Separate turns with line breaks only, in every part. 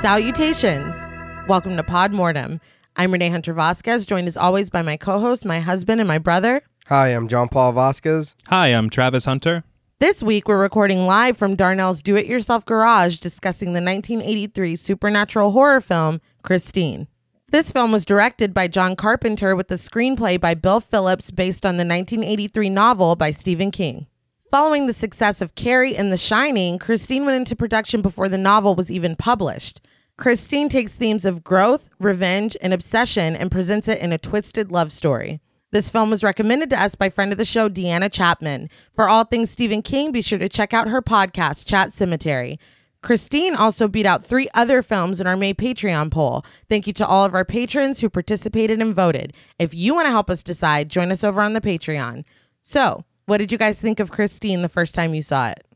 Salutations. Welcome to Pod Mortem. I'm Renee Hunter Vasquez, joined as always by my co host, my husband, and my brother.
Hi, I'm John Paul Vasquez.
Hi, I'm Travis Hunter.
This week, we're recording live from Darnell's Do It Yourself Garage discussing the 1983 supernatural horror film, Christine. This film was directed by John Carpenter with a screenplay by Bill Phillips based on the 1983 novel by Stephen King. Following the success of Carrie and The Shining, Christine went into production before the novel was even published. Christine takes themes of growth, revenge, and obsession and presents it in a twisted love story. This film was recommended to us by friend of the show, Deanna Chapman. For all things Stephen King, be sure to check out her podcast, Chat Cemetery. Christine also beat out three other films in our May Patreon poll. Thank you to all of our patrons who participated and voted. If you want to help us decide, join us over on the Patreon. So, what did you guys think of Christine the first time you saw it?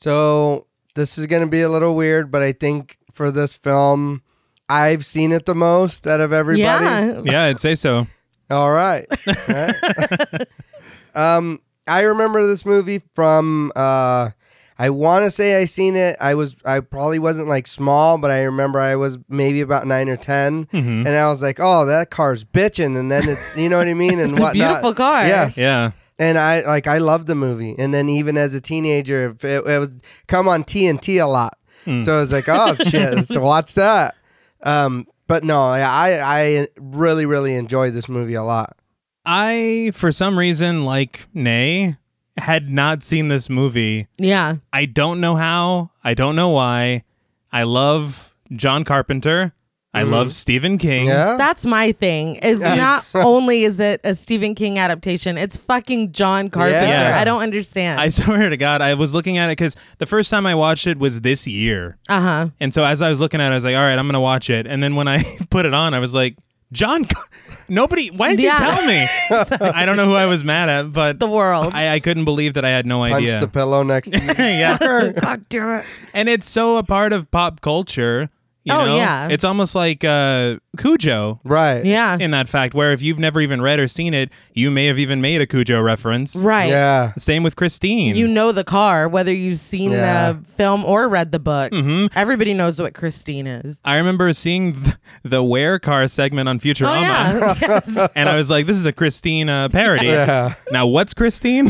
So, this is going to be a little weird, but I think for this film, I've seen it the most out of everybody.
Yeah.
Yeah, I'd say so.
All right. All right. um, I remember this movie from. Uh, I want to say I seen it. I was I probably wasn't like small, but I remember I was maybe about nine or 10
Mm-hmm.
and I was like, "Oh, that car's bitching," and then it's you know what I mean, and
It's a
whatnot.
beautiful car.
Yes,
Yeah.
and I like I loved the movie. And then even as a teenager, if it, it would come on TNT a lot, so I was like, oh shit, so watch that. Um, but no, I I really really enjoyed this movie a lot.
I, for some reason, like Nay, had not seen this movie.
Yeah.
I don't know how. I don't know why. I love John Carpenter. I love Stephen King.
Yeah,
That's my thing. Is not
Yes.
only is it a Stephen King adaptation, it's fucking John Carpenter.
Yeah.
I don't understand.
I swear to God, I was looking at it because the first time I watched it was this year.
uh huh.
And so as I was looking at it, I was like, all right, I'm going to watch it. And then when I put it on, I was like, John, Car- nobody, why didn't
Yeah.
you tell me? I don't know who I was mad at, but
The world.
I, I couldn't believe that I had no
punch
idea.
the pillow next. to you.
yeah.
God damn it.
And it's so a part of pop culture. You
Oh,
know?
yeah.
It's almost like uh, Cujo
Right.
Yeah.
in that fact, where if you've never even read or seen it, you may have even made a Cujo reference.
right.
Yeah.
Same with Christine.
You know the car, whether you've seen
Yeah.
the film or read the book.
Mm-hmm.
Everybody knows what Christine is.
I remember seeing th- the Where Car segment on
Oh,
Futurama.
yeah. yes.
And I was like, this is a Christine uh, parody.
Yeah.
Now, what's Christine?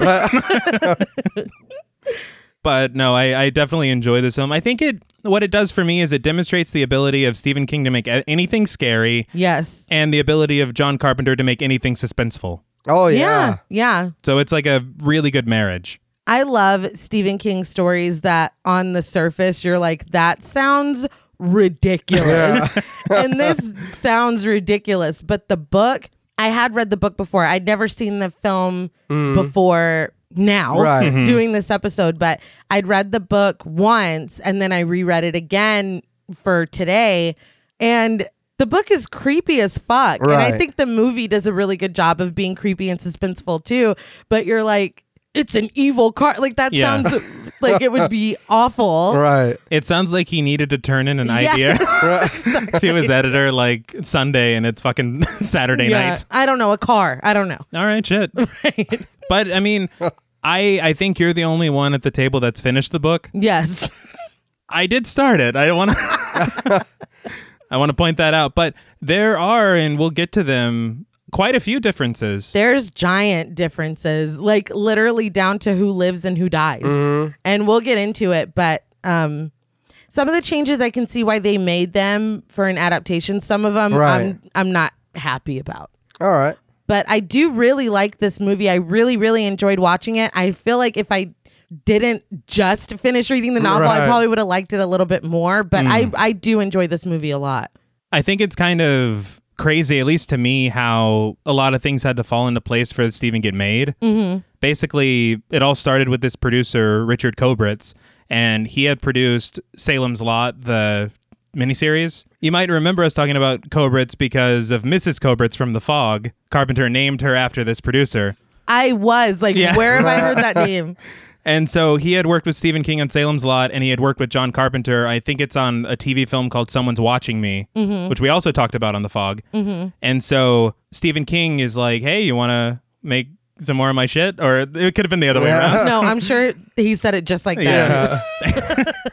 but no, I, I definitely enjoy this film. I think it what it does for me is it demonstrates the ability of Stephen King to make a- anything scary
Yes.
and the ability of John Carpenter to make anything suspenseful.
Oh yeah.
Yeah. Yeah.
So it's like a really good marriage.
I love Stephen King stories that on the surface you're like, that sounds ridiculous. and this sounds ridiculous. But the book, I had read the book before. I'd never seen the film before now
Mm. Right. Mm-hmm.
doing this episode, but I'd read the book once and then I reread it again for today. And the book is creepy as fuck. And I
Right.
think the movie does a really good job of being creepy and suspenseful too. But you're like, it's an evil car. Like that
Yeah.
sounds like it would be awful.
Right.
It sounds like he needed to turn in an
Yeah.
idea to his editor like Sunday and it's fucking Saturday
Yeah.
night.
I don't know, a car. I don't know.
All right, shit. But I mean, I I think you're the only one at the table that's finished the book.
Yes.
I did start it. I want to. I want to point that out, but there are, and we'll get to them. Quite a few differences.
There's giant differences, like literally down to who lives and who dies. And we'll get into it, but um some of the changes I can see why they made them for an adaptation. Some of them
Right.
I'm I'm not happy about.
All right.
But I do really like this movie. I really really enjoyed watching it. I feel like if I didn't just finish reading the novel, I
Right.
probably would have liked it a little bit more, but I
Mm.
I do enjoy this movie a lot.
I think it's kind of crazy, at least to me, how a lot of things had to fall into place for this to even get made. Mm-hmm. Basically, it all started with this producer, Richard Kobritz, and he had produced Salem's Lot, the miniseries. You might remember us talking about Kobritz because of Mrs. Kobritz from The Fog. Carpenter named her after this producer.
I was like,
Yeah.
where have I heard that name?
And so he had worked with Stephen King on Salem's Lot, and he had worked with John Carpenter. I think it's on a TV film called Someone's Watching Me, which we also talked about on The Fog. Mm-hmm. And so Stephen King is like, hey, you want to make some more of my shit? Or it could have been the other way around.
No, I'm sure he said it just like that.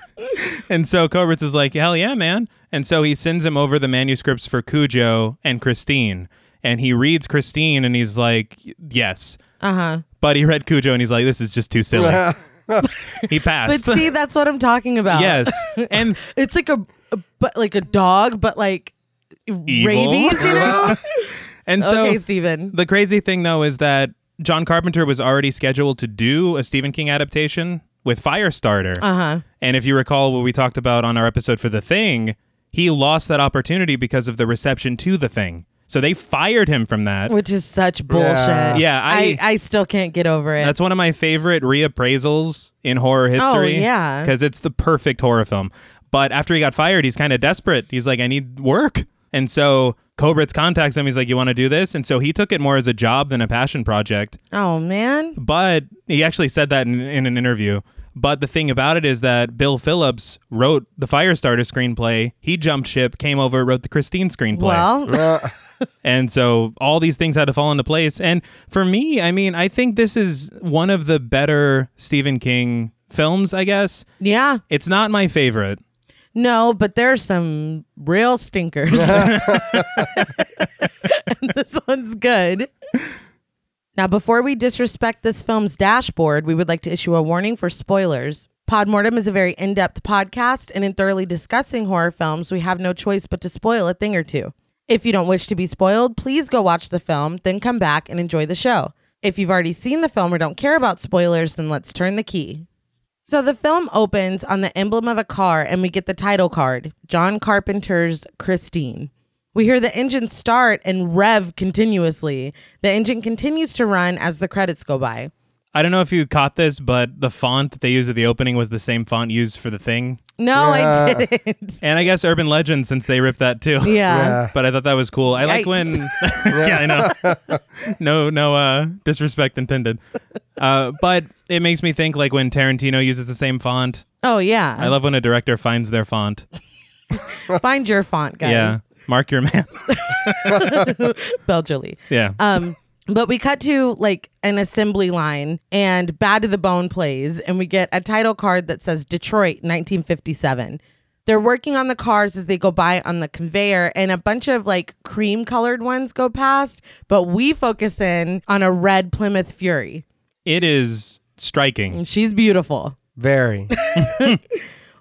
Yeah. and so Cobritz is like, hell yeah, man. And so he sends him over the manuscripts for Cujo and Christine. And he reads Christine and he's like, yes.
Uh huh.
But he read Cujo and he's like, this is just too silly. he
But
passed.
see, that's what I'm talking about.
yes. And
It's like a, a but like a dog, but like rabies. You know?
and so
okay, Steven.
The crazy thing though is that John Carpenter was already scheduled to do a Stephen King adaptation with Firestarter.
Uh huh.
And if you recall what we talked about on our episode for The Thing, he lost that opportunity because of the reception to The Thing. So they fired him from that.
Which is such bullshit.
Yeah,
I,
I-
I still can't get over it.
That's one of my favorite reappraisals in horror history.
Oh, yeah.
Because it's the perfect horror film. But after he got fired, he's kind of desperate. He's like, I need work. And so Kobritz contacts him. He's like, You want to do this? And so he took it more as a job than a passion project.
oh man.
But he actually said that in, in an interview. But the thing about it is that Bill Phillips wrote the Firestarter screenplay. He jumped ship, came over, wrote the Christine screenplay.
Well,
And so all these things had to fall into place. And for me, I mean, I think this is one of the better Stephen King films, I guess.
yeah.
It's not my favorite.
No, but there's some real stinkers. and this one's good. Now, before we disrespect this film's dashboard, we would like to issue a warning for spoilers. Podmortem is a very in depth podcast, and in thoroughly discussing horror films, we have no choice but to spoil a thing or two. If you don't wish to be spoiled, please go watch the film, then come back and enjoy the show. If you've already seen the film or don't care about spoilers, then let's turn the key. So the film opens on the emblem of a car, and we get the title card John Carpenter's Christine. We hear the engine start and rev continuously. The engine continues to run as the credits go by.
I don't know if you caught this, but the font that they used at the opening was the same font used for the thing.
No,
Yeah.
I didn't.
And I guess Urban Legend, since they ripped that too.
Yeah.
Yeah.
But I thought that was cool. I
Yikes.
like when Yeah, I know. no no uh disrespect intended. Uh but it makes me think like when Tarantino uses the same font.
Oh,
I
yeah.
love when a director finds their font.
Find your font, guys.
Yeah. Mark your man.
Spell Julie.
yeah.
Um, but we cut to like an assembly line and Bad to the Bone plays, and we get a title card that says Detroit 1957. They're working on the cars as they go by on the conveyor, and a bunch of like cream colored ones go past, but we focus in on a red Plymouth Fury.
It is striking.
And she's beautiful.
Very.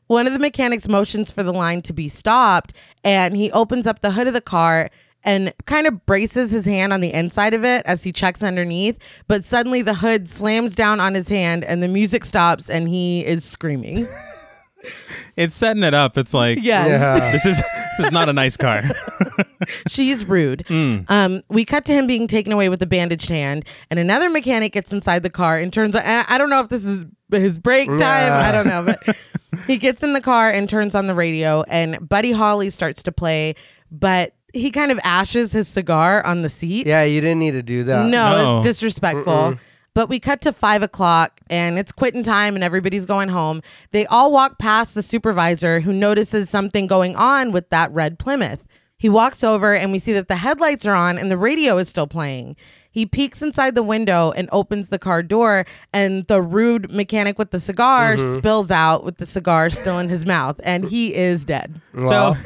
One of the mechanics motions for the line to be stopped, and he opens up the hood of the car and kind of braces his hand on the inside of it as he checks underneath. But suddenly the hood slams down on his hand, and the music stops, and he is screaming.
It's setting it up. It's like
Yes.
Yeah.
this is this is not a nice car.
She's rude. Um, we cut to him being taken away with a bandaged hand, and another mechanic gets inside the car and turns. I, I don't know if this is his break time.
Yeah.
I don't know, but he gets in the car and turns on the radio, and Buddy Holly starts to play, but he kind of ashes his cigar on the seat.
Yeah, you didn't need to do
No,
that.
No.
it's disrespectful. But we cut to five o'clock and it's quitting time and everybody's going home. They all walk past the supervisor who notices something going on with that red Plymouth. He walks over and we see that the headlights are on and the radio is still playing. He peeks inside the window and opens the car door, and the rude mechanic with the cigar
Mm-hmm.
spills out with the cigar still in his mouth, and he is dead.
Wow.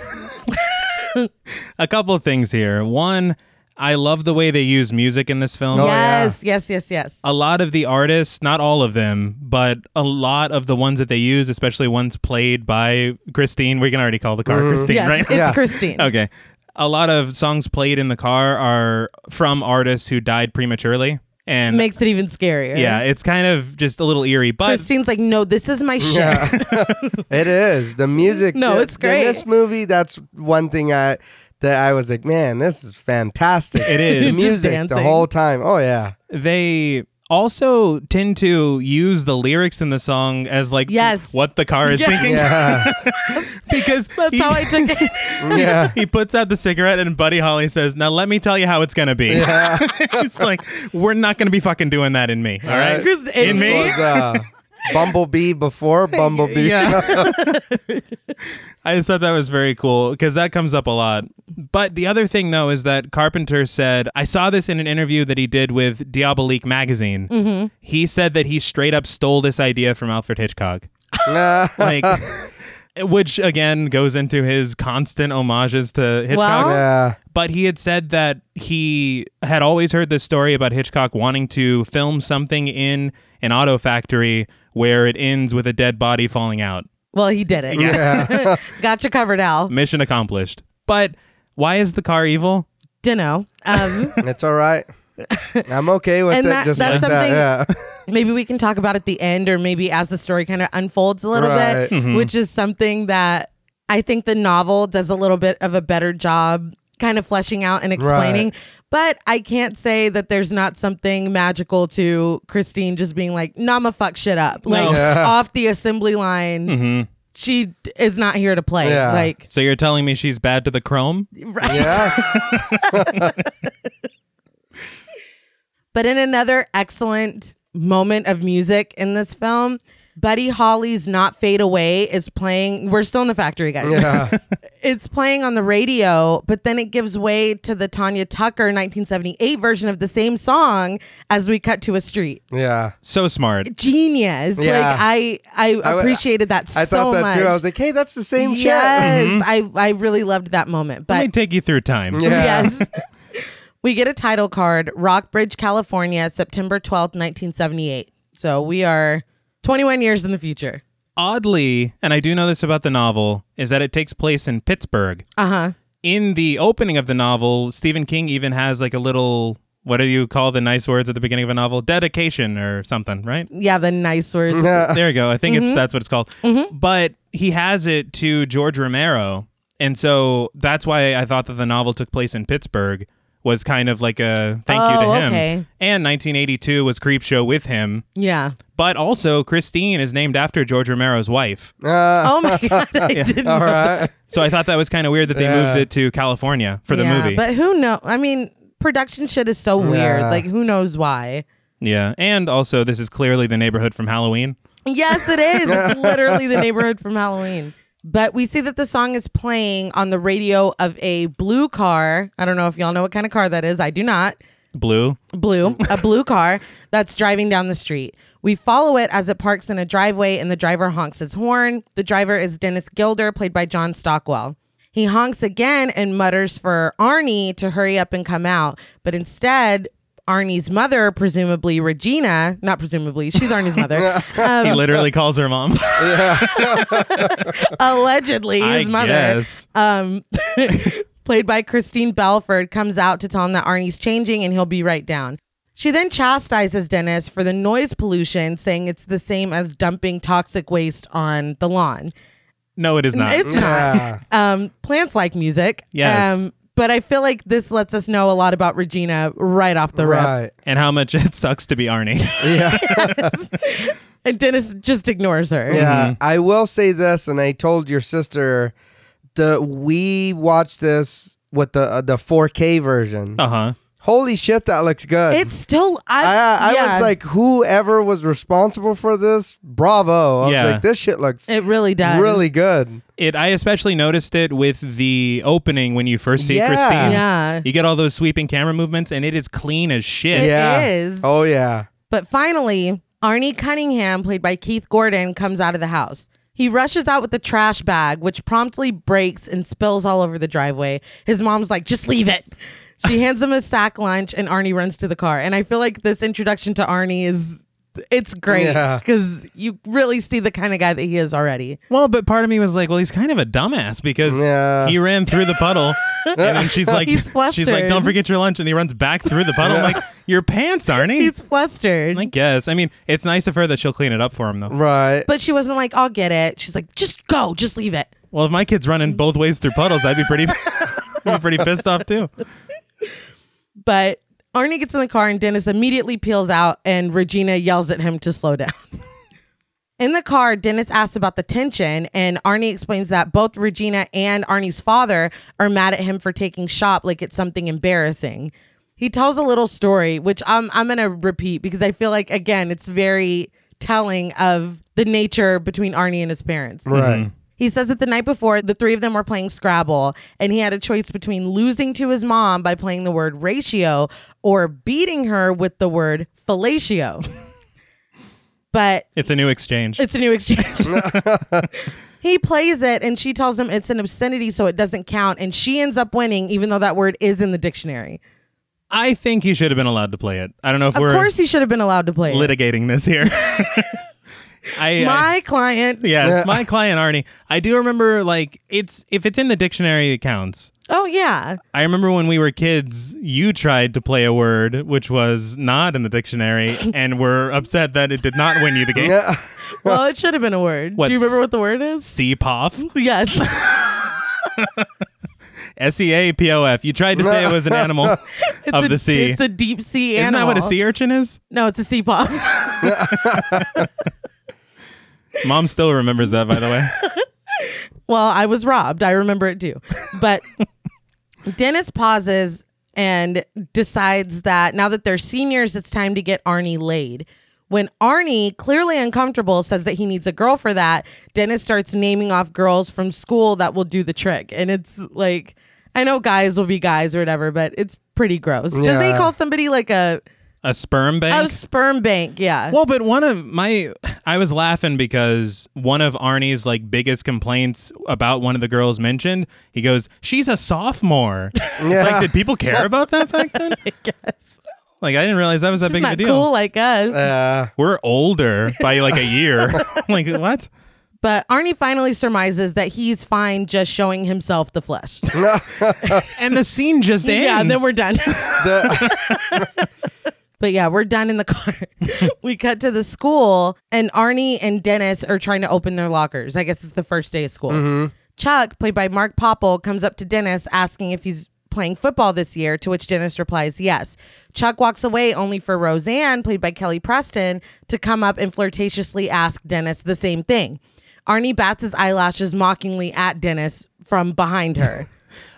So a couple of things here. One, I love the way they use music in this film.
Oh, yeah.
yes, yes, yes, yes.
A lot of the artists, not all of them, but a lot of the ones that they use, especially ones played by Christine, we can already call the car Christine,
Yes,
right?
it's
Mm-hmm. Yeah.
Christine.
Okay. A lot of songs played in the car are from artists who died prematurely. And
Makes it even scarier.
yeah, it's kind of just a little eerie, but
Christine's like, no, this is my shit.
It is the music.
No, it's great.
In this movie, that's one thing I that I was like, man, this is fantastic.
It is.
the
He's just
music the
dancing.
whole time. Oh yeah,
they also tend to use the lyrics in the song as like
Yes.
what the car is
Yes.
thinking
yeah,
because
That's
he,
how I took it.
yeah.
he puts out the cigarette and Buddy Holly says, "Now let me tell you how it's gonna be." it's like we're not gonna be fucking doing that in me. All right,
Chris- in
in
me?
me.
Was, uh, Bumblebee before Bumblebee.
Yeah. I just thought that was very cool because that comes up a lot. But the other thing, though, is that Carpenter said, I saw this in an interview that he did with Diabolique magazine.
Mm-hmm.
He said that he straight up stole this idea from Alfred Hitchcock.
Nah.
Like, which again goes into his constant homages to Hitchcock.
Well-
Yeah.
but he had said that he had always heard this story about Hitchcock wanting to film something in an auto factory where it ends with a dead body falling out.
Well, he did it. Got you covered, Al.
Mission accomplished. But why is the car evil?
Dunno. Um,
It's all right. I'm okay with
And
it.
that-
just
that's
like that. Yeah.
maybe we can talk about at the end or maybe as the story kind of unfolds a little
Right. Mm-hmm.
bit which is something that i think the novel does a little bit of a better job kind of fleshing out and explaining but i can't say that there's not something magical to christine just being like nama fuck shit up like
Yeah. Mm-hmm.
off the assembly line she is not here to play
Yeah.
like
So you're telling me she's bad to the chrome?
right
yeah.
But in another excellent moment of music in this film, Buddy Holly's Not Fade Away is playing. We're still in the factory, guys.
Yeah.
It's playing on the radio, but then it gives way to the Tanya Tucker 1978 version of the same song as we cut to a street.
Yeah.
So smart.
Genius.
Yeah.
Like I I
w-
appreciated that
I
so
thought that
much.
too. I was like, Mm-hmm. hey, that's the same shit.
yes. I I really loved that moment. But
Let me take you through time.
Yeah.
Yes. we get a title card, Rockbridge, California, September 12th, 1978. So we are 21 years in the future.
Oddly, and I do know this about the novel, is that it takes place in Pittsburgh.
Uh huh.
in the opening of the novel, Stephen King even has like a little what do you call the nice words at the beginning of a novel? Dedication or something, right?
Yeah, the nice words.
Yeah.
There you go. I think
Mm-hmm.
it's that's what it's called. But he has it to George Romero, and so that's why I thought that the novel took place in Pittsburgh was kind of like a thank you to
Oh,
him.
okay.
And 1982 was Creepshow with him,
Yeah.
but also Christine is named after George Romero's wife.
Uh,
Oh my God. I didn't
all
know.
right.
So I thought that was kind of weird that they
Yeah.
moved it to California for the
Yeah,
movie.
But who knows? I mean, production shit is so weird.
Yeah.
Like, who knows why?
yeah, and also this is clearly the neighborhood from Halloween.
Yes, it is. it's literally the neighborhood from Halloween. But we see that the song is playing on the radio of a blue car. I don't know if y'all know what kind of car that is. I do not.
Blue.
blue,
Mm.
a blue car that's driving down the street. We follow it as it parks in a driveway and the driver honks his horn. The driver is Dennis Gilder, played by John Stockwell. He honks again and mutters for Arnie to hurry up and come out, but instead, Arnie's mother, presumably Regina, not presumably, she's Arnie's mother,
he
Um,
literally calls her mom.
allegedly
I
his mother,
guess.
um, played by Christine Belford, comes out to tell him that Arnie's changing and he'll be right down. She then chastises Dennis for the noise pollution, saying it's the same as dumping toxic waste on the lawn.
no, it is not.
It's
Yeah.
not. Um, plants like music.
Yes.
Um, but I feel like this lets us know a lot about Regina right off the rip.
Right.
and how much it sucks to be Arnie.
Yeah.
And Dennis just ignores her.
Yeah, I will say this, and I told your sister the we watched this with the uh, the 4K version.
uh huh.
Holy shit, that looks good.
It's still. I,
I, I
yeah,
was like, whoever was responsible for this, bravo! I was
Yeah.
like, this shit looks
it really does.
really good.
It. I especially noticed it with the opening when you first see
Yeah.
Christine.
Yeah.
You get all those sweeping camera movements, and it is clean as shit.
It
yeah.
is.
Oh yeah.
But finally, Arnie Cunningham, played by Keith Gordon, comes out of the house. He rushes out with the trash bag, which promptly breaks and spills all over the driveway. His mom's like, just leave it. She hands him a sack lunch, and Arnie runs to the car. And I feel like this introduction to Arnie is. It's great
Yeah.
because you really see the kind of guy that he is already.
Well, but part of me was like, well, he's kind of a dumbass because
Yeah.
he ran through the puddle. And then she's like,
He's
she's like,
flustered.
don't forget your lunch, and he runs back through the puddle. I'm like, your pants, Arnie.
He's flustered.
I guess. I mean, it's nice of her that she'll clean it up for him, though.
Right.
but she wasn't like, I'll get it. She's like, just go, just leave it.
Well, if my kid's running both ways through puddles, I'd be pretty, I'd be pretty pissed off too.
But Arnie gets in the car and Dennis immediately peels out and Regina yells at him to slow down. in the car, Dennis asks about the tension and Arnie explains that both Regina and Arnie's father are mad at him for taking shop like it's something embarrassing. He tells a little story, which I'm I'm gonna repeat because I feel like again it's very telling of the nature between Arnie and his parents.
right.
He says that the night before, the three of them were playing Scrabble, and he had a choice between losing to his mom by playing the word ratio or beating her with the word fellatio. but
It's a new exchange.
it's a new exchange. He plays it and she tells him it's an obscenity, so it doesn't count. And she ends up winning, even though that word is in the dictionary.
I think he should have been allowed to play it. I don't know if
Of
we're
course, he should have been allowed to play it.
litigating this here. I, I
My client.
yes, my client Arnie. I do remember like it's if it's in the dictionary it counts.
Oh, yeah.
I remember when we were kids, you tried to play a word which was not in the dictionary and were upset that it did not win you the game.
Yeah.
Well, it should have been a word. Do
What's-
you remember what the word is?
C poff.
Yes.
S E A P O F. You tried to say it was an animal of
It's a-
the sea.
It's a deep sea
Isn't
animal.
that what a sea urchin is?
No, it's a sea pop.
Mom still remembers that, by the way.
Well, I was robbed. I remember it too. But Dennis pauses and decides that now that they're seniors, it's time to get Arnie laid. When Arnie, clearly uncomfortable, says that he needs a girl for that, Dennis starts naming off girls from school that will do the trick. And it's like, I know guys will be guys or whatever, but it's pretty gross. Does he
Yeah.
call somebody like a,
A sperm bank.
a sperm bank? Yeah.
Well, but one of my I was laughing because one of Arnie's like biggest complaints about one of the girls mentioned, he goes, "She's a sophomore." It's like did people care about that back then? I guess. Like I didn't realize that was
it's
that big of a
not
deal.
cool like us.
Uh,
We're older by like a year. I'm like what?
But Arnie finally surmises that he's fine just showing himself the flesh.
And the scene just ends.
yeah, then we're done.
the,
but yeah, we're done in the car. we cut to the school, and Arnie and Dennis are trying to open their lockers. I guess it's the first day of school.
Mm-hmm.
Chuck, played by Mark Popple, comes up to Dennis asking if he's playing football this year, to which Dennis replies yes. Chuck walks away only for Roseanne, played by Kelly Preston, to come up and flirtatiously ask Dennis the same thing. Arnie bats his eyelashes mockingly at Dennis from behind her.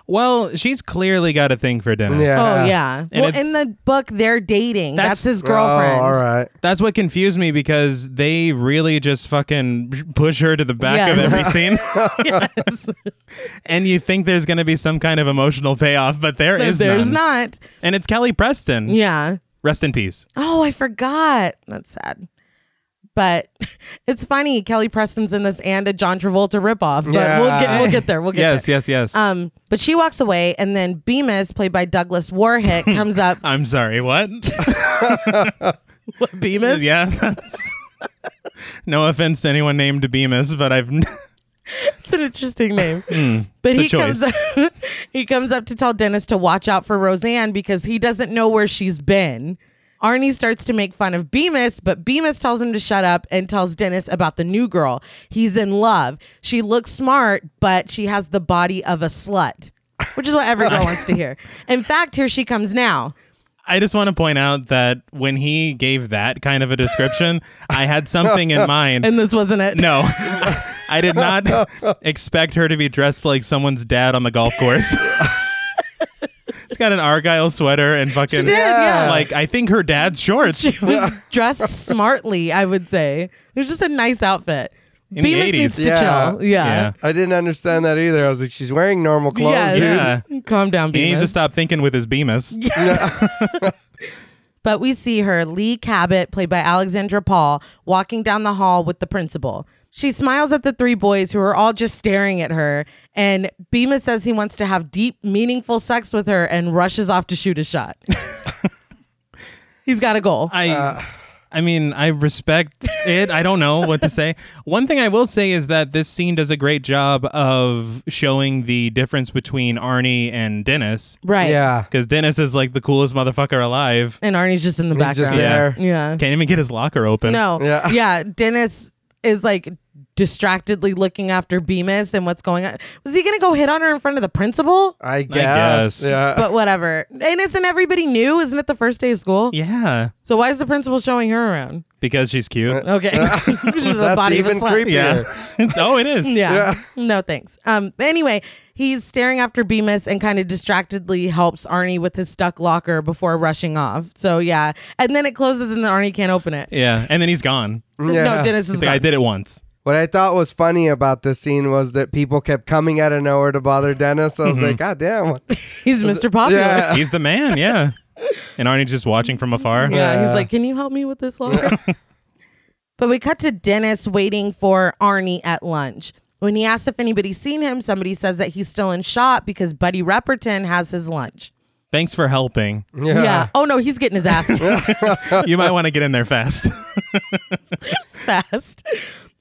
well, she's clearly got a thing for Dennis.
Yeah.
Oh yeah. well,
it's-
in the book, they're dating. That's,
That's-
his
oh,
girlfriend.
all right.
That's what confused me because they really just fucking push her to the back of
Yes.
every scene. and you think there's going to be some kind of emotional payoff, but there
But
is
there's
none.
not.
And it's Kelly Preston.
Yeah.
Rest in peace.
Oh, I forgot. That's sad. But it's funny. Kelly Preston's in this and a John Travolta ripoff. But we'll get
Yeah.
we'll get there. We'll get
yes,
there.
yes, yes.
Um, but she walks away, and then Bemis, played by Douglas Warhick, comes up.
I'm sorry, what?
What, Bemis?
yeah. that's- no offense to anyone named Bemis, but I've
It's an interesting name. but
Hmm. it's a
he comes
choice.
up, he comes up to tell Dennis to watch out for Roseanne because he doesn't know where she's been. Arnie starts to make fun of Bemis, but Bemis tells him to shut up and tells Dennis about the new girl. He's in love. She looks smart, but she has the body of a slut, which is what every girl wants to hear. In fact, here she comes now.
I just want to point out that when he gave that kind of a description, I had something in mind.
And this wasn't it.
No, I did not expect her to be dressed like someone's dad on the golf course. She's got an argyle sweater and fucking
did, yeah.
like I think her dad's shorts.
She was dressed smartly, I would say. It was just a nice outfit.
the
Bemis
80s.
needs to
Yeah.
chill. Yeah.
Yeah.
I didn't understand that either. I was like, she's wearing normal clothes.
Yeah,
dude.
Yeah.
dude. Calm down,
He needs to
Bemis.
stop thinking with his Bemis.
but we see her, Lee Cabot, played by Alexandra Paul, walking down the hall with the principal. She smiles at the three boys who are all just staring at her, and Bemis says he wants to have deep, meaningful sex with her and rushes off to shoot a shot. He's got a goal.
I I mean, I respect it. I don't know what to say. One thing I will say is that this scene does a great job of showing the difference between Arnie and Dennis.
right.
Yeah.
Because Dennis is like the coolest motherfucker alive.
And Arnie's just in the
He's just
background.
there.
yeah.
Can't even get his locker open.
No. Yeah.
Yeah.
Dennis is like distractedly looking after Bemis and what's going on. Was he going to go hit on her in front of the principal?
I guess.
guess.
Yeah.
but whatever. And isn't everybody new? Isn't it the first day of school?
Yeah.
So why is the principal showing her around?
Because she's cute.
Okay. She's the
That's
body of a
even
slut.
creepier.
Yeah. oh, it is.
Uh, Yeah. No thanks. Um but anyway, he's staring after Bemis and kind of distractedly helps Arnie with his stuck locker before rushing off. So yeah. And then it closes and then Arnie can't open it.
Yeah. And then he's gone.
Yeah.
No, Dennis is
He's like, I
gone.
did it once.
What I thought was funny about this scene was that people kept coming out of nowhere to bother Dennis. So I was like, God damn.
He's Mr. Popular.
Yeah.
He's the man. Yeah. And Arnie's just watching from afar.
Yeah, he's
Yeah.
like, "Can you help me with this locker?" but we cut to Dennis waiting for Arnie at lunch. When he asks if anybody's seen him, somebody says that he's still in shot because Buddy Repperton has his lunch.
Thanks for helping.
Yeah. Oh no, he's getting his ass kicked
you might want to get in there fast.
fast.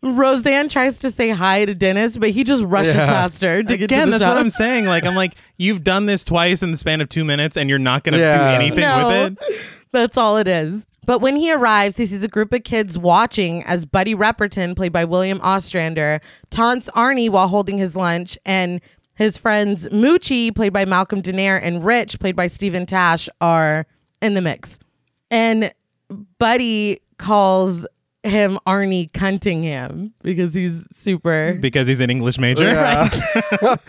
Roseanne tries to say hi to Dennis, but he just rushes
Yeah.
past her to get to
Again,
the
that's
shop.
what I'm saying. Like I'm like, you've done this twice in the span of two minutes, and you're not gonna
Yeah.
do anything with it.
That's all it is. But when he arrives, he sees a group of kids watching as Buddy Repperton, played by William Ostrander, taunts Arnie while holding his lunch, and his friends Moochie, played by Malcolm Denaire, and Rich, played by Stephen Tash, are in the mix. And Buddy calls him Arnie cunting him because he's super.
Because he's an English major.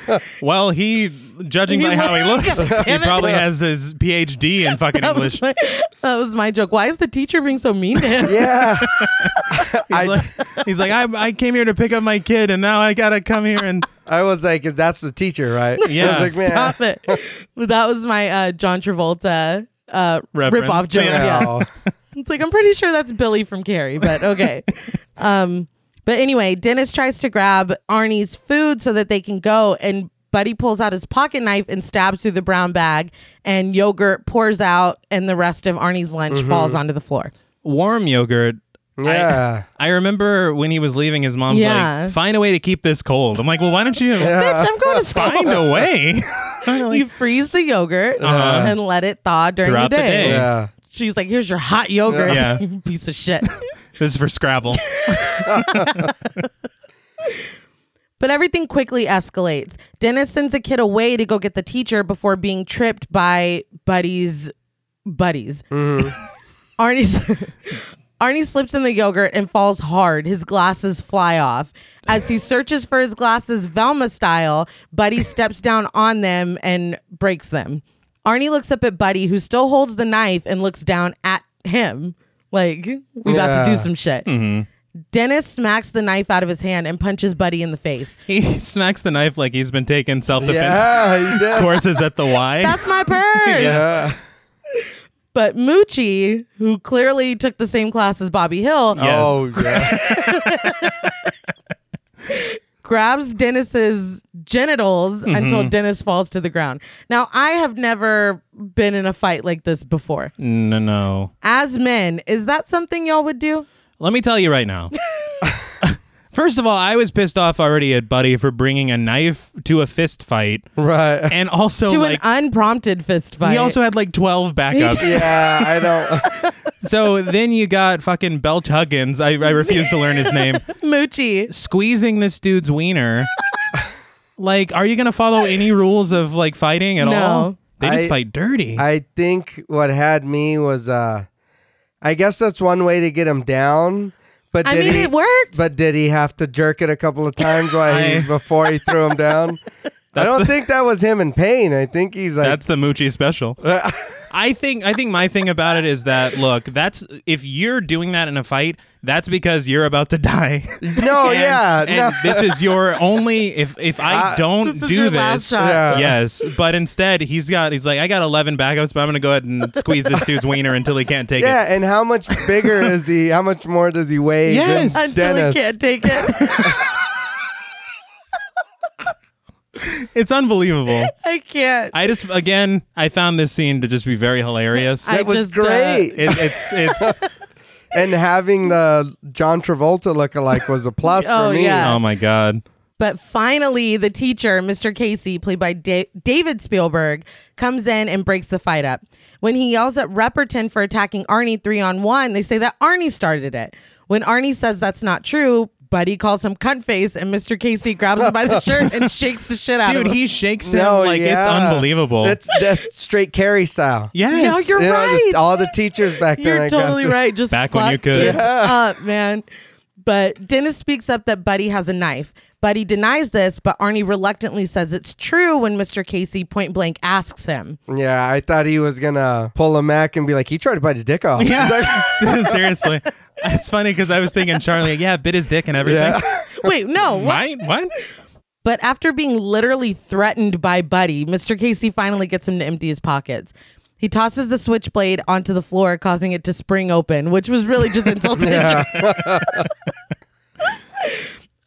well, he, judging
He
by how he
looks-
looks,
Damn
he
it.
probably has his PhD in fucking
That
English.
was, my, that was my joke. Why is the teacher being so mean to him?
Yeah.
He's like, he's like, I, I came here to pick up my kid, and now I gotta come here and
I was like, "Cause that's the teacher, right?"
Yeah.
I was like, man.
Stop it. But that was my uh, John Travolta uh,
Reverend.
rip off joke.
Yeah.
Yeah.
no.
It's like, I'm pretty sure that's Billy from Carrie, but okay. um, but anyway, Dennis tries to grab Arnie's food so that they can go, and Buddy pulls out his pocket knife and stabs through the brown bag, and yogurt pours out, and the rest of Arnie's lunch
Mm-hmm.
falls onto the floor.
warm yogurt. I-
Yeah.
I, remember when he was leaving, his mom's
Yeah.
like, "Find a way to keep this cold." I'm like, "Well, why don't you
Bitch, I'm going to school.
find a way?" I'm like,
You freeze the yogurt
Uh-huh.
and let it thaw during
Throughout
the
the
day.
day.
Yeah.
She's like, "Here's your hot yogurt,
Yeah.
you piece of shit."
this is for Scrabble.
But everything quickly escalates. Dennis sends a kid away to go get the teacher before being tripped by Buddy's buddies. Arnie's Arnie slips in the yogurt and falls hard. His glasses fly off. As he searches for his glasses Velma style, Buddy steps down on them and breaks them. Arnie looks up at Buddy, who still holds the knife, and looks down at him like, we about to do
Yeah.
some shit. Dennis smacks the knife out of his hand and punches Buddy in the face.
He smacks the knife like he's been taking self-defense
Yeah. You did.
courses at the Y.
That's my purse.
Yeah.
But Moochie, who clearly took the same class as Bobby Hill,
Yes.
Oh yeah.
grabs Dennis's genitals
Mm-hmm.
until Dennis falls to the ground. Now, I have never been in a fight like this before.
no, no.
As men, is that something y'all would do?
Let me tell you right now. First of all, I was pissed off already at Buddy for bringing a knife to a fist fight,
Right.
and also
To
like
an unprompted fist fight.
he also had like twelve backups.
Yeah. I don't.
So then you got fucking Belch Huggins. I, I refuse to learn his name.
Moochie.
Squeezing this dude's wiener. Like, are you gonna follow any rules of like fighting at
No.
all? They just
I-
fight dirty.
I think what had me was, uh, I guess that's one way to get him down. But
I
did
mean,
he,
it worked.
But did he have to jerk it a couple of times while he,
I-
before he threw him down? I don't think that was him in pain. I think he's like,
that's the Moochie special. I think I think my thing about it is that look, that's if you're doing that in a fight, that's because you're about to die.
Oh,
no,
And-
yeah,
and
no.
this is your only if if I
Uh,
don't
This is
do
your
this.
last shot.
Yeah.
Yes, but instead he's got he's like I got 11 backups, but I'm gonna go ahead and squeeze this dude's wiener until he can't take it.
yeah. And how much bigger is he? How much more does he weigh?
Yes.
than
until
Dennis?
he can't take it.
It's unbelievable.
I can't.
I just again I found this scene to just be very hilarious.
I
That was
just, uh,
great.
It- it's it's
and having the John Travolta lookalike was a plus
Oh,
for me.
yeah.
oh my god.
But finally, the teacher, Mr. Casey, played by da- David Spielberg, comes in and breaks the fight up. When he yells at Repperton for attacking Arnie three on one, they say that Arnie started it. When Arnie says that's not true, Buddy calls him cuntface, and Mr. Casey grabs him by the shirt and shakes the shit out
Dude,
of him.
he shakes him
Oh,
No,
like
yeah.
it's unbelievable.
That's, that's straight Carrie style.
yes.
No, you're
You know,
right.
the- all the teachers back then.
You're
I
totally
guess.
right. Just
Back when you
fuck
could.
kids up, man. But Dennis speaks up that Buddy has a knife. Buddy denies this, but Arnie reluctantly says it's true when Mr. Casey point blank asks him.
Yeah, I thought he was gonna pull a Mac and be like, he tried to bite his dick off.
Yeah. Seriously. It's funny because I was thinking Charlie, yeah, bit his dick and everything.
Yeah.
Wait, no, what?
Mine? What?
But after being literally threatened by Buddy, Mr. Casey finally gets him to empty his pockets. He tosses the switchblade onto the floor, causing it to spring open, which was really just insulting.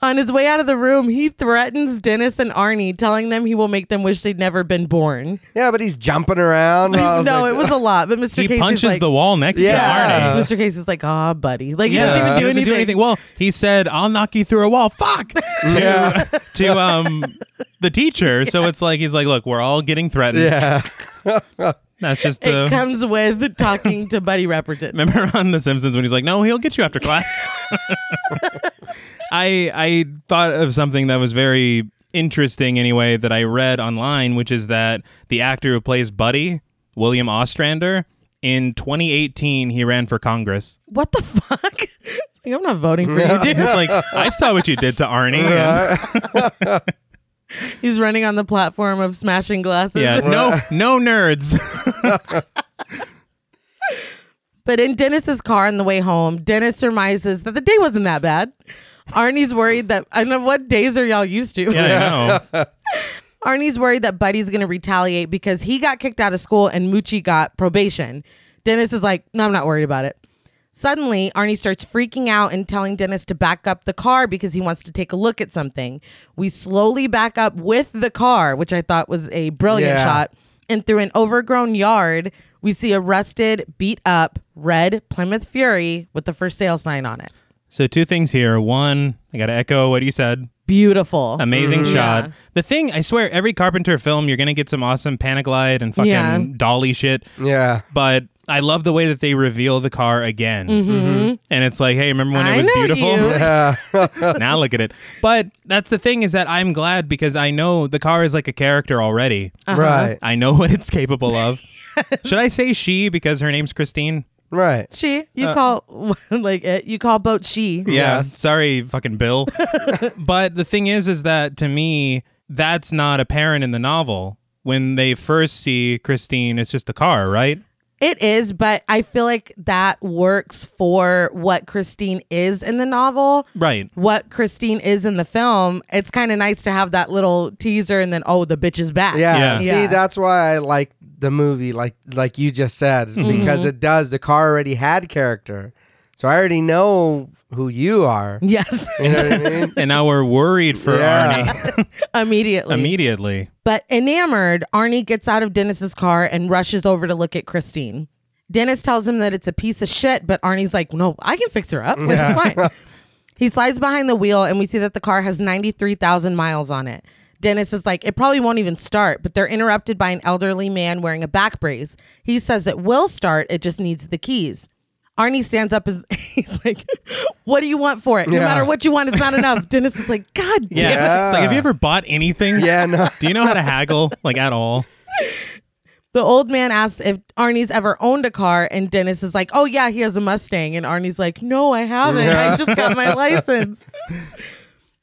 On his way out of the room, he threatens Dennis and Arnie, telling them he will make them wish they'd never been born.
Yeah, but he's jumping around.
No,
I was like,
it was a lot, but Mr.
He
Casey's
punches
like,
the wall next to
Yeah.
Arnie.
Mr. Casey's like, ah, buddy. Like, he doesn't
Yeah.
even do,
He
anything.
Well, he said, "I'll knock you through a wall." Fuck to, to um the teacher. So it's like he's like, "Look, we're all getting threatened."
Yeah.
That's just
It
the.
comes with talking to Buddy Repperton.
Remember on The Simpsons when he's like, "No, he'll get you after class." I I thought of something that was very interesting anyway that I read online, which is that the actor who plays Buddy, William Ostrander, in 2018 he ran for Congress.
What the fuck? Like, I'm not voting for you, dude.
like I saw what you did to Arnie.
He's running on the platform of smashing glasses.
yeah, no no nerds.
But in Dennis's car on the way home, Dennis surmises that the day wasn't that bad. Arnie's worried that I know what days are y'all used to.
yeah, I know.
Arnie's worried that Buddy's going to retaliate because he got kicked out of school and Moochie got probation. Dennis is like, no, I'm not worried about it. Suddenly, Arnie starts freaking out and telling Dennis to back up the car because he wants to take a look at something. We slowly back up with the car, which I thought was a brilliant
Yeah.
shot. And through an overgrown yard, we see a rusted, beat up, red Plymouth Fury with the for sale sign on it.
So two things here. One, I gotta echo what you said.
Beautiful.
Amazing shot.
Yeah.
The thing, I swear, every Carpenter film, you're gonna get some awesome panic light and fucking
Yeah.
dolly shit.
yeah.
But I love the way that they reveal the car again, and it's like, hey, remember when
Mm-hmm. I
it was
know
beautiful?
you.
Yeah.
now look at it. But that's the thing is that I'm glad because I know the car is like a character already.
Uh.
Right.
I know what it's capable of. Should I say she because her name's Christine?
Right.
She, you call like it, you call boat she.
Yeah.
Yes.
Sorry, fucking Bill. but the thing is, is that to me, that's not apparent in the novel. When they first see Christine, it's just a car, right?
It is, but I feel like that works for what Christine is in the novel.
Right.
What Christine is in the film, it's kind of nice to have that little teaser and then, oh, the bitch is back.
Yeah.
Yeah.
Yeah.
See, that's why I like the movie, like like you just said,
Mm-hmm.
because it does. The car already had character, so I already know who you are.
Yes,
You know what I mean?
And now we're worried for
Yeah.
Arnie
immediately.
immediately.
But enamored, Arnie gets out of Dennis's car and rushes over to look at Christine. Dennis tells him that it's a piece of shit, but Arnie's like, no, I can fix her up. Like, It's fine. he slides behind the wheel, and we see that the car has 93,000 miles on it. Dennis is like, it probably won't even start, but they're interrupted by an elderly man wearing a back brace. He says it will start, it just needs the keys. Arnie stands up and he's like, What do you want for it? No
Yeah.
matter what you want, it's not enough. Dennis is like, God damn it.
Yeah.
It's like, have you ever bought anything?
Yeah. No.
Do you know how to haggle, like at all?
The old man asks if Arnie's ever owned a car, and Dennis is like, "Oh yeah, he has a Mustang." And Arnie's like, "No, I haven't. I just got my license."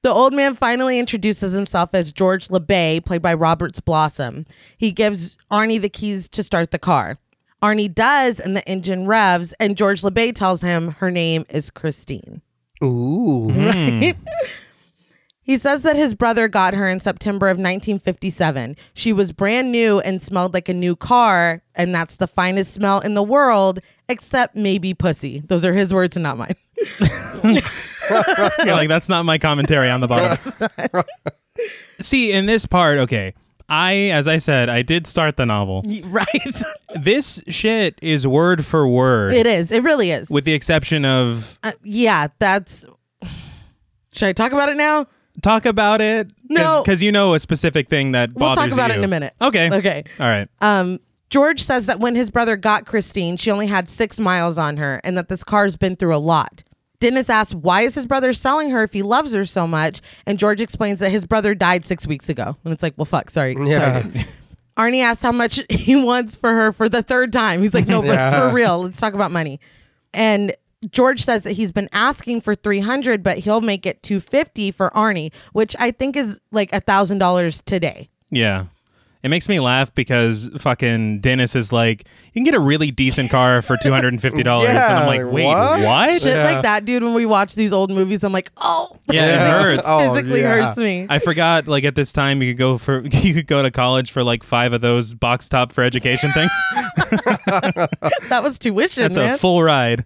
The old man finally introduces himself as George LeBay, played by Roberts Blossom. He gives Arnie the keys to start the car. Arnie does, and the engine revs, and George LeBay tells him her name is Christine.
Ooh.
Mm-hmm. He says that his brother got her in September of 1957. She was brand new and smelled like a new car, and that's the finest smell in the world, except maybe pussy. Those are his words and not mine.
You're like, that's not my commentary on the bottom. See, in this part, okay, I, as I said, I did start the novel.
Right?
This shit is word for word,
it is. It really is.
with the exception of
Uh, yeah, that's. Should I talk about it now?
talk about it?
No.
because you know a specific thing that
We'll
bothers
talk about it
you.
in a minute.
Okay.
Okay.
All right.
Um, George says that when his brother got Christine, she only had six miles on her and that this car's been through a lot. Dennis asks, why is his brother selling her if he loves her so much? And George explains that his brother died six weeks ago. And it's like, well, fuck, sorry.
Yeah.
sorry. Arnie asks how much he wants for her for the third time. He's like, no, but for real, let's talk about money. And George says that he's been asking for 300, but he'll make it 250 for Arnie, which I think is like a thousand dollars today.
yeah. It makes me laugh because fucking Dennis is like, you can get a really decent car for two hundred and fifty dollars, and I'm
Yeah,
like, wait, what?
what?
shit like that, dude. When we watch these old movies, I'm like, oh,
Yeah,
Yeah.
it hurts.
Oh,
physically
yeah.
hurts me.
I forgot. Like at this time, you could go for you could go to college for like five of those box top for education things.
that was tuition,
That's
man.
a full ride.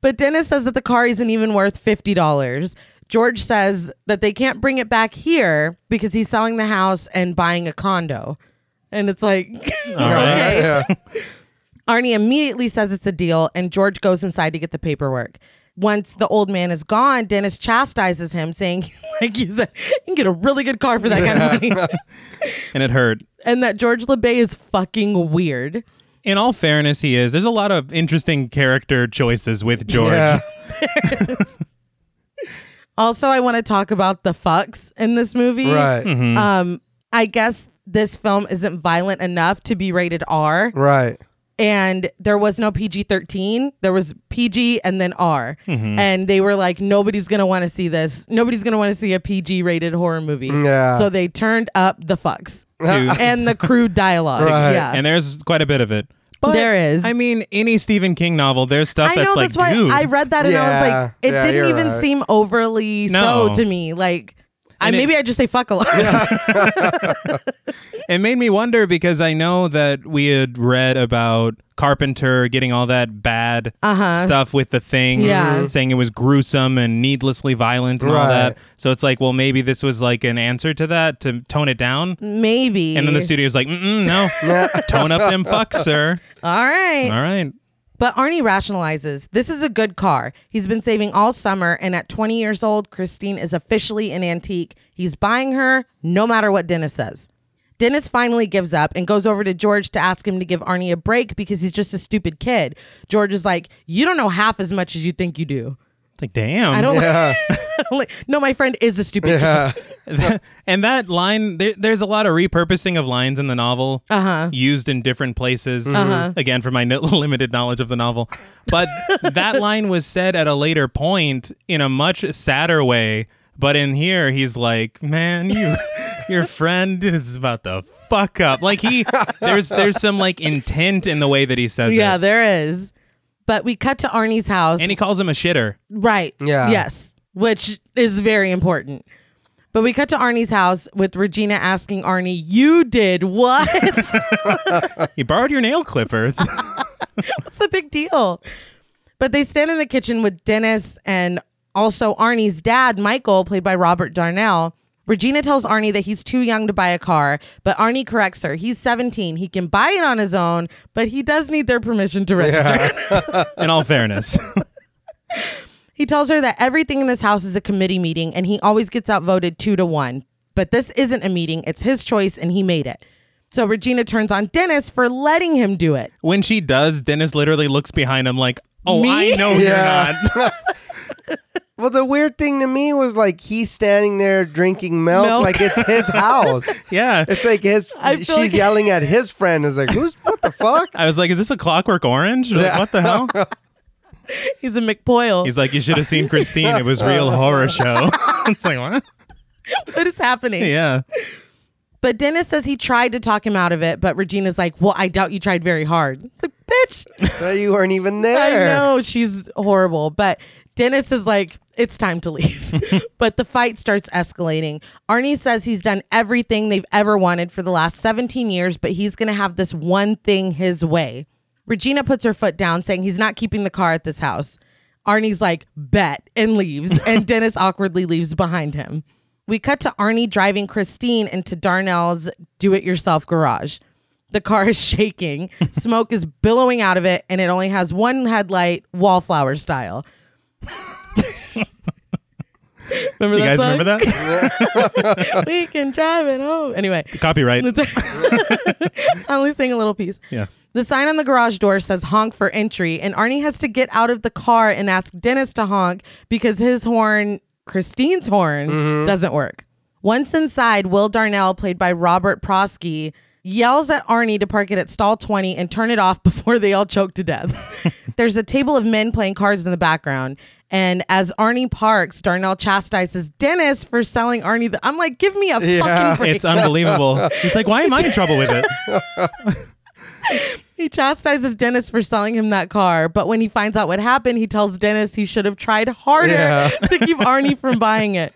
but Dennis says that the car isn't even worth fifty dollars. George says that they can't bring it back here because he's selling the house and buying a condo. And it's like,
right.
okay.
Yeah.
Arnie immediately says it's a deal, and George goes inside to get the paperwork. Once the old man is gone, Dennis chastises him, saying, like you said, you can get a really good car for that kind of money.
and it hurt.
and that George LeBay is fucking weird.
In all fairness, he is. There's a lot of interesting character choices with George.
Yeah.
Also, I want to talk about the fucks in this movie.
Right.
Um, I guess this film isn't violent enough to be rated R,
Right.
and there was no PG 13. There was PG and then R. And they were like, nobody's going to want to see this. Nobody's going to want to see a PG rated horror movie.
Yeah.
So they turned up the fucks
To-
and the crude dialogue.
Right.
Yeah.
And there's quite a bit of it. But
There is.
I mean, any Stephen King novel, there's stuff
I
that's
know
like,
that's why
dude.
I read that and I was
Yeah.
like, it
Yeah,
didn't
you're
even
right.
seem overly
No.
so to me. Like, I
And it-
maybe I just say fuck a lot.
it made me wonder because I know that we had read about Carpenter getting all that bad
Uh-huh.
stuff with the thing,
Yeah. Mhm.
saying it was gruesome and needlessly violent and all
Right.
that. So it's like, well, maybe this was like an answer to that to tone it down.
maybe.
And then the studio's like, Mm-mm, no, tone up them fucks, sir.
All right.
All right.
But Arnie rationalizes this is a good car. He's been saving all summer, and at 20 years old, Christine is officially an antique. He's buying her no matter what Dennis says. Dennis finally gives up and goes over to George to ask him to give Arnie a break because he's just a stupid kid. George is like, You don't know half as much as you think you do.
It's like, damn.
I don't,
Yeah.
I don't like, no, my friend is a stupid kid.
Yeah.
and that line there, there's a lot of repurposing of lines in the novel uh-huh. used in different places again for my n- limited knowledge of the novel but that line was said at a later point in a much sadder way but in here he's like man you your friend is about to fuck up like he there's there's some like intent in the way that he says
Yeah,
it
there is. But we cut to Arnie's house.
and he calls him a shitter
Right.
Yeah.
Yes. Which is very important. But we cut to Arnie's house with Regina asking Arnie, You did what? What's
he borrowed your nail clipper It's-
the big deal? But they stand in the kitchen with Dennis and also Arnie's dad, Michael, played by Robert Darnell. Regina tells Arnie that he's too young to buy a car, but Arnie corrects her. He's 17. He can buy it on his own, but he does need their permission to register.
in all fairness
He tells her that everything in this house is a committee meeting and he always gets outvoted two to one. But this isn't a meeting, it's his choice and he made it. So Regina turns on Dennis for letting him do it.
when she does dennis literally looks behind him like oh
Me?
i know
Yeah.
you're not
Well, the weird thing to me was like he's standing there drinking milk,
Milk.
like it's his house.
yeah
It's like his.
I
She's
feel like-
yelling at his friend. Is like, who's what the fuck?
I was like, "Is this a Clockwork Orange? Like, what the hell?"
He's a McPoyle.
He's like, "You should have seen Christine. It was real horror show." it's like, what?
what is happening?
Yeah,
But Dennis says he tried to talk him out of it, but Regina's like, Well, I doubt you tried very hard. It's like, bitch,
you weren't even
I
there.
know she's horrible, but Dennis is like, it's time to leave. but the fight starts escalating. Arnie says he's done everything they've ever wanted for the last 17 years, but he's going to have this one thing his way. Regina puts her foot down, saying he's not keeping the car at this house. Arnie's like, bet, and leaves. And Dennis awkwardly leaves behind him. We cut to Arnie driving Christine into Darnell's do it yourself garage. The car is shaking, smoke is billowing out of it, and it only has one headlight, wallflower style. remember
you
that
guys
song?
remember that?
that? we can drive it home. Anyway,
Copyright.
I only sang a little piece.
Yeah.
The sign on the garage door says honk for entry, and Arnie has to get out of the car and ask Dennis to honk because his horn, Christine's horn, doesn't work. Once inside, Will Darnell, played by Robert Prosky, yells at Arnie to park it at stall 20 and turn it off before they all choke to death. There's a table of men playing cards in the background. And as Arnie parks, Darnell chastises Dennis for selling Arnie the. I'm like, give me a fucking
Yeah.
break.
It's unbelievable. He's like, "Why am I in trouble with it?"
He chastises Dennis for selling him that car, but when he finds out what happened, he tells Dennis he should have tried harder
Yeah.
to keep Arnie from buying it.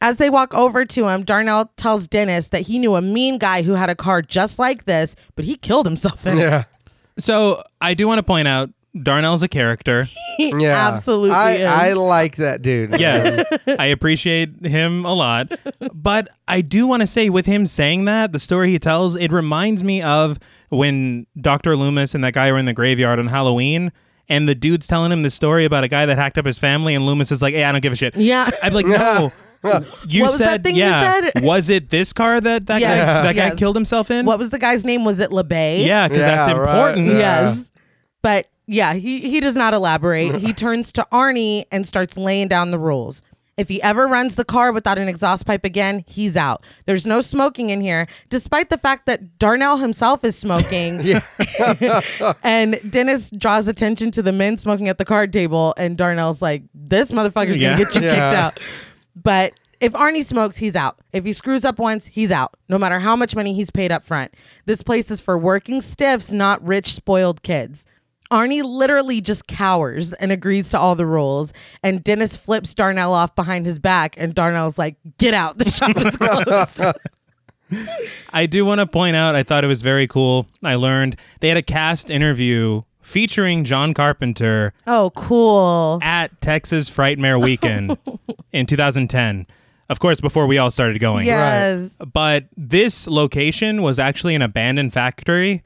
As they walk over to him, Darnell tells Dennis that he knew a mean guy who had a car just like this, but he killed himself in it.
Yeah.
So I do want to point out Darnell's a character.
Yeah,
absolutely
I,
is.
I like that dude.
Yes, I appreciate him a lot. But I do want to say, with him saying that, the story he tells, it reminds me of when Dr. Loomis and that guy were in the graveyard on Halloween. And the dude's telling him the story about a guy that hacked up his family, and Loomis is like, "Hey, I don't give a shit."
Yeah.
I'm like, "No, you
What was that
said,
thing you
yeah."
said?
Was it this car that that
Yes,
guy that
yes.
guy killed himself in?
What was the guy's name? Was it LeBay?
Yeah, because that's
Yeah, right.
important.
Yeah.
Yes. But yeah, he, he does not elaborate. he turns to Arnie and starts laying down the rules. If he ever runs the car without an exhaust pipe again, he's out. There's no smoking in here, despite the fact that Darnell himself is smoking. and Dennis draws attention to the men smoking at the card table, and Darnell's like, this motherfucker's
Yeah.
gonna get you
Yeah.
kicked out. But if Arnie smokes, he's out. If he screws up once, he's out, no matter how much money he's paid up front. This place is for working stiffs, not rich, spoiled kids. Arnie literally just cowers and agrees to all the rules. And Dennis flips Darnell off behind his back, and Darnell's like, get out. The shop is closed.
I do want to point out, I thought it was very cool. I learned they had a cast interview featuring John Carpenter
oh, cool.
at Texas Frightmare Weekend in 2010. Of course, before we all started going.
Yes.
But this location was actually an abandoned factory,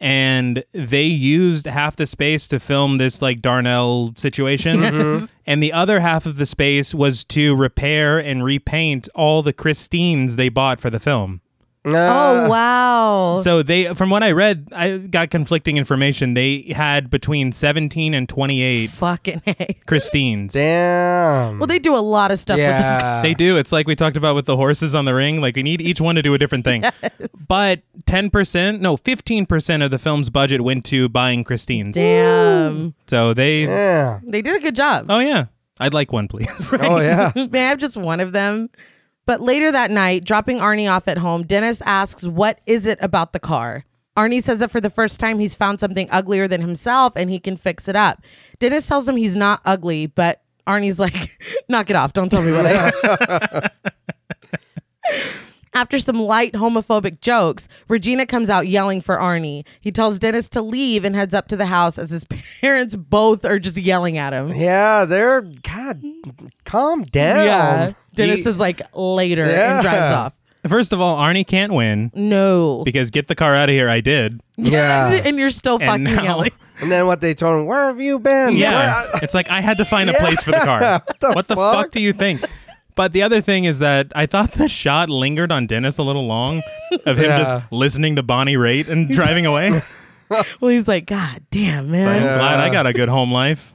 and they used half the space to film this like Darnell situation. And the other half of the space was to repair and repaint all the Christines they bought for the film.
Oh, wow.
So they, from what I read, I got conflicting information. They had between 17 and 28
Fucking A.
Christines.
damn.
Well, they do a lot of stuff with this
yeah.
They do. It's like we talked about with the horses on the ring. Like we need each one to do a different thing. But 10%, no, 15% of the film's budget went to buying Christines.
Damn.
So they,
yeah.
They did a good job.
oh yeah, I'd like one, please.
Oh yeah.
May I have just one of them? But later that night, dropping Arnie off at home, Dennis asks, What is it about the car? Arnie says that for the first time he's found something uglier than himself and he can fix it up. Dennis tells him he's not ugly, but Arnie's like, Knock it off. Don't tell me what I am. After some light homophobic jokes, Regina comes out yelling for Arnie. He tells Dennis to leave and heads up to the house as his parents both are just yelling at him.
Yeah, they're God. Calm down.
Yeah. Dennis
Ye-
is like later
Yeah.
and drives off.
First of all, Arnie can't win
No.
because get the car out of here. I did.
Yeah.
and you're still
And
fucking
now-
yelling.
And then what they told him? Where have you been?
Yeah. it's like I had to find a place for the car.
What the
what the
fuck?
fuck? do you think? But the other thing is that I thought the shot lingered on Dennis a little long of him
Yeah.
just listening to Bonnie Raitt and driving away. I'm
Well, he's like, God damn, man.
glad I got a good home life.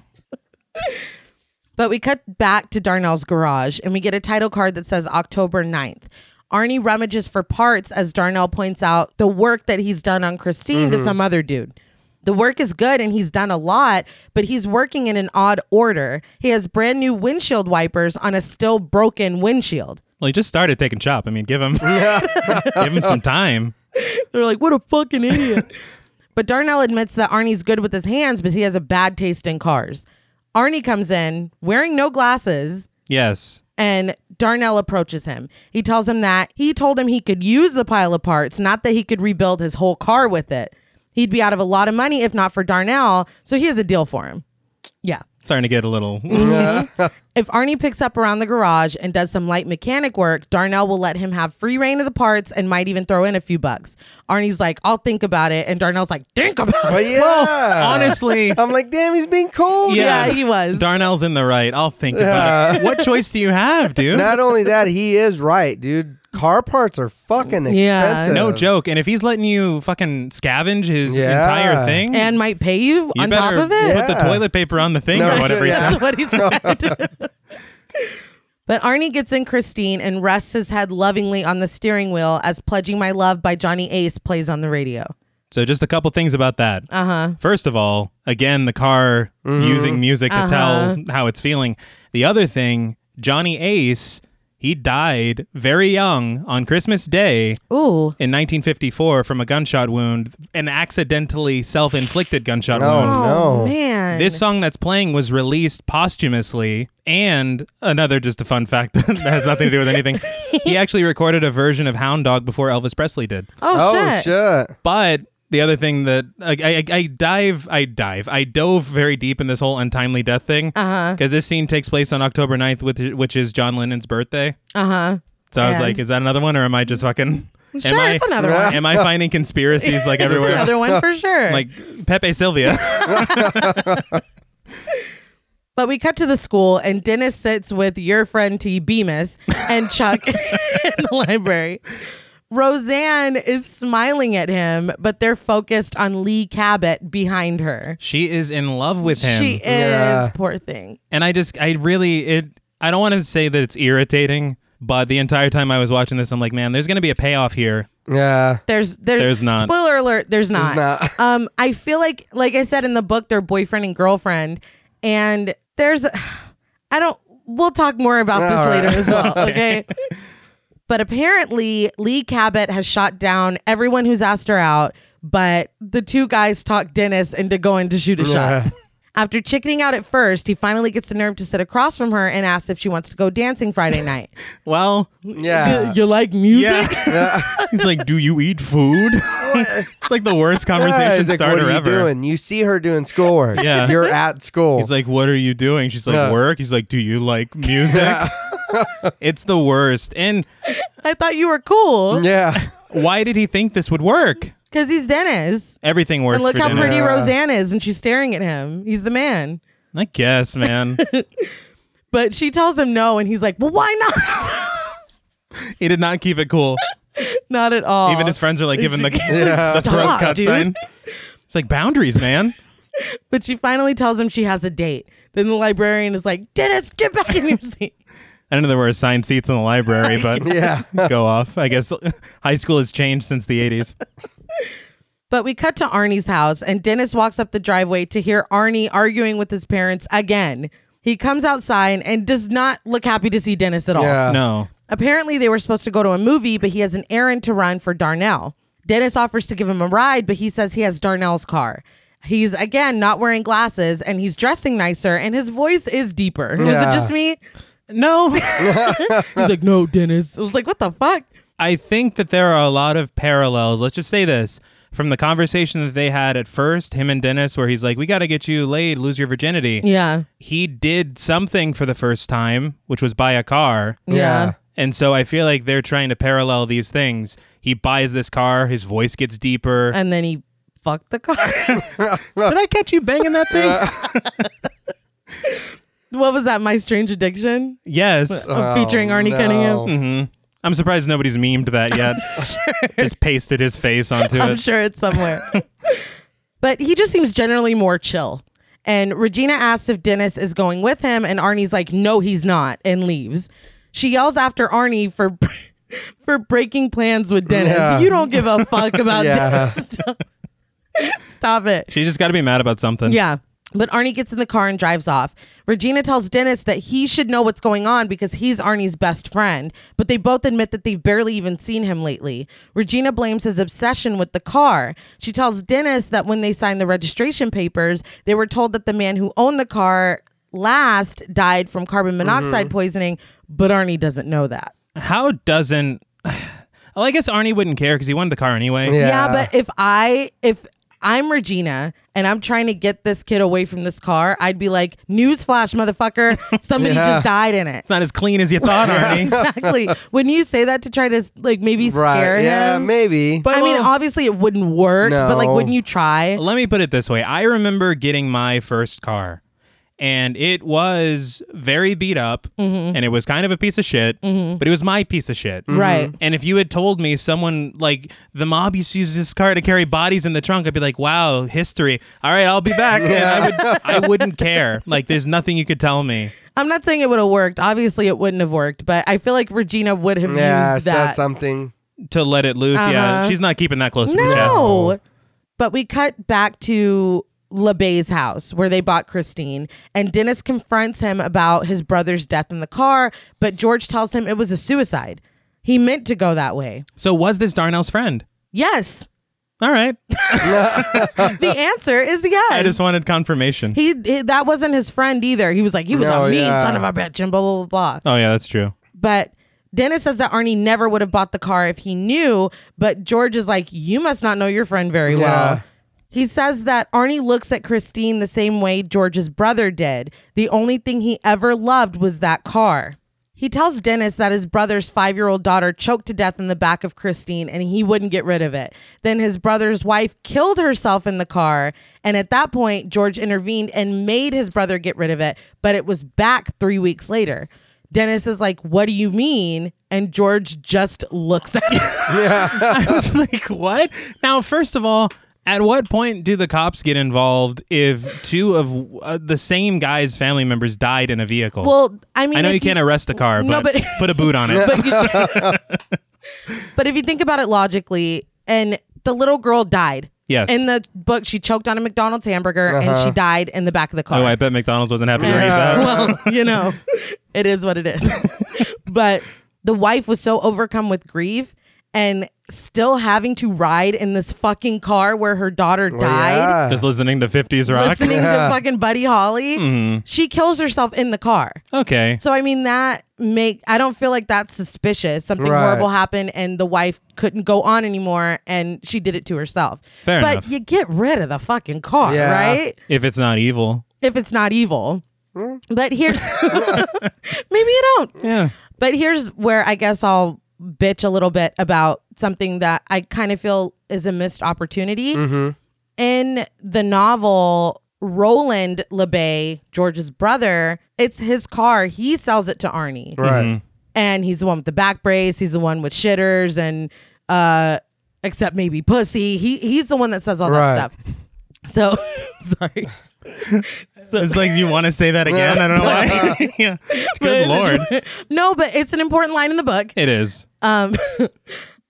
But we cut back to Darnell's garage and we get a title card that says October 9th. Arnie rummages for parts as Darnell points out the work that he's done on Christine to some other dude. The work is good and he's done a lot, but he's working in an odd order. He has brand new windshield wipers on a still broken windshield.
Well, he just started taking chop. I mean, give him give him some time.
They're like, what a fucking idiot. but Darnell admits that Arnie's good with his hands, but he has a bad taste in cars. Arnie comes in wearing no glasses,
Yes.
and Darnell approaches him. He tells him that he told him he could use the pile of parts, not that he could rebuild his whole car with it. He'd be out of a lot of money if not for Darnell, so he has a deal for him. Yeah.
Starting to get a little
Mm-hmm. If Arnie picks up around the garage and does some light mechanic work, Darnell will let him have free reign of the parts and might even throw in a few bucks. Arnie's like, I'll think about it. And Darnell's like, think about
But
it.
uh, yeah.
honestly.
I'm like, damn, he's being cold.
Yeah, he was.
Darnell's in the right. I'll think about it. What choice do you have, dude?
Not only that, he is right, dude. Car parts are fucking expensive.
Yeah.
no joke. And if he's letting you fucking scavenge his
Yeah.
entire thing,
And might pay you,
You
on top
better
of it.
Yeah.
put the toilet paper on the thing
No
or
shit,
whatever. he
yeah.
said.
That's what he said. but Arnie gets in Christine and rests his head lovingly on the steering wheel as Pledging My Love by Johnny Ace plays on the radio.
So just a couple things about that.
Uh huh.
First of all, again, the car using music to tell how it's feeling. The other thing, Johnny Ace, he died very young on Christmas Day
Ooh.
in 1954 from a gunshot wound, an accidentally self-inflicted gunshot
Oh,
wound.
Oh,
no.
man.
This song that's playing was released posthumously, and another just a fun fact that has nothing to do with anything. He actually recorded a version of Hound Dog before Elvis Presley did.
oh,
Oh shit.
shit.
But the other thing that I, I, I dive, I dive, I dove very deep in this whole untimely death thing
Uh-huh.
because this scene takes place on October 9th, which, which is John Lennon's birthday.
Uh huh.
So I was
And-
like, is that another one, or am I just fucking?
Sure,
am I,
it's another
Yeah.
one.
one.
Am I finding conspiracies like everywhere?
It's another one for sure.
like Pepe Sylvia.
But we cut to the school, and Dennis sits with your friend T. Bemis and Chuck in the library. Roseanne is smiling at him, but they're focused on Lee Cabot behind her.
she is in love with him,
She is
Yeah.
poor thing.
and I just, I really, it. I don't want to say that it's irritating, but the entire time I was watching this, I'm like, man, there's gonna be a payoff here.
Yeah.
There's there's,
There's not.
Spoiler alert. There's not.
not.
um, I feel like like I said in the book, they're boyfriend and girlfriend, and there's, I don't. We'll talk more about this
All right.
later as well. Okay. But apparently, Lee Cabot has shot down everyone who's asked her out, but the two guys talk Dennis into going to shoot a shot.
Yeah.
After chickening out at first, he finally gets the nerve to sit across from her and asks if she wants to go dancing Friday night.
Well,
Uh, Yeah.
you like music?
yeah. He's like, do you eat food? it's like the worst
Yeah,
conversation
it's like,
starter
what are you
ever.
doing? You see her doing schoolwork.
Yeah.
You're at school.
He's like, "What are you doing?" She's like,
Yeah.
"Work." He's like, "Do you like music?" it's the worst. And
I thought you were cool
yeah.
why did he think this would work?
because he's Dennis.
Everything works
And look
for
how
Dennis.
pretty
Yeah.
Roseanne is, and she's staring at him. He's the man.
I guess, man.
But she tells him no, and he's like, "Well, why not?
he did not keep it cool.
not at all."
Even his friends are like giving the,
Yeah.
the throat
Stop,
cut
dude.
sign. It's like boundaries, man.
But she finally tells him she has a date. Then the librarian is like, "Dennis, get back in your seat."
I don't know there were assigned seats in the library, but
Yeah.
go off. I guess high school has changed since the 80s.
But we cut to Arnie's house, and Dennis walks up the driveway to hear Arnie arguing with his parents again. He comes outside and does not look happy to see Dennis at all.
Yeah.
No.
Apparently, they were supposed to go to a movie, but he has an errand to run for Darnell. Dennis offers to give him a ride, but he says he has Darnell's car. He's again not wearing glasses and he's dressing nicer and his voice is deeper. Was
Yeah.
it just me?
No.
He's like, no, Dennis. I was like, what the fuck?
I think that there are a lot of parallels. Let's just say this from the conversation that they had at first, him and Dennis, where he's like, "We got to get you laid, lose your virginity."
Yeah.
He did something for the first time, which was buy a car,
Yeah.
Yeah.
and so I feel like they're trying to parallel these things. He buys this car, his voice gets deeper.
And then he fucked the car.
Did I catch you banging that thing?
what was that? My Strange Addiction?
yes.
Oh, featuring Arnie Cunningham.
Mhm. I'm surprised nobody's memed that yet. Just pasted his face onto
I'm
it.
sure it's somewhere. but he just seems generally more chill. And Regina asks if Dennis is going with him, and Arnie's like, no, he's not, and leaves. She yells after Arnie for for breaking plans with Dennis.
Yeah.
You don't give a fuck about
Yeah.
Dennis. Stop. Stop it.
She just got to be mad about something.
Yeah. But Arnie gets in the car and drives off. Regina tells Dennis that he should know what's going on because he's Arnie's best friend, but they both admit that they've barely even seen him lately. Regina blames his obsession with the car. She tells Dennis that when they signed the registration papers, they were told that the man who owned the car last died from carbon monoxide poisoning, but Arnie doesn't know that.
How doesn't? Well, I guess Arnie wouldn't care because he wanted the car anyway.
Yeah.
Yeah, but if I if I'm Regina and I'm trying to get this kid away from this car, I'd be like, "Newsflash, motherfucker! Somebody
Yeah.
just died in it."
It's not as clean as you thought, Arnie.
exactly. Wouldn't you say that to try to like maybe
Right.
Mm-hmm. scare
yeah,
him?
maybe.
I mean,
well-
obviously it wouldn't work, but like,
No.
wouldn't you try?
Let me put it this way I remember getting my first car, and it was very beat up,
Mm-hmm.
and it was kind of a piece of shit, but it was my piece of shit.
Right.
And if you had told me someone like the mob used to use this car to carry bodies in the trunk, I'd be like, wow, history. All right, I'll be back. And I, would, I wouldn't care. Like, there's nothing you could tell me.
I'm not saying it would have worked. Obviously, it wouldn't have worked, but I feel like Regina would have
yeah,
used
said
that.
something.
to let it loose. Yeah,
Uh-huh.
she's not keeping that close to the chest.
No. But we cut back to LeBay's house where they bought Christine, and Dennis confronts him about his brother's death in the car, but George tells him it was a suicide. He meant to go that way.
So was this Darnell's friend?
Yes.
All right.
The answer is yes.
I just wanted confirmation.
he, he- that wasn't his friend either. He was like, he was
No,
a mean
Oh, yeah.
son of a bitch and blah blah blah blah.
oh yeah, that's true.
But Dennis says that Arnie never would have bought the car if he knew, but George is like, You must not know your friend very
Yeah.
well. He says that Arnie looks at Christine the same way George's brother did. The only thing he ever loved was that car. He tells Dennis that his brother's five year old daughter choked to death in the back of Christine and he wouldn't get rid of it. Then his brother's wife killed herself in the car. And at that point, George intervened and made his brother get rid of it, but it was back three weeks later. Dennis is like, What do you mean? And George just looks at him.
I was like, what? Now, first of all, at what point do the cops get involved if two of uh, the same guy's family members died in a vehicle?
Well, I mean,
I know
if
you can't arrest a car,
No,
but,
but-
put a boot on it.
but, you- but if you think about it logically, and the little girl died.
Yes. Uh-huh.
In the book, she choked on a McDonald's hamburger and she died in the back of the car.
oh, I bet McDonald's wasn't happy to read
Yeah.
that.
Well, you know, it is what it is. but the wife was so overcome with grief and still having to ride in this fucking car where her daughter died.
Yeah.
Just listening to 50s Oh, rock. Mm-hmm.
Listening
Yeah.
to fucking Buddy Holly, she kills herself in the car.
Okay.
So I mean that make I don't feel like that's suspicious. Something
Right.
horrible happened and the wife couldn't go on anymore and she did it to herself.
Fair
but
enough.
you get rid of the fucking car,
Yeah.
right?
If it's not evil.
If it's not evil.
Hmm?
But here's maybe you don't.
Yeah.
But here's where I guess I'll bitch a little bit about something that I kind of feel is a missed opportunity.
Mm-hmm.
In the novel, Roland LeBay, George's brother, it's his car. He sells it to Arnie.
Right.
And he's the one with the back brace. He's the one with shitters and uh except maybe pussy. He he's the one that says all
Right.
that stuff. So sorry.
It's like you want to say that again. I don't know why. yeah. Good lord.
no, but it's an important line in the book.
It is.
Um,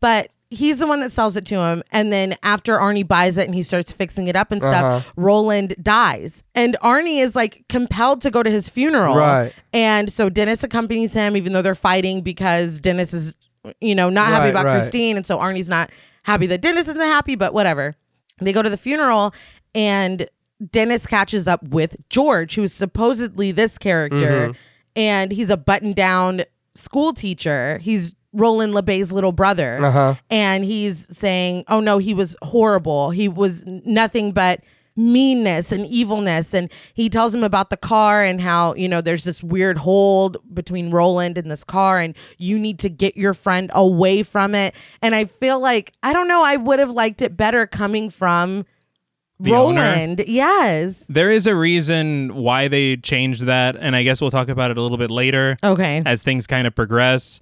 but he's the one that sells it to him. And then after Arnie buys it and he starts fixing it up and stuff,
Uh-huh.
Roland dies. And Arnie is like compelled to go to his funeral.
Right.
And so Dennis accompanies him, even though they're fighting because Dennis is, you know, not happy
Right,
about
right.
Christine. And so Arnie's not happy that Dennis isn't happy, but whatever. They go to the funeral and Dennis catches up with George, who's supposedly this
Mm-hmm.
character, and he's a button down school teacher. He's Roland LeBay's little brother.
Uh-huh.
And he's saying, oh no, he was horrible. He was nothing but meanness and evilness. And he tells him about the car and how, you know, there's this weird hold between Roland and this car, and you need to get your friend away from it. And I feel like, I don't know, I would have liked it better coming from.
The owner?
Roland, yes.
There is a reason why they changed that, and I guess we'll talk about it a little bit later
Okay.
as things kind of progress.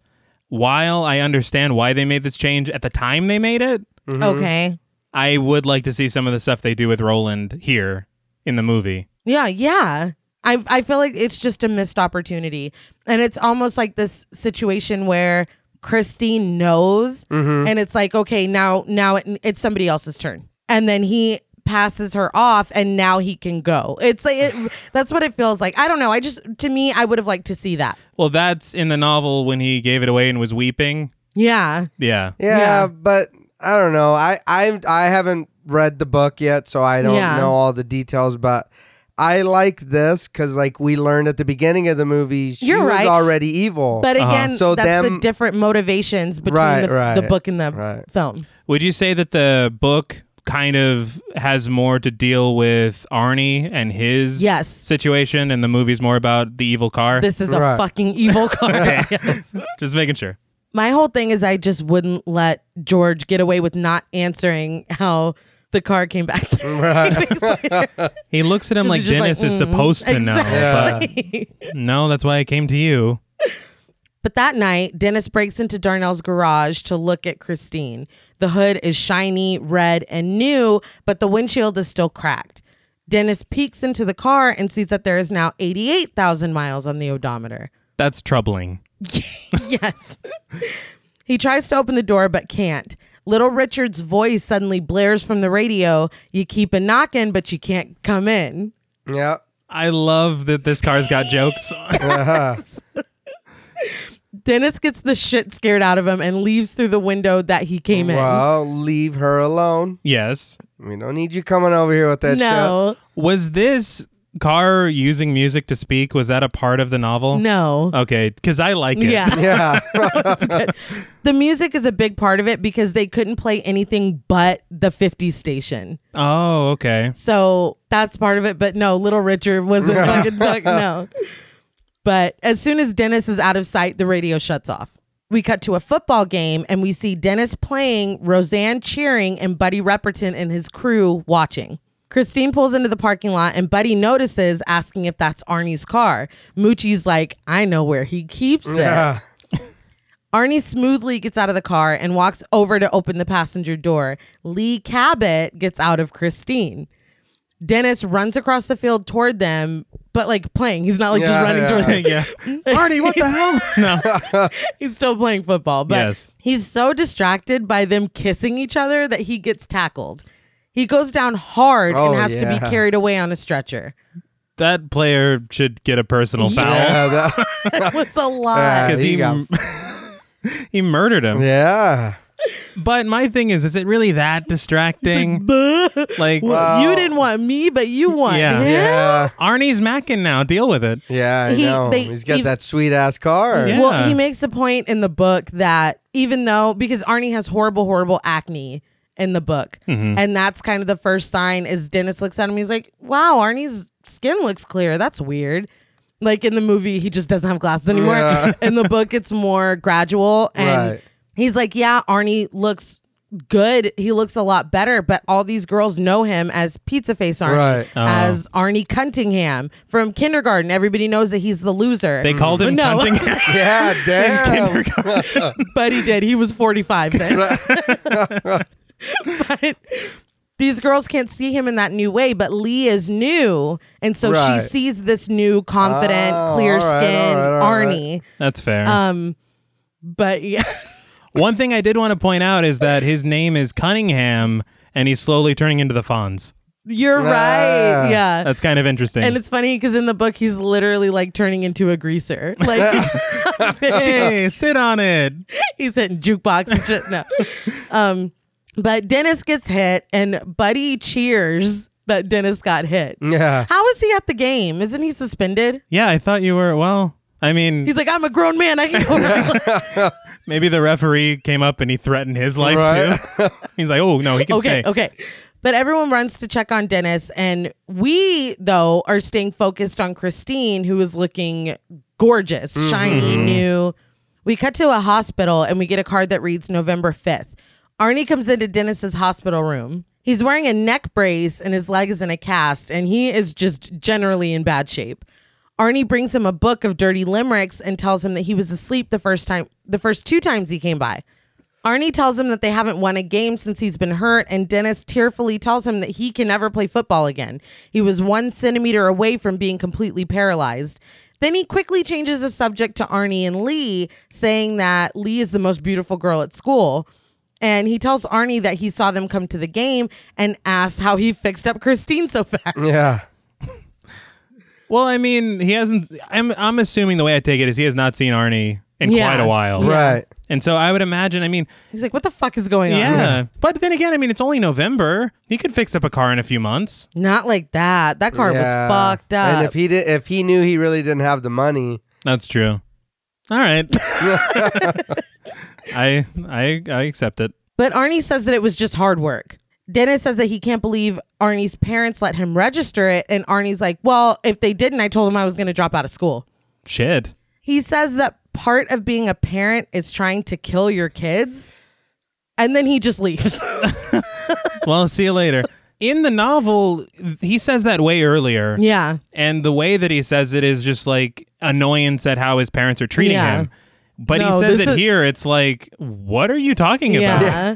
While I understand why they made this change at the time they made it,
Okay.
I would like to see some of the stuff they do with Roland here in the movie.
Yeah, yeah. I I feel like it's just a missed opportunity. And it's almost like this situation where Christine knows
Mm-hmm.
and it's like, okay, now now it, it's somebody else's turn. And then he passes her off and now he can go. It's like it, that's what it feels like. I don't know. I just to me I would have liked to see that.
Well, that's in the novel when he gave it away and was weeping.
Yeah.
Yeah.
Yeah,
Yeah.
but I don't know. I I I haven't read the book yet, so I don't
Yeah.
know all the details. But I like this because, like, we learned at the beginning of the movie, she
You're
was
right.
already evil.
But again,
Uh-huh. So
that's the
them-
different motivations between
Right,
the,
right,
the book and the
right.
film.
Would you say that the book kind of has more to deal with Arnie and his
Yes.
situation, and the movie's more about the evil car?
This is a
Right.
fucking evil card.
Just making sure.
my whole thing is I just wouldn't let George get away with not answering how the car came back.
He looks at him like
he's just like,
Dennis is
mm,
supposed to know.
Yeah.
But no, that's why I came to you.
but that night, Dennis breaks into Darnell's garage to look at Christine. The hood is shiny, red, and new, but the windshield is still cracked. Dennis peeks into the car and sees that there is now 88,000 miles on the odometer.
That's troubling.
yes. he tries to open the door but can't. Little Richard's voice suddenly blares from the radio. You keep a knocking, but you can't come in.
yeah.
I love that this car's got jokes.
Dennis gets the shit scared out of him and leaves through the window that he came
Well, leave her alone.
yes.
We don't need you coming over here with that
in. No.
Was this Carr using music to speak was that a part of the novel?
No.
Okay, because I like it.
Yeah.
Yeah.
The music is a big part of it because they couldn't play anything but the 50 station.
Oh, okay.
So that's part of it. But no, Little Richard wasn't fucking duck. No. But as soon as Dennis is out of sight, the radio shuts off. We cut to a football game and we see Dennis playing, Roseanne cheering, and Buddy Repperton and his crew watching. Christine pulls into the parking lot and Buddy notices, asking if that's Arnie's car. Moochie's like, I know where he keeps it.
yeah.
Arnie smoothly gets out of the car and walks over to open the passenger door. Lee Cabot gets out of Christine. Dennis runs across the field toward them, but like playing. He's not like just
Yeah,
running
yeah.
toward them.
yeah.
Arnie, what the hell?
No.
He's still playing football, but
Yes.
he's so distracted by them kissing each other that he gets tackled. He goes down hard
Oh,
and has to be
yeah.
carried away on a stretcher.
That player should get a personal foul
Yeah. that-
That was a lot.
Yeah.
because
There you go.
he he murdered him.
yeah.
But my thing is, is it really that distracting? like
you didn't want me, but you want
Yeah.
him.
Yeah.
Arnie's macking now. Deal with it.
Yeah, I
He-
know.
they-
He's got
ev-
that sweet ass car.
Yeah.
Well, he makes a point in the book that even though because Arnie has horrible, horrible acne in the book,
Mm-hmm.
and that's kind of the first sign is Dennis looks at him. He's like, "Wow, Arnie's skin looks clear. That's weird." Like in the movie, he just doesn't have glasses anymore.
Yeah.
in the book, it's more gradual, and
Right.
he's like, "Yeah, Arnie looks." Good. He looks a lot better, but all these girls know him as Pizza Face Arnie,
Right.
Oh.
as Arnie Cuntingham from kindergarten. Everybody knows that he's the loser.
They called him
No.
cunting.
Yeah, damn.
But he did. He was 45 then. but these girls can't see him in that new way, but Lee is new. And so
Right.
she sees this new, confident,
Oh,
clear
all right,
skinned
all right, all right.
Arnie.
That's fair.
Um, but yeah,
One thing I did want to point out is that his name is Cunningham, and he's slowly turning into the Fonz.
you're
Ah.
right. Yeah.
That's kind of interesting.
and it's funny because in the book, he's literally like turning into a greaser. Like,
hey, sit on it.
he's hitting jukebox and shit. No. Um, but Dennis gets hit, and Buddy cheers that Dennis got hit.
Yeah.
How is he at the game? Isn't he suspended?
Yeah, I thought you were. Well, I mean,
He's like, I'm a grown man. I can go. around."
maybe the referee came up and he threatened his life
Right.
too. he's like, oh no, he can
okay,
stay.
okay. But everyone runs to check on Dennis, and we though are staying focused on Christine, who is looking gorgeous, shiny, new. We cut to a hospital, and we get a card that reads November 5th. Arnie comes into Dennis's hospital room. He's wearing a neck brace, and his leg is in a cast, and he is just generally in bad shape. Arnie brings him a book of dirty limericks and tells him that he was asleep the first time, the first two times he came by. Arnie tells him that they haven't won a game since he's been hurt, and Dennis tearfully tells him that he can never play football again. He was one centimeter away from being completely paralyzed. Then he quickly changes the subject to Arnie and Lee, saying that Lee is the most beautiful girl at school. And he tells Arnie that he saw them come to the game and asks how he fixed up Christine so fast.
Yeah.
Well, I mean, he hasn't. I'm I'm assuming the way I take it is he has not seen Arnie in
Yeah.
quite a while,
Right.
And so I would imagine. I mean,
He's like, What the fuck is going on?
yeah. But then again, I mean, it's only November. He could fix up a car in a few months.
Not like that. That car
Yeah.
was fucked up.
And if he did, if he knew he really didn't have the money,
That's true. All right. I I I accept it.
But Arnie says that it was just hard work. Dennis says that he can't believe Arnie's parents let him register it. And Arnie's like, well, if they didn't, I told him I was going to drop out of school.
Shit.
He says that part of being a parent is trying to kill your kids. And then he just leaves.
Well, see you later. In the novel, he says that way earlier.
yeah.
And the way that he says it is just like annoyance at how his parents are treating
Yeah.
him. But
No,
he says
this
it
is-
here. It's like, what are you talking about?
Yeah.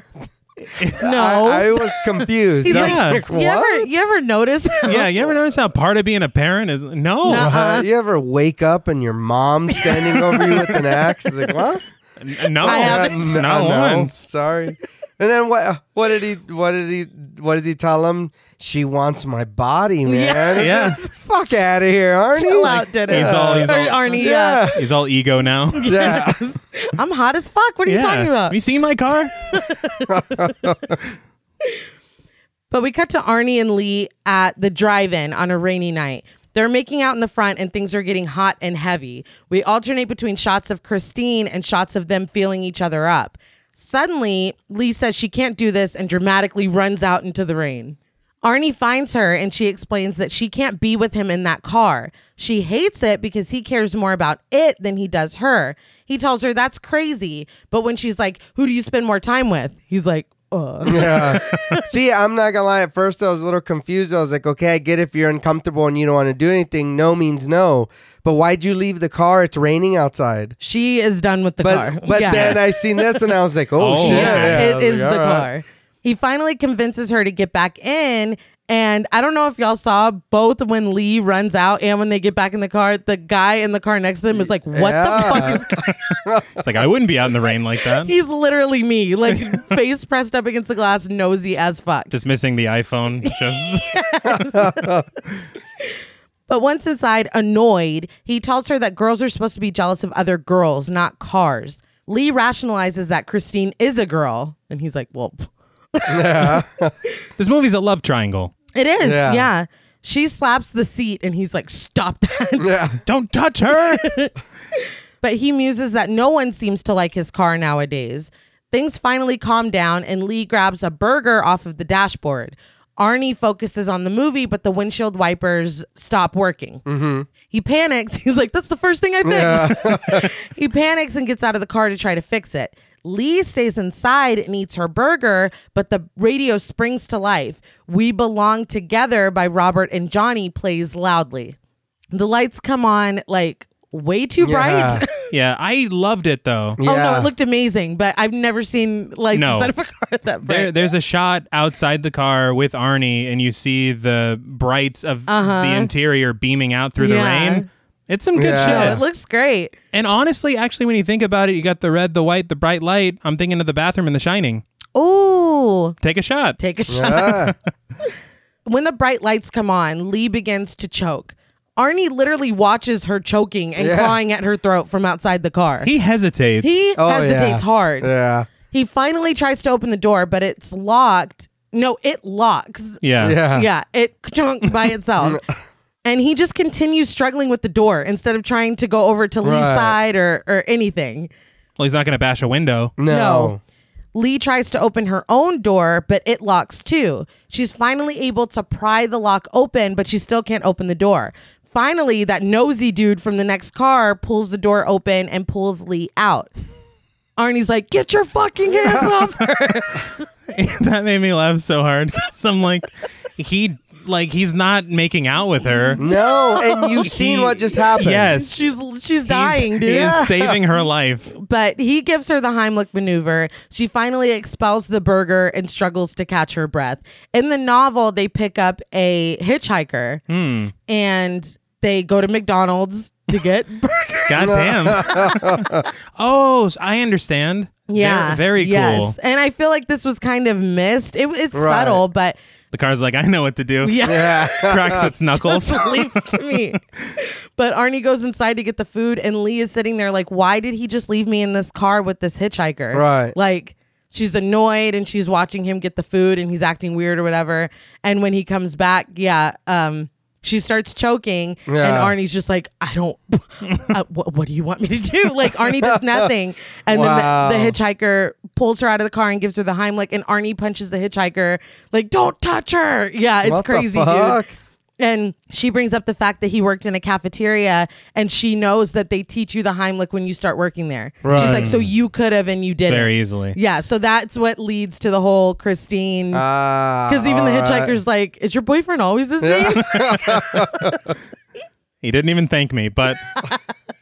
no.
I, I was confused.
He's
I
like,
was
Yeah.
like,
you
what?
ever, you ever notice?
Yeah, you ever notice how part of being a parent is no.
No.
Uh, you ever wake up and your mom's standing over you with an axe? It's like, what?
N- No,
I haven't.
Uh, n-
not
uh, no.
once.
Sorry. And then what? What did he? What did he? What does he tell him? She wants my body, man.
Yeah.
Fuck out of here, Arnie.
Chill out, Dennis.
he's all- he's
Or
all-
Arnie, yeah.
Yeah.
He's all ego now.
Yeah.
I'm hot as fuck. What are you talking about?
Have you seen my car?
But we cut to Arnie and Lee at the drive in on a rainy night. They're making out in the front and things are getting hot and heavy. We alternate between shots of Christine and shots of them feeling each other up. Suddenly, Lee says she can't do this and dramatically runs out into the rain. Arnie finds her and she explains that she can't be with him in that car. She hates it because he cares more about it than he does her. He tells her that's crazy, but when she's like, Who do you spend more time with? He's like, Ugh.
Yeah. See, I'm not gonna lie. At first, I was a little confused. I was like, okay, I get if you're uncomfortable and you don't want to do anything. No means no. But why'd you leave the car? It's raining outside.
She is done with the
But
car.
but
Yeah.
then I seen this and I was like, oh,
Oh,
shit,
okay.
Yeah,
Yeah, I
it
was
is
like,
the
all right.
car. He finally convinces her to get back in. And I don't know if y'all saw both when Lee runs out and when they get back in the car, the guy in the car next to them is like, What the fuck
Yeah.
is going
It's like I wouldn't be out in the rain like that.
He's literally me, like face pressed up against the glass, nosy as fuck.
Just missing the iPhone. Just
But once inside, annoyed, he tells her that girls are supposed to be jealous of other girls, not cars. Lee rationalizes that Christine is a girl. And he's like, Well, pff,
this movie's a love triangle.
it is.
Yeah.
yeah. She slaps the seat and he's like, Stop that.
Yeah.
Don't touch her.
but he muses that no one seems to like his car nowadays. Things finally calm down, and Lee grabs a burger off of the dashboard. Arnie focuses on the movie, but the windshield wipers stop working. He panics. He's like, That's the first thing I fixed. he panics and gets out of the car to try to fix it. Lee stays inside and eats her burger, but the radio springs to life. We Belong Together by Robert and Johnny plays loudly. The lights come on like way too
Yeah.
bright.
yeah, I loved it though.
Oh no,
Yeah.
it looked amazing, but I've never seen like
No.
the side of a car that bright.
There, there's a shot outside the car with Arnie, and you see the brights of the interior beaming out through
Yeah.
the rain. It's some good
No,
Yeah.
shit.
it looks great.
and honestly, actually, when you think about it, you got the red, the white, the bright light. I'm thinking of the bathroom in The Shining.
Ooh,
Take a shot.
take a shot.
Yeah.
When the bright lights come on, Lee begins to choke. Arnie literally watches her choking and
Yeah.
clawing at her throat from outside the car. He,
he hesitates.
Oh,
hesitates
yeah.
hard.
Yeah.
He finally tries to open the door, but it's locked. No, it locks.
yeah.
Yeah.
yeah, it chunk by itself. And he just continues struggling with the door instead of trying to go over to Lee's
Right.
side or, or anything.
Well, he's not going to bash a window.
No.
Lee tries to open her own door, but it locks too. She's finally able to pry the lock open, but she still can't open the door. Finally, that nosy dude from the next car pulls the door open and pulls Lee out. Arnie's like, Get your fucking hands off her.
that made me laugh so hard 'cause I'm like, he like he's not making out with her.
No. And you've seen
He-
what just happened.
Yes,
She's she's dying,
He's-
dude.
He is saving her life.
But he gives her the Heimlich maneuver. She finally expels the burger and struggles to catch her breath. In the novel, they pick up a hitchhiker and they go to McDonald's to get burger.
Goddamn. oh, so I understand.
Yeah.
Very, very cool.
Yes. And I feel like this was kind of missed. It, it's
Right.
subtle, but
The car's like, I know what to do.
yeah.
Yeah.
Cracks its knuckles.
leave it to me. But Arnie goes inside to get the food, and Lee is sitting there like, why did he just leave me in this car with this hitchhiker?
Right.
Like, she's annoyed and she's watching him get the food and he's acting weird or whatever. And when he comes back, yeah, um, she starts choking,
Yeah.
and Arnie's just like, I don't, uh, what, what do you want me to do? Like, Arnie does nothing. And
Wow.
then the, the hitchhiker pulls her out of the car and gives her the Heimlich, and Arnie punches the hitchhiker, like, don't touch her. Yeah, it's
What the
crazy,
fuck?
dude. And she brings up the fact that he worked in a cafeteria and she knows that they teach you the Heimlich when you start working there. She's
Right.
like, so you could have and you didn't.
Very easily.
Yeah. So that's what leads to the whole Christine.
Because
because even the hitchhiker's
Uh,
like, is your boyfriend always this mean?
He didn't even thank me. But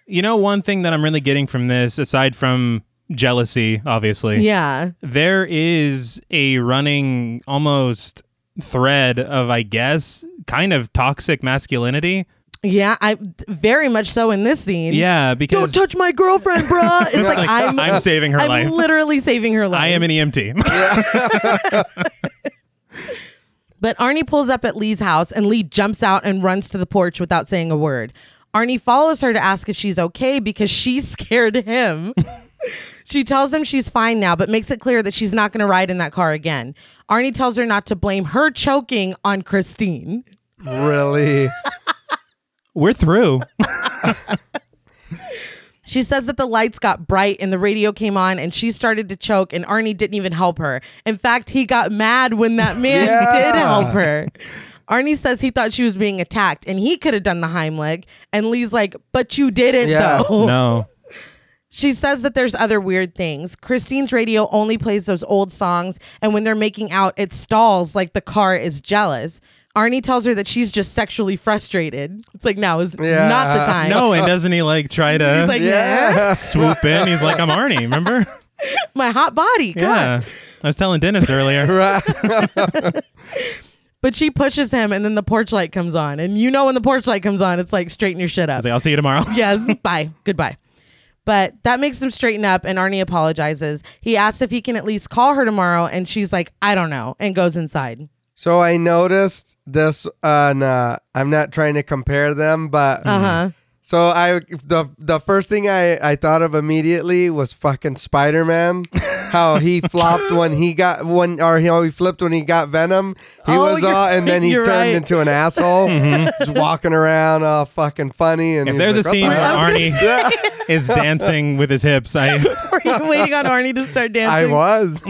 you know, one thing that I'm really getting from this, aside from jealousy, obviously,
yeah.
there is a running almost thread of, I guess, kind of toxic masculinity.
Yeah. I very much so in this scene.
Yeah,
Don't
because
touch my girlfriend, bruh. It's like,
Like,
I'm,
I'm saving her
I'm
life.
literally saving her life.
I am an E EMT.
But Arnie pulls up at Lee's house and Lee jumps out and runs to the porch without saying a word. Arnie follows her to ask if she's okay because she scared him. she tells him she's fine now, but makes it clear that she's not going to ride in that car again. Arnie tells her not to blame her choking on Christine.
really.
we're through.
She says that the lights got bright and the radio came on and she started to choke and Arnie didn't even help her. In fact, he got mad when that man
Yeah.
did help her. Arnie says he thought she was being attacked and he could have done the Heimlich. And Lee's like, but you didn't
Yeah.
though.
no.
She says that there's other weird things. Christine's radio only plays those old songs, and when they're making out, it stalls like the car is jealous. Arnie tells her that she's just sexually frustrated. It's like now is
Yeah.
not the time.
No, and doesn't he like try to
He's like,
Yeah.
swoop in? He's like, I'm Arnie, remember?
my hot body. Come on.
Yeah. I was telling Dennis earlier.
Right.
But she pushes him, and then the porch light comes on. And you know, when the porch light comes on, it's like, straighten your shit
I was
up.
like, I'll see you tomorrow.
yes, bye, goodbye. But that makes them straighten up, and Arnie apologizes. He asks if he can at least call her tomorrow, and she's like, I don't know, and goes inside.
So I noticed this on. Uh, I'm not trying to compare them, but
Uh huh.
so I the the first thing I I thought of immediately was fucking Spider Man. how he flopped when he got when or how he flipped when he got Venom. He
Oh,
was
you're
all, and then he
right, you're
turned
right.
into an asshole, just walking around all fucking funny. And
If
he
there's
was
a
like,
scene
"What
where
the hell?"
Arnie
Yeah,
is dancing with his hips, I
Were you waiting on Arnie to start
I
dancing?
was.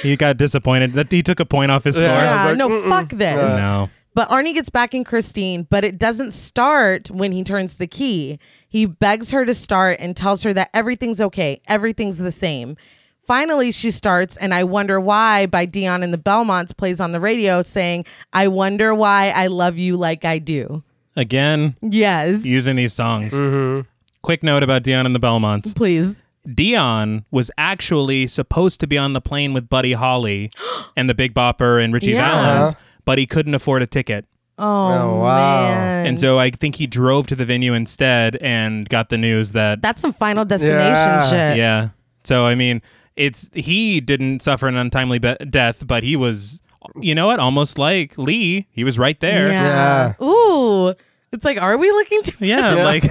he got disappointed that he took a point off his score.
Yeah.
Yeah,
I was like,
no,
"Mm-mm."
fuck this.
No.
But Arnie gets back in Christine, but it doesn't start when he turns the key. He begs her to start and tells her that everything's okay, everything's the same. Finally, she starts, and I Wonder Why by Dion and the Belmonts plays on the radio saying, I wonder why I love you like I do.
Again,
Yes.
using these songs.
Mm-hmm.
Quick note about Dion and the Belmonts.
Please.
Dion was actually supposed to be on the plane with Buddy Holly and the Big Bopper and Richie
Yeah.
Valens, but he couldn't afford a ticket.
Oh,
Oh, wow.
man.
And so I think he drove to the venue instead and got the news that
That's some final destination
Yeah.
shit.
yeah. So I mean, it's he didn't suffer an untimely be- death, but he was you know what? Almost like Lee, he was right there.
Yeah. Ooh. It's like, are we looking to.
Yeah, like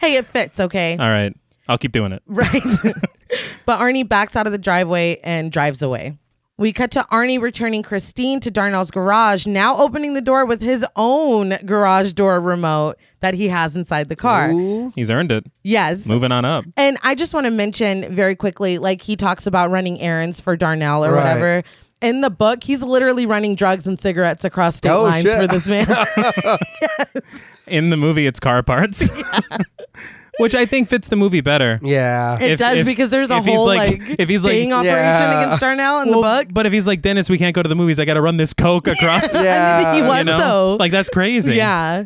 hey, it fits, okay?
all right. I'll keep doing it.
Right. but Arnie backs out of the driveway and drives away. We cut to Arnie returning Christine to Darnell's garage, now opening the door with his own garage door remote that he has inside the car.
He's earned it.
Yes.
Moving on up.
And I just want to mention very quickly like he talks about running errands for Darnell or
Right.
whatever. In the book, he's literally running drugs and cigarettes across state
Oh,
lines
shit.
for this man.
In the movie it's car parts. Which I think fits the movie better.
Yeah.
it
If-
does
if-
because there's a
if he's
whole like,
like- if he's like-
sting operation
Yeah.
against Darnell in the
Well,
book.
But if he's like Dennis, we can't go to the movies. I got to run this coke across.
I mean, he
Yeah.
was
you know?
though.
Like that's crazy.
Yeah.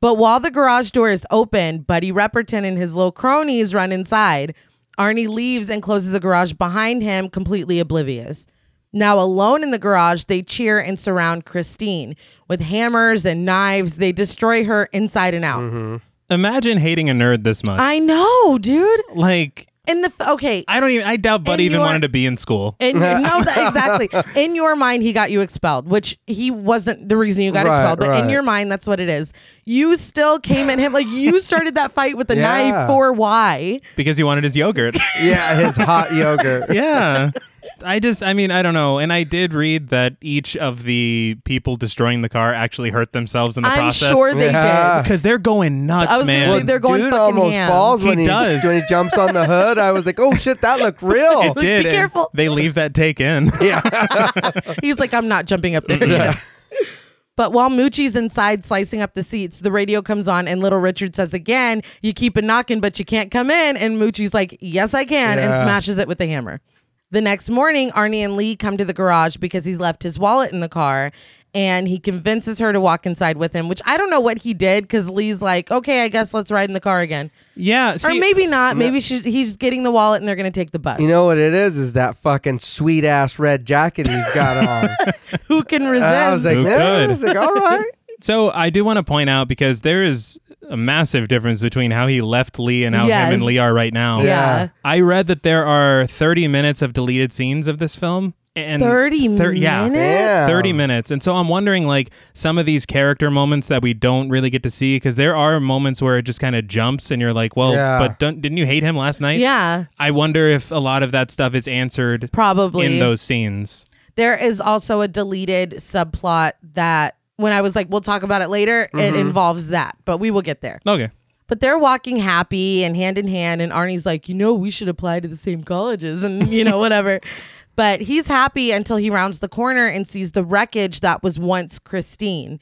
But while the garage door is open, Buddy Repperton and his little cronies run inside. Arnie leaves and closes the garage behind him, completely oblivious. Now, alone in the garage, they cheer and surround Christine. With hammers and knives, they destroy her inside and out.
Imagine hating a nerd this much.
I know, dude.
like
In the, f- okay.
I don't even. I doubt Buddy
And
even
you are-
wanted to be in school.
in, no, that, exactly. In your mind, he got you expelled, which he wasn't the reason you got
Right,
expelled. But in
right.
your mind, that's what it is. You still came at him like you started that fight with a knife
Yeah.
for why?
because you wanted his yogurt.
Yeah. His hot yogurt.
yeah. I just, I mean, I don't know. And I did read that each of the people destroying the car actually hurt themselves in the
I'm
process.
sure they
Yeah.
did.
Because they're going nuts,
I was gonna
man.
say they're going
Dude
fucking
almost
ham.
falls
He
when he
does.
when he jumps on the hood. I was like, oh shit, that looked real.
it did.
be
and
careful.
They leave that take in.
He's like, I'm not jumping up there. But while Moochie's inside slicing up the seats, the radio comes on and little Richard says again, You keep a knocking, but you can't come in. And Moochie's like, Yes, I can, and
Yeah.
smashes it with the hammer. The next morning, Arnie and Lee come to the garage because he's left his wallet in the car and he convinces her to walk inside with him, which I don't know what he did because Lee's like, Okay, I guess let's ride in the car again.
yeah.
Or
see-
maybe not. Maybe she's, he's getting the wallet and they're going to take the bus.
You know what it is? Is that fucking sweet ass red jacket he's got on?
Who can resist?
And I was like,
Who
yeah. I
could?
was like, all right.
So I do want to point out because there is a massive difference between how he left Lee and how
Yes.
him and Lee are right now.
yeah.
Yeah.
I read that there are 30 minutes of deleted scenes of this film. And
30
thir-
minutes?
Yeah.
Yeah.
30 minutes. And so I'm wondering, like, some of these character moments that we don't really get to see, because there are moments where it just kind of jumps and you're like, well,
Yeah.
but don't, didn't you hate him last night?
Yeah.
I wonder if a lot of that stuff is answered
Probably.
in those scenes.
There is also a deleted subplot that when I was like, we'll talk about it later, it involves that, but we will get there.
Okay.
But they're walking happy and hand in hand, and Arnie's like, you know, we should apply to the same colleges and, you know, whatever. But he's happy until he rounds the corner and sees the wreckage that was once Christine.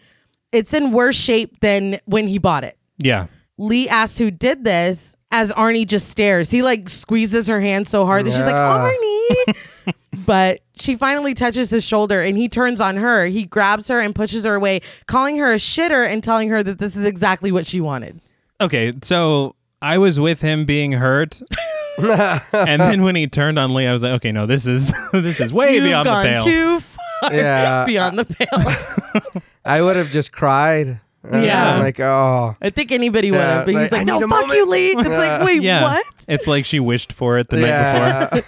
It's in worse shape than when he bought it.
Yeah.
Lee asks who did this as Arnie just stares. He like squeezes her hand so hard that she's like, Arnie. but she finally touches his shoulder and he turns on her. He grabs her and pushes her away, calling her a shitter and telling her that this is exactly what she wanted.
Okay. So I was with him being hurt. and then when he turned on Lee, I was like, okay, no, this is this is way
You've
beyond the
gone
pale.
too far
Yeah.
beyond the pale.
I would have just cried. Uh,
Yeah.
like, oh.
I think anybody would
Yeah,
have, but he's
like,
like,
I
no,
need
fuck
a
you,
moment."
Lee. It's like, wait,
yeah.
what?
It's like she wished for it the night before.
yeah.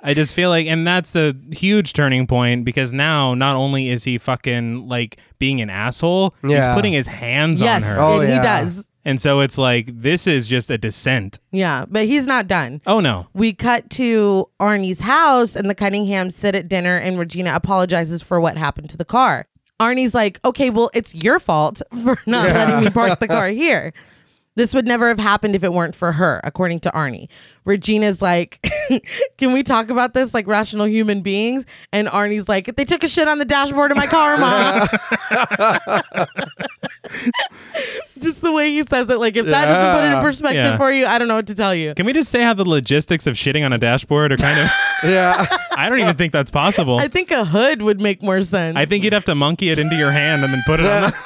I just feel like, and that's the huge turning point because now not only is he fucking like being an asshole,
Yeah.
he's putting his hands
Yes,
on her.
Oh,
and
yeah.
he does.
And so it's like, this is just a descent.
Yeah, but he's not done.
Oh no.
we cut to Arnie's house, and the Cunninghams sit at dinner, and Regina apologizes for what happened to the car. Arnie's like, okay, well, it's your fault for not letting me park the car here. This would never have happened if it weren't for her, according to Arnie. Regina's like, can we talk about this like rational human beings? And Arnie's like, they took a shit on the dashboard of my car, mom. Just the way he says it, like, if that doesn't put it in
Yeah.
perspective
Yeah.
for you, I don't know what to tell you.
Can we just say how the logistics of shitting on a dashboard are kind of,
yeah.
I don't even think that's possible.
I think a hood would make more sense.
I think you'd have to monkey it into your hand and then put it on. The,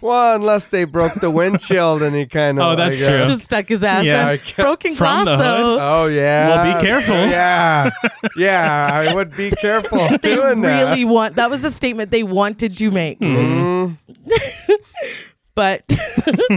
Well, unless they broke the windshield and he kind of.
Oh, that's
like, uh,
true.
just stuck his ass.
Yeah.
Yeah, broken
From
glass
the
though.
Oh yeah.
Well, be careful.
Yeah, yeah. I would be careful
they
doing
really want. That was a statement they wanted to make.
Hmm.
but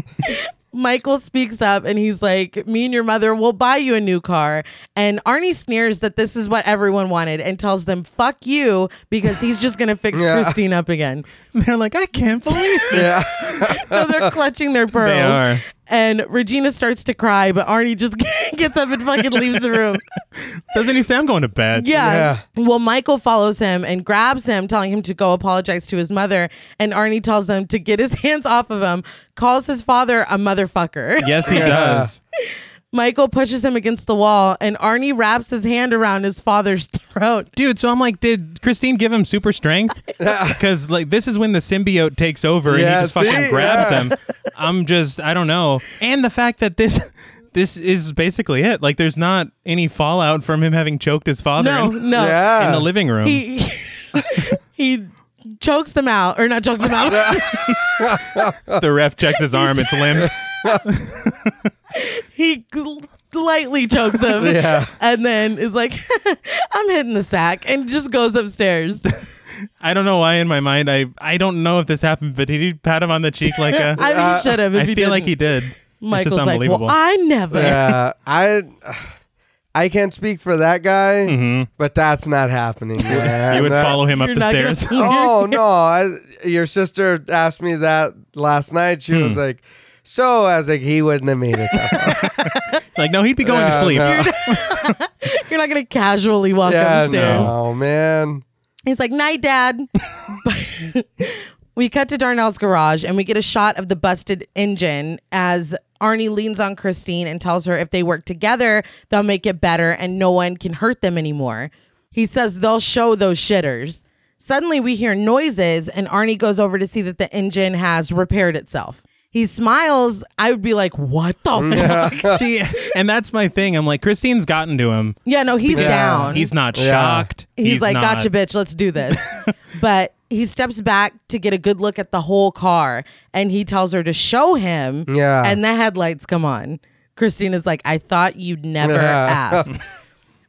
Michael speaks up and he's like, "Me and your mother will buy you a new car." And Arnie sneers that this is what everyone wanted and tells them, "Fuck you," because he's just gonna fix
Yeah.
Christine up again.
they're like, I can't believe
that. Yeah,
So they're clutching their pearls.
they are.
And Regina starts to cry, but Arnie just gets up and fucking leaves the room.
Doesn't he say I'm going to bed?
Yeah. Well, Michael follows him and grabs him, telling him to go apologize to his mother. And Arnie tells him to get his hands off of him, calls his father a motherfucker.
Yes, he
Yeah.
does.
Michael pushes him against the wall, and Arnie wraps his hand around his father's throat.
Dude, so I'm like, did Christine give him super strength? Because like this is when the symbiote takes over and
Yeah,
he just fucking
see?
grabs
Yeah.
him. I'm just, I don't know. And the fact that this, this is basically it. Like, there's not any fallout from him having choked his father
No,
in,
no.
yeah.
in the living room.
He, he chokes him out, or not chokes him out.
the ref checks his arm; it's limp.
he gl- lightly chokes him.
Yeah.
And then is like, I'm hitting the sack, and just goes upstairs.
I don't know why. In my mind, I I don't know if this happened, but he did pat him on the cheek like a. uh,
I mean, he should have. If
I
he
feel like
didn't.
he did. it's
Michael's
just
like,
unbelievable.
well, I never.
yeah. I, I can't speak for that guy, but that's not happening. Man.
Mm-hmm. you would
That-
follow him up
You're
the
not gonna-
stairs.
Oh no! I, your sister asked me that last night. She
Hmm.
was like, "So," I was like, "He wouldn't have made it." though."
like no, he'd be going to
Yeah,
sleep.
no.
You're not gonna casually walk
Oh. yeah,
upstairs.
no, man.
He's like, night, dad. But we cut to Darnell's garage and we get a shot of the busted engine as Arnie leans on Christine and tells her if they work together, they'll make it better and no one can hurt them anymore. He says they'll show those shitters. Suddenly we hear noises and Arnie goes over to see that the engine has repaired itself. He smiles. I would be like, what the fuck?
See, and that's my thing. I'm like, Christine's gotten to him.
Yeah, no, he's down.
He's not shocked.
he's, like,
not-
gotcha, bitch, let's do this. but he steps back to get a good look at the whole car and he tells her to show him.
Yeah.
And the headlights come on. Christina's like, I thought you'd never
Yeah.
ask.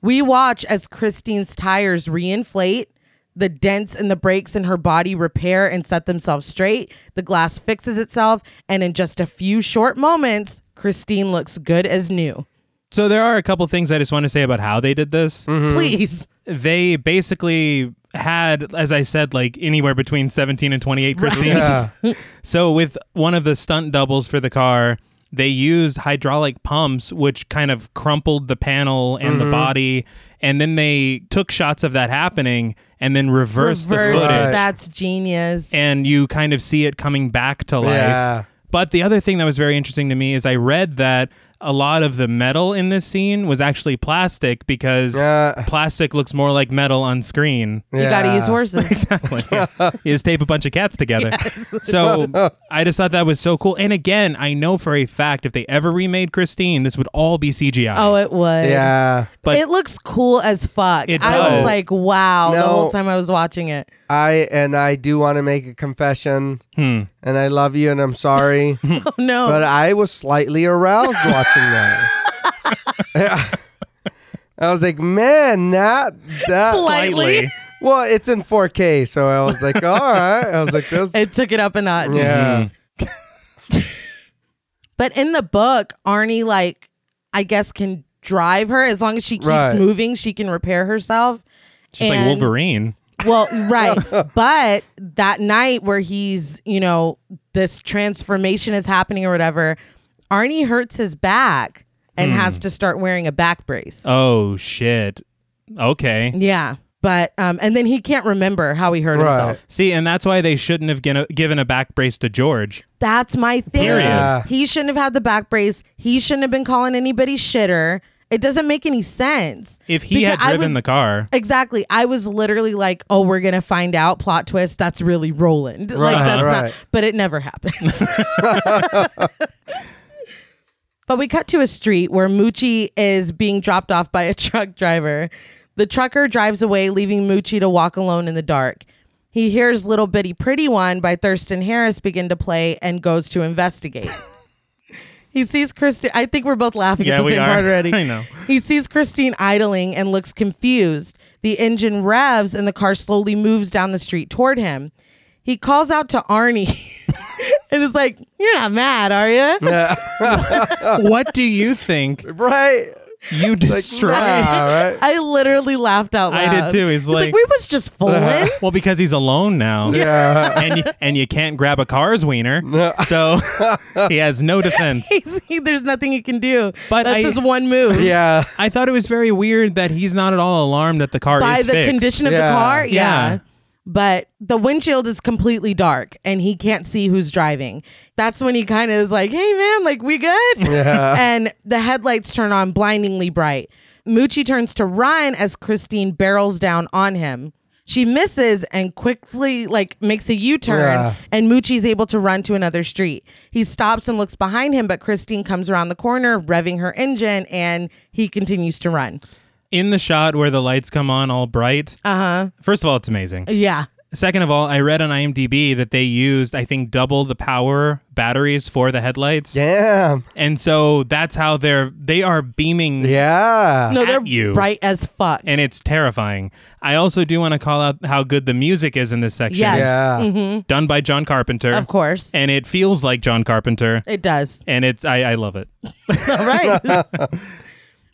we watch as Christine's tires reinflate. The dents and the breaks in her body repair and set themselves straight. The glass fixes itself. And in just a few short moments, Christine looks good as new.
So there are a couple things I just want to say about how they did this.
Mm-hmm. Please.
They basically had, as I said, like anywhere between 17 and 28 Christines.
Yeah.
So with one of the stunt doubles for the car, they used hydraulic pumps which kind of crumpled the panel and the body and then they took shots of that happening and then
Reversed
reversed, the
it.
footage
Right.
That's genius.
and you kind of see it coming back to life.
Yeah.
But the other thing that was very interesting to me is I read that a lot of the metal in this scene was actually plastic because
Yeah.
plastic looks more like metal on screen.
You got to use
Yeah.
horses.
Exactly. you just tape a bunch of cats together. So I just thought that was so cool. And again, I know for a fact if they ever remade Christine, this would all be CGI.
oh, it would.
Yeah.
but-
it looks cool as fuck.
It
I was
does.
like, wow, the
No.
whole time I was watching it.
I and I do want to make a confession.
Hmm.
And I love you and I'm sorry.
Oh no.
but I was slightly aroused watching that. I was like, man, that that
Slightly.
Well, it's in 4K, so I was like, all right. I was like, this.
it took it up a notch.
yeah.
But in the book, Arnie like I guess can drive her as long as she keeps
Right. moving,
moving, she can repair herself.
Just like
And-
Wolverine.
Well, right. but that night where he's, you know, this transformation is happening or whatever, Arnie hurts his back and has to start wearing a back brace.
Hmm. Oh shit. Okay.
Yeah. But um and then he can't remember how he hurt
Right.
himself.
See, and that's why they shouldn't have gin- given a back brace to George.
That's my thing.
Period.
Yeah.
He shouldn't have had the back brace. He shouldn't have been calling anybody shitter. It doesn't make any sense.
If he
Because
had
I
driven
was-
the car,
Exactly. I was literally like, "Oh, we're gonna find out." Plot twist. That's really Roland. like
Right,
that's not.
right.
But it never happens. but we cut to a street where Moochie is being dropped off by a truck driver. The trucker drives away, leaving Moochie to walk alone in the dark. He hears "Little Bitty Pretty One" by Thurston Harris begin to play and goes to investigate. He sees Christine. I think we're both laughing
Yeah,
at the
we
same
are.
part already.
I know.
He sees Christine idling and looks confused. The engine revs and the car slowly moves down the street toward him. He calls out to Arnie and is like, You're not mad, are you?
what do you think
Mm-hmm.
Right.
you destroyed?
Yeah, right.
I literally laughed out
I
loud.
did too. He's like-
We was just fooling.
well, because he's alone now.
Yeah.
and you, and you can't grab a car's wiener, so he has no defense.
He's- he- there's nothing he can do.
But
That's
I-
his one move.
Yeah.
I thought it was very weird that he's not at all alarmed that the car
By
is
the
fixed.
condition of the
Yeah.
car. Yeah.
Yeah.
But the windshield is completely dark and he can't see who's driving. That's when he kind of is like, hey, man, like, we good?
Yeah.
and the headlights turn on blindingly bright. Moochie turns to run as Christine barrels down on him. She misses and quickly like makes a U-turn
Yeah.
and Moochie's able to run to another street. He stops and looks behind him, but Christine comes around the corner, revving her engine, and he continues to run.
In the shot where the lights come on all bright. Uh
Uh-huh.
huh. First of all, it's amazing.
Yeah.
Second of all, I read on IMDb that they used, I think, double the power batteries for the headlights,
Damn.
and so that's how they're they are beaming
Yeah.
No,
At
they're
you.
bright as fuck.
and it's terrifying. I also do want to call out how good the music is in this section.
Yes. Mm-hmm.
Yeah.
Mm.
Done by John Carpenter.
Of course.
And it feels like John Carpenter.
It does.
And it's I, I love it.
All right.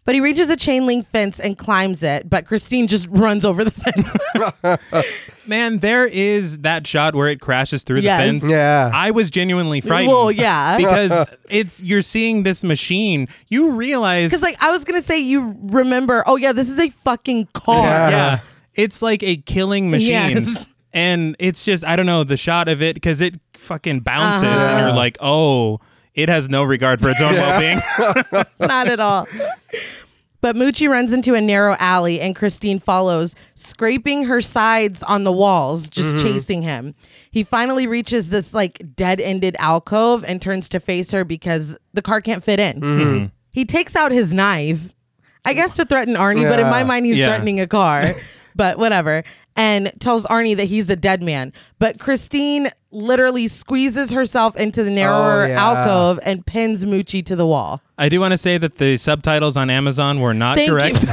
but he reaches a chain link fence and climbs it, but Christine just runs over the fence.
Man, there is that shot where it crashes through
Yes.
the fence.
Yeah.
I was genuinely frightened.
Well, yeah.
Because it's you're seeing this machine. You realize
Because like I was gonna say, you remember? Oh yeah, this is a fucking car.
Yeah.
yeah, it's like a killing machine.
Yes.
And it's just I don't know the shot of it because it fucking bounces and you're
Uh-huh.
like, oh, it has no regard for its own well being.
Not at all. But Moochie runs into a narrow alley and Christine follows, scraping her sides on the walls, just
Mm-hmm.
chasing him. He finally reaches this like dead ended alcove and turns to face her because the car can't fit in.
Mm-hmm.
He takes out his knife, I guess to threaten Arnie, but in my
Yeah.
mind, he's
Yeah.
threatening a car, but whatever, and tells Arnie that he's a dead man. But Christine literally squeezes herself into the narrower
Oh, yeah.
alcove and pins Moochie to the wall.
I do want to say that the subtitles on Amazon were not
Thank
correct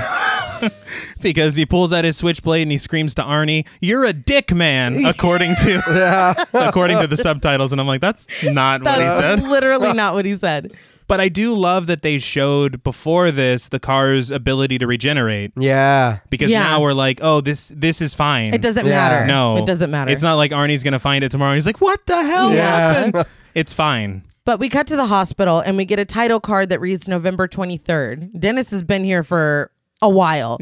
because he pulls out his switchblade and he screams to Arnie, "You're a dick man," according to according to the subtitles, and I'm like, that's not what he
That's
said.
literally not what he said.
But I do love that they showed before this the car's ability to regenerate
Yeah.
because
Yeah.
now we're like, oh, this this is fine.
It doesn't
Yeah.
matter.
No,
it doesn't matter.
It's not like Arnie's gonna find it tomorrow. He's like, what the hell
Yeah.
happened? It's fine.
But we cut to the hospital and we get
Mm-hmm.
a title card that reads November 23rd. Dennis has been here for a while.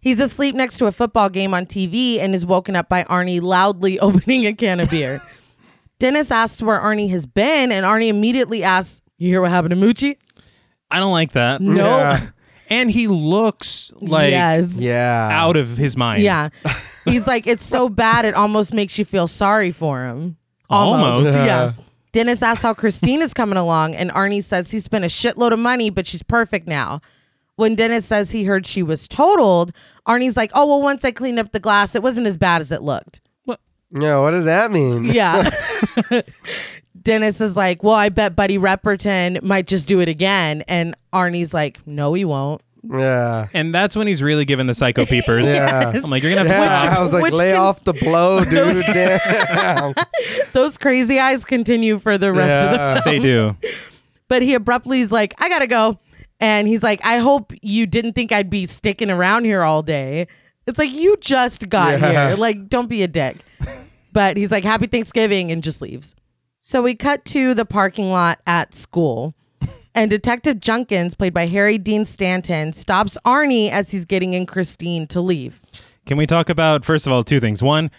He's asleep next to a football game on TV and is woken up by Arnie loudly opening a can of beer. Dennis asks where Arnie has been, and Arnie immediately asks, You hear what happened to Moochie?
I don't like that.
No.
Yeah.
And he looks like
yes.
Yeah.
out of his mind.
Yeah. He's like, It's so bad, it almost makes you feel sorry for him.
Almost.
Yeah.
Yeah.
Dennis asks how Christina's coming along, and Arnie says he spent a shitload of money, but she's perfect now. When Dennis says he heard she was totaled, Arnie's like, Oh, well, once I cleaned up the glass, it wasn't as bad as it looked.
Yeah. What does that mean?
Yeah. Dennis is like, Well, I bet Buddy Repperton might just do it again. And Arnie's like, No, he won't.
Yeah.
And that's when he's really given the psycho peepers.
Yeah.
I'm like, you're gonna have to
Yeah,
stop.
I was like,
which
lay
can-
off the blow, dude. Damn.
Those crazy eyes continue for the rest of the
Yeah.
They do.
but he abruptly is like, I gotta go. And he's like, I hope you didn't think I'd be sticking around here all day. It's like, you just got
Yeah.
here. Like, don't be a dick. but he's like, Happy Thanksgiving, and just leaves. So we cut to the parking lot at school. And Detective Junkins, played by Harry Dean Stanton, stops Arnie as he's getting in Christine to leave.
Can we talk about first of all two things? One,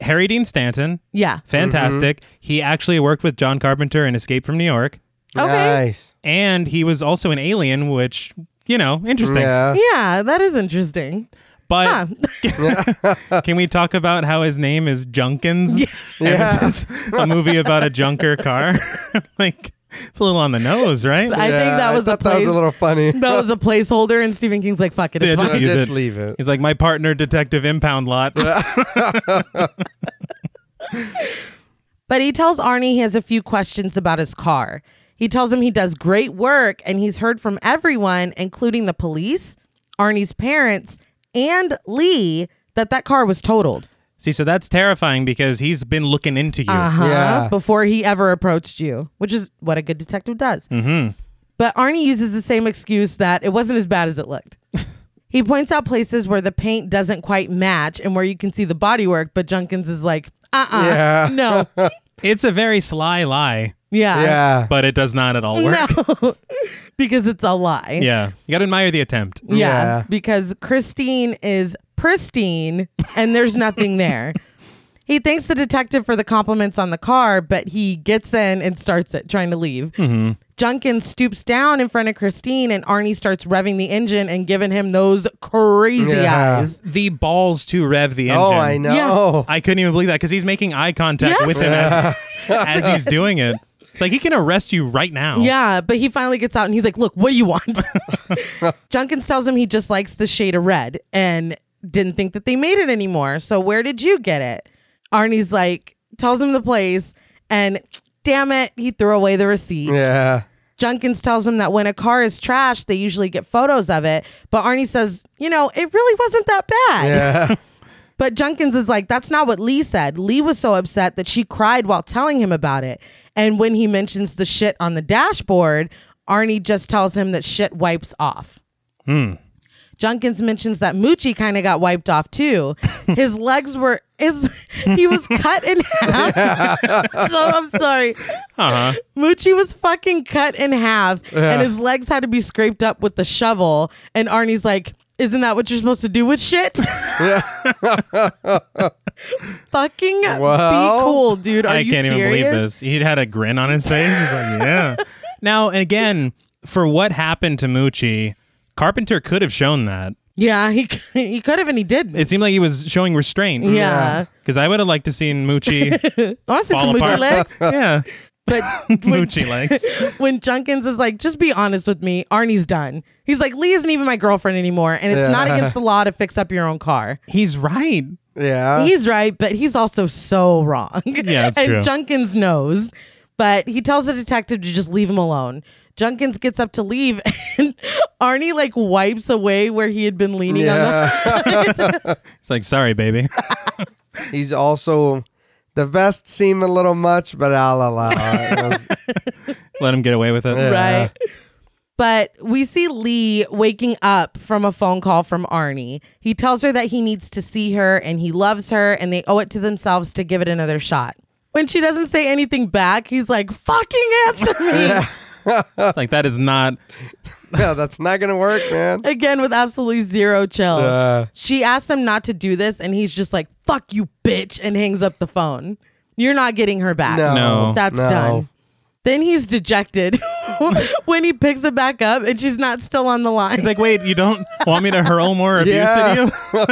Harry Dean Stanton,
Yeah.
fantastic.
Mm-hmm.
He actually worked with John Carpenter in Escape from New York,
Okay.
Nice.
and he was also an alien, which you know, interesting.
Yeah.
Yeah, that is interesting.
But can we talk about how his name is Junkins? Yeah.
Yeah.
a movie about a junker car. like it's a little on the nose, right?
I think
Yeah,
that was a
thought that was a
place-
little funny.
That was a placeholder, and Stephen King's like, fuck it, it's
Yeah,
fine.
just,
use it.
leave it.
He's like my partner, Detective Impound Lot.
But he tells Arnie he has a few questions about his car. He tells him he does great work and he's heard from everyone, including the police, Arnie's parents, and Lee, that that car was totaled
See, so that's terrifying because he's been looking into you.
uh-huh,
Yeah.
before he ever approached you, which is what a good detective does. Mm-hmm. But Arnie uses the same excuse that it wasn't as bad as it looked. he points out places where the paint doesn't quite match and where you can see the bodywork, but Junkins is like, uh-uh,
Yeah.
no,
It's a very sly lie,
Yeah.
but it does not at all work.
No, because it's a lie.
Yeah. You got to admire the attempt.
Yeah,
Yeah.
Because Christine is pristine and there's nothing there. He thanks the detective for the compliments on the car, but he gets in and starts it, trying to leave.
Mm-hmm.
Junkins stoops down in front of Christine, and Arnie starts revving the engine and giving him those crazy
Yeah.
eyes.
The balls to rev the engine.
Oh, I know.
I couldn't even believe that because he's making eye contact
Yes.
with him as, as he's doing it. It's like he can arrest you right now.
Yeah, but he finally gets out and he's like, Look, what do you want? Junkins tells him he just likes the shade of red and didn't think that they made it anymore. So where did you get it? Arnie's like, tells him the place, and damn it, he threw away the receipt.
Yeah.
Junkins tells him that when a car is trashed, they usually get photos of it. But Arnie says, you know, it really wasn't that bad.
Yeah.
But Junkins is like, that's not what Lee said. Lee was so upset that she cried while telling him about it. And when he mentions the shit on the dashboard, Arnie just tells him that shit wipes off. Junkins mentions that Moochie kind of got wiped off too. His legs were is he was cut in half. so I'm sorry.
Uh huh.
Moochie was fucking cut in half and his legs had to be scraped up with the shovel. And Arnie's like, Isn't that what you're supposed to do with shit? fucking
Well,
be cool, dude. Are
I
you
can't even
serious?
believe this. He had a grin on his face. He's like, yeah. Now, again, for what happened to Moochie, Carpenter could have shown that.
Yeah, he c- he could have and he didn't.
It seemed like he was showing restraint.
yeah.
Because I would have liked to seen Moochie.
Honestly,
Fall
some Moochie
apart.
legs.
yeah.
But when,
Moochie legs.
when Junkins is like, just be honest with me, Arnie's done. He's like, Lee isn't even my girlfriend anymore, and it's not
Yeah.
against the law to fix up your own car.
He's right.
Yeah.
He's right, but he's also so wrong. Yeah,
that's
and
true.
Junkins knows, but he tells the detective to just leave him alone. Junkins gets up to leave, and Arnie like wipes away where he had been leaning on the.
Yeah.
It's like, sorry, baby.
He's also the vests seem a little much, but I'll allow it.
Let him get away with it.
Yeah.
right? But we see Lee waking up from a phone call from Arnie. He tells her that he needs to see her and he loves her and they owe it to themselves to give it another shot. When she doesn't say anything back, he's like, fucking answer me.
It's like that is not
no, that's not gonna work, man.
Again, with absolutely zero chill.
Uh,
She asked him not to do this, and he's just like, fuck you, bitch, and hangs up the phone. You're not getting her back.
no,
No.
That's
no.
done. Then he's dejected when he picks it back up and she's not still on the line.
He's like, wait, you don't want me to hurl more abuse at
Yeah.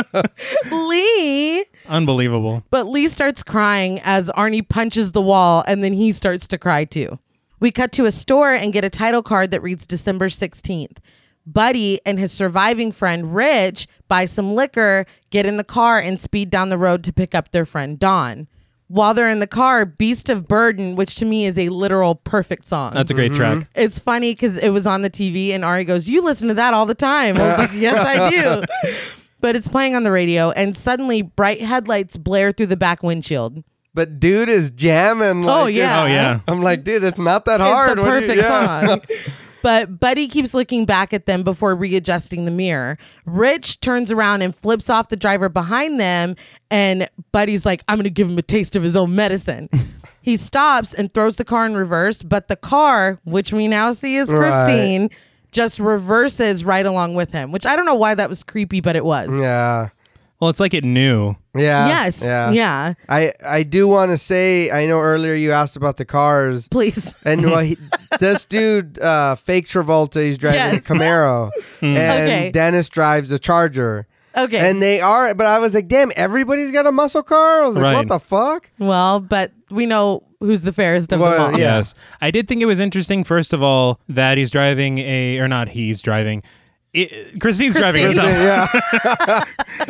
you?
Lee.
Unbelievable.
But Lee starts crying as Arnie punches the wall and then he starts to cry too. We cut to a store and get a title card that reads December 16th. Buddy and his surviving friend Rich buy some liquor, get in the car, and speed down the road to pick up their friend Dawn. While they're in the car, Beast of Burden, which to me is a literal perfect song.
That's a great
Mm-hmm.
track.
It's funny because it was on the TV, and Ari goes, "You listen to that all the time." I was like, "Yes, I do." But it's playing on the radio, and suddenly bright headlights blare through the back windshield.
But dude is jamming. Like,
Oh, yeah.
Oh, yeah.
I'm like, dude, it's not that hard.
It's a
What do you-
perfect
yeah.
song. But Buddy keeps looking back at them before readjusting the mirror. Rich turns around and flips off the driver behind them, and Buddy's like, I'm going to give him a taste of his own medicine. he stops and throws the car in reverse, but the car, which we now see is
Right.
Christine, just reverses right along with him, which I don't know why that was creepy, but it was.
Yeah.
Well, it's like it knew.
Yeah.
yes. Yeah.
I I do want to say I know earlier you asked about the cars
Please.
and well, he, this dude uh, fake Travolta he's driving
Yes. Hmm.
a Camaro and
Okay.
Dennis drives a Charger
Okay.
and they are but I was like damn everybody's got a muscle car I was like
Right.
what the fuck
well, but we know who's the fairest of
Well,
them all.
Yeah.
Yes. I did think it was interesting, first of all, that he's driving a, or not he's driving, it, Christine's driving
Christine.
herself.
yeah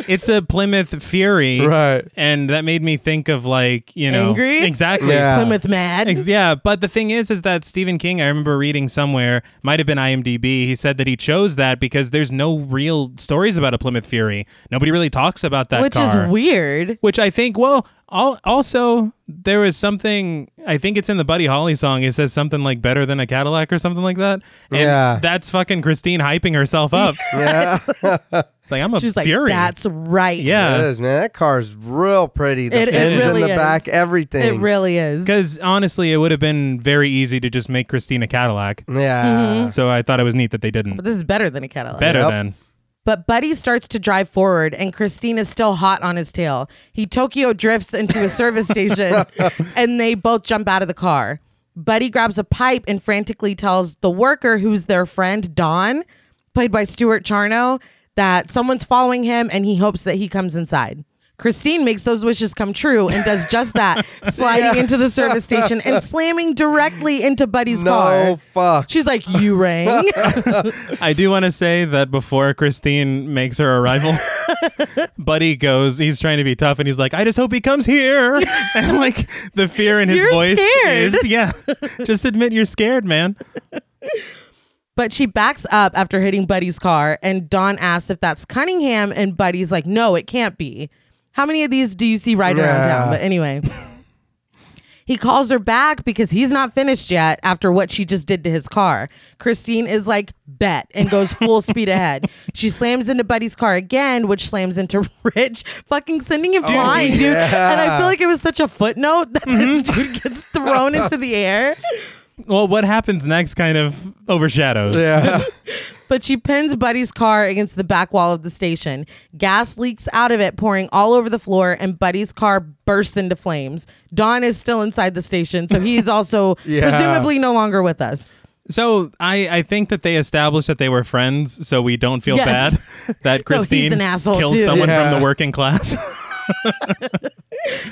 It's a Plymouth Fury.
Right.
And that made me think of like, you know.
Angry?
Exactly.
Yeah.
Plymouth Mad.
Ex- yeah, but the thing is, is that Stephen King, I remember reading somewhere, might have been IMDb, he said that he chose that because there's no real stories about a Plymouth Fury. Nobody really talks about that
which
car.
is weird.
Which I think, well, al- also, there was something, I think it's in the Buddy Holly song, it says something like better than a Cadillac or something like that. And
Yeah.
that's fucking Christine hyping herself up.
yeah
it's like, I'm a
She's like,
Fury.
that's right.
yeah.
it is man that car's real pretty the
It- it
fins
really
in the
is.
back everything
It really is.
Because honestly, it would have been very easy to just make Christine a Cadillac.
Mm-hmm.
yeah
So I thought it was neat that they didn't.
But this is better than a Cadillac.
Better
Yep.
than.
But Buddy starts to drive forward, and Christine is still hot on his tail. He Tokyo drifts into a service station, and they both jump out of the car. Buddy grabs a pipe and frantically tells the worker, who's their friend, Don, played by Stuart Charno, that someone's following him and he hopes that he comes inside. Christine makes those wishes come true and does just that, sliding into the service station and slamming directly into Buddy's car.
no fuck
She's like, You rang.
I do want to say that before Christine makes her arrival, Buddy goes, he's trying to be tough and he's like, I just hope he comes here. And like the fear in his
You're
voice
scared.
is, yeah, just admit you're scared, man.
But she backs up after hitting Buddy's car, and Dawn asks if that's Cunningham, and Buddy's like, no, it can't be. How many of these do you see right around
Yeah.
town? But anyway, he calls her back because he's not finished yet after what she just did to his car. Christine is like, bet, and goes full speed ahead. She slams into Buddy's car again, which slams into Rich, fucking sending him flying, dude.
Oh, yeah. Mm-hmm.
And I feel like it was such a footnote that this dude gets thrown into the air.
Well, what happens next kind of overshadows.
yeah
But she pins Buddy's car against the back wall of the station. Gas leaks out of it, pouring all over the floor, and Buddy's car bursts into flames. Don is still inside the station, so he's also
Yeah.
presumably no longer with us.
So I, I think that they established that they were friends, so we don't feel
Yes. Oh,
bad that Christine
an asshole,
killed
too.
someone
Yeah.
from the working class.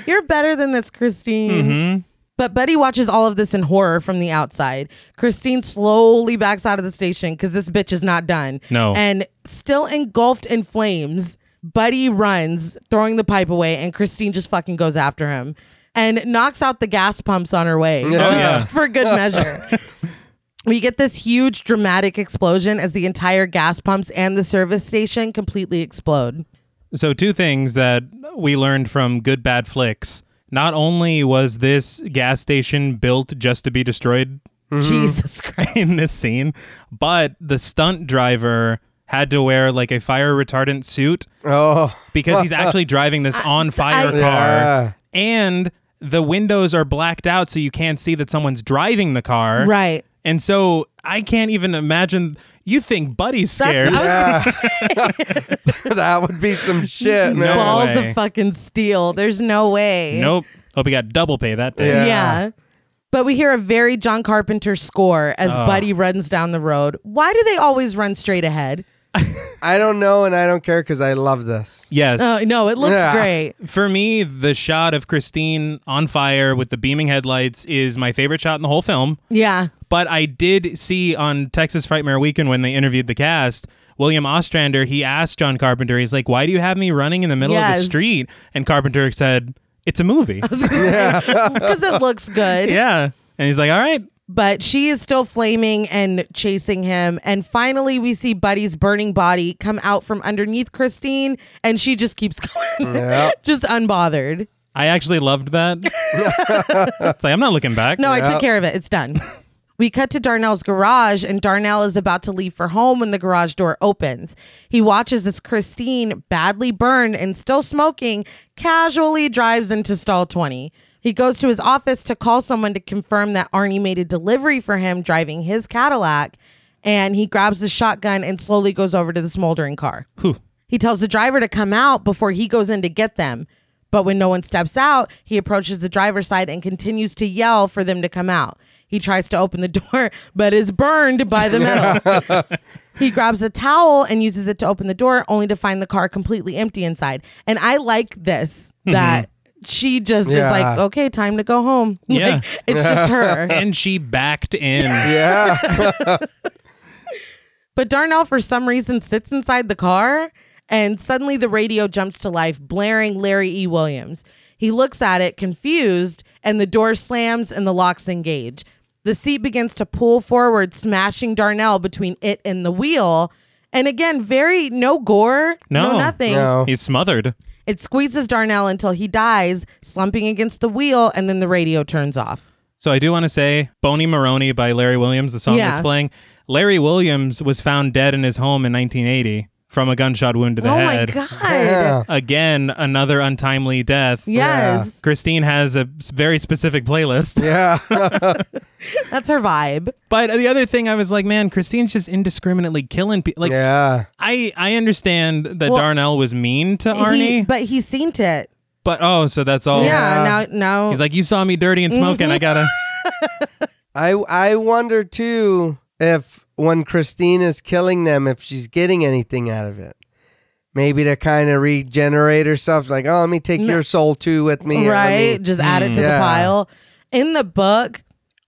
You're better than this, Christine.
Mm-hmm.
But Buddy watches all of this in horror from the outside. Christine slowly backs out of the station because this bitch is not done.
No.
And still engulfed in flames, Buddy runs, throwing the pipe away, and Christine just fucking goes after him and knocks out the gas pumps on her way Just
yeah.
for good measure. We get this huge dramatic explosion as the entire gas pumps and the service station completely explode.
So, two things that we learned from Good Bad Flicks. Not only was this gas station built just to be destroyed
Jesus Christ.
in this scene, but the stunt driver had to wear like a fire retardant suit
oh
because he's actually driving this on fire
I-
car.
Yeah.
And the windows are blacked out so you can't see that someone's driving the car.
Right.
And so I can't even imagine. You think Buddy's
That's,
scared?
I was
that would be some shit, man.
No.
balls
way.
of fucking steel. There's no way.
nope. Hope he got double pay that day.
Yeah.
Yeah. But we hear a very John Carpenter score as
Oh.
Buddy runs down the road. Why do they always run straight ahead?
I don't know, and I don't care because I love this.
Yes.
Oh, no, it looks
Yeah.
great.
For me, the shot of Christine on fire with the beaming headlights is my favorite shot in the whole film.
Yeah.
But I did see on Texas Frightmare Weekend when they interviewed the cast, William Ostrander, he asked John Carpenter, he's like, Why do you have me running in the middle of
Yes.
the street? And Carpenter said, It's a movie.
Because it looks good.
yeah. And he's like, All right.
But she is still flaming and chasing him. And finally, we see Buddy's burning body come out from underneath Christine, and she just keeps going,
Yep.
just unbothered.
I actually loved that. it's like, I'm not looking back.
No, I
Yeah.
took care of it. It's done. We cut to Darnell's garage, and Darnell is about to leave for home when the garage door opens. He watches as Christine, badly burned and still smoking, casually drives into stall 20. He goes to his office to call someone to confirm that Arnie made a delivery for him driving his Cadillac, and he grabs his shotgun and slowly goes over to the smoldering car.
Whew.
He tells the driver to come out before he goes in to get them. But when no one steps out, he approaches the driver's side and continues to yell for them to come out. He tries to open the door, but is burned by the metal. he grabs a towel and uses it to open the door, only to find the car completely empty inside. And I like this
Mm-hmm.
that she just
Yeah.
is like, okay, time to go home.
Yeah.
Like, it's just her.
And she backed in.
Yeah.
But Darnell, for some reason, sits inside the car, and suddenly the radio jumps to life, blaring Larry E. Williams. He looks at it, confused, and the door slams and the locks engage. The seat begins to pull forward, smashing Darnell between it and the wheel. And again, very no gore, no,
No.
nothing.
No.
He's smothered.
It squeezes Darnell until he dies, slumping against the wheel, and then the radio turns off.
So I do want to say Boney Maroney by Larry Williams, the song
Yeah.
that's playing. Larry Williams was found dead in his home in 1980 from a gunshot wound to the
oh my
head.
God.
Yeah.
Again, another untimely death. Uh,
Yes.
Christine has a s- very specific playlist.
Yeah.
That's her vibe.
But the other thing I was like, man, Christine's just indiscriminately killing people. Like
Yeah.
I I understand that
Well,
Darnell was mean to
He-
Arnie, but,
but he seen it.
oh, so that's all.
Yeah, Mm-hmm.
Yeah.
no, no.
He's like, you saw me dirty and smoking. I gotta.
I I wonder too if when Christina's killing them, if she's getting anything out of it. Maybe to kind of regenerate herself, like, oh, let me take your soul too with me. Let me-
right? Just add it to the
Yeah.
pile. In the book,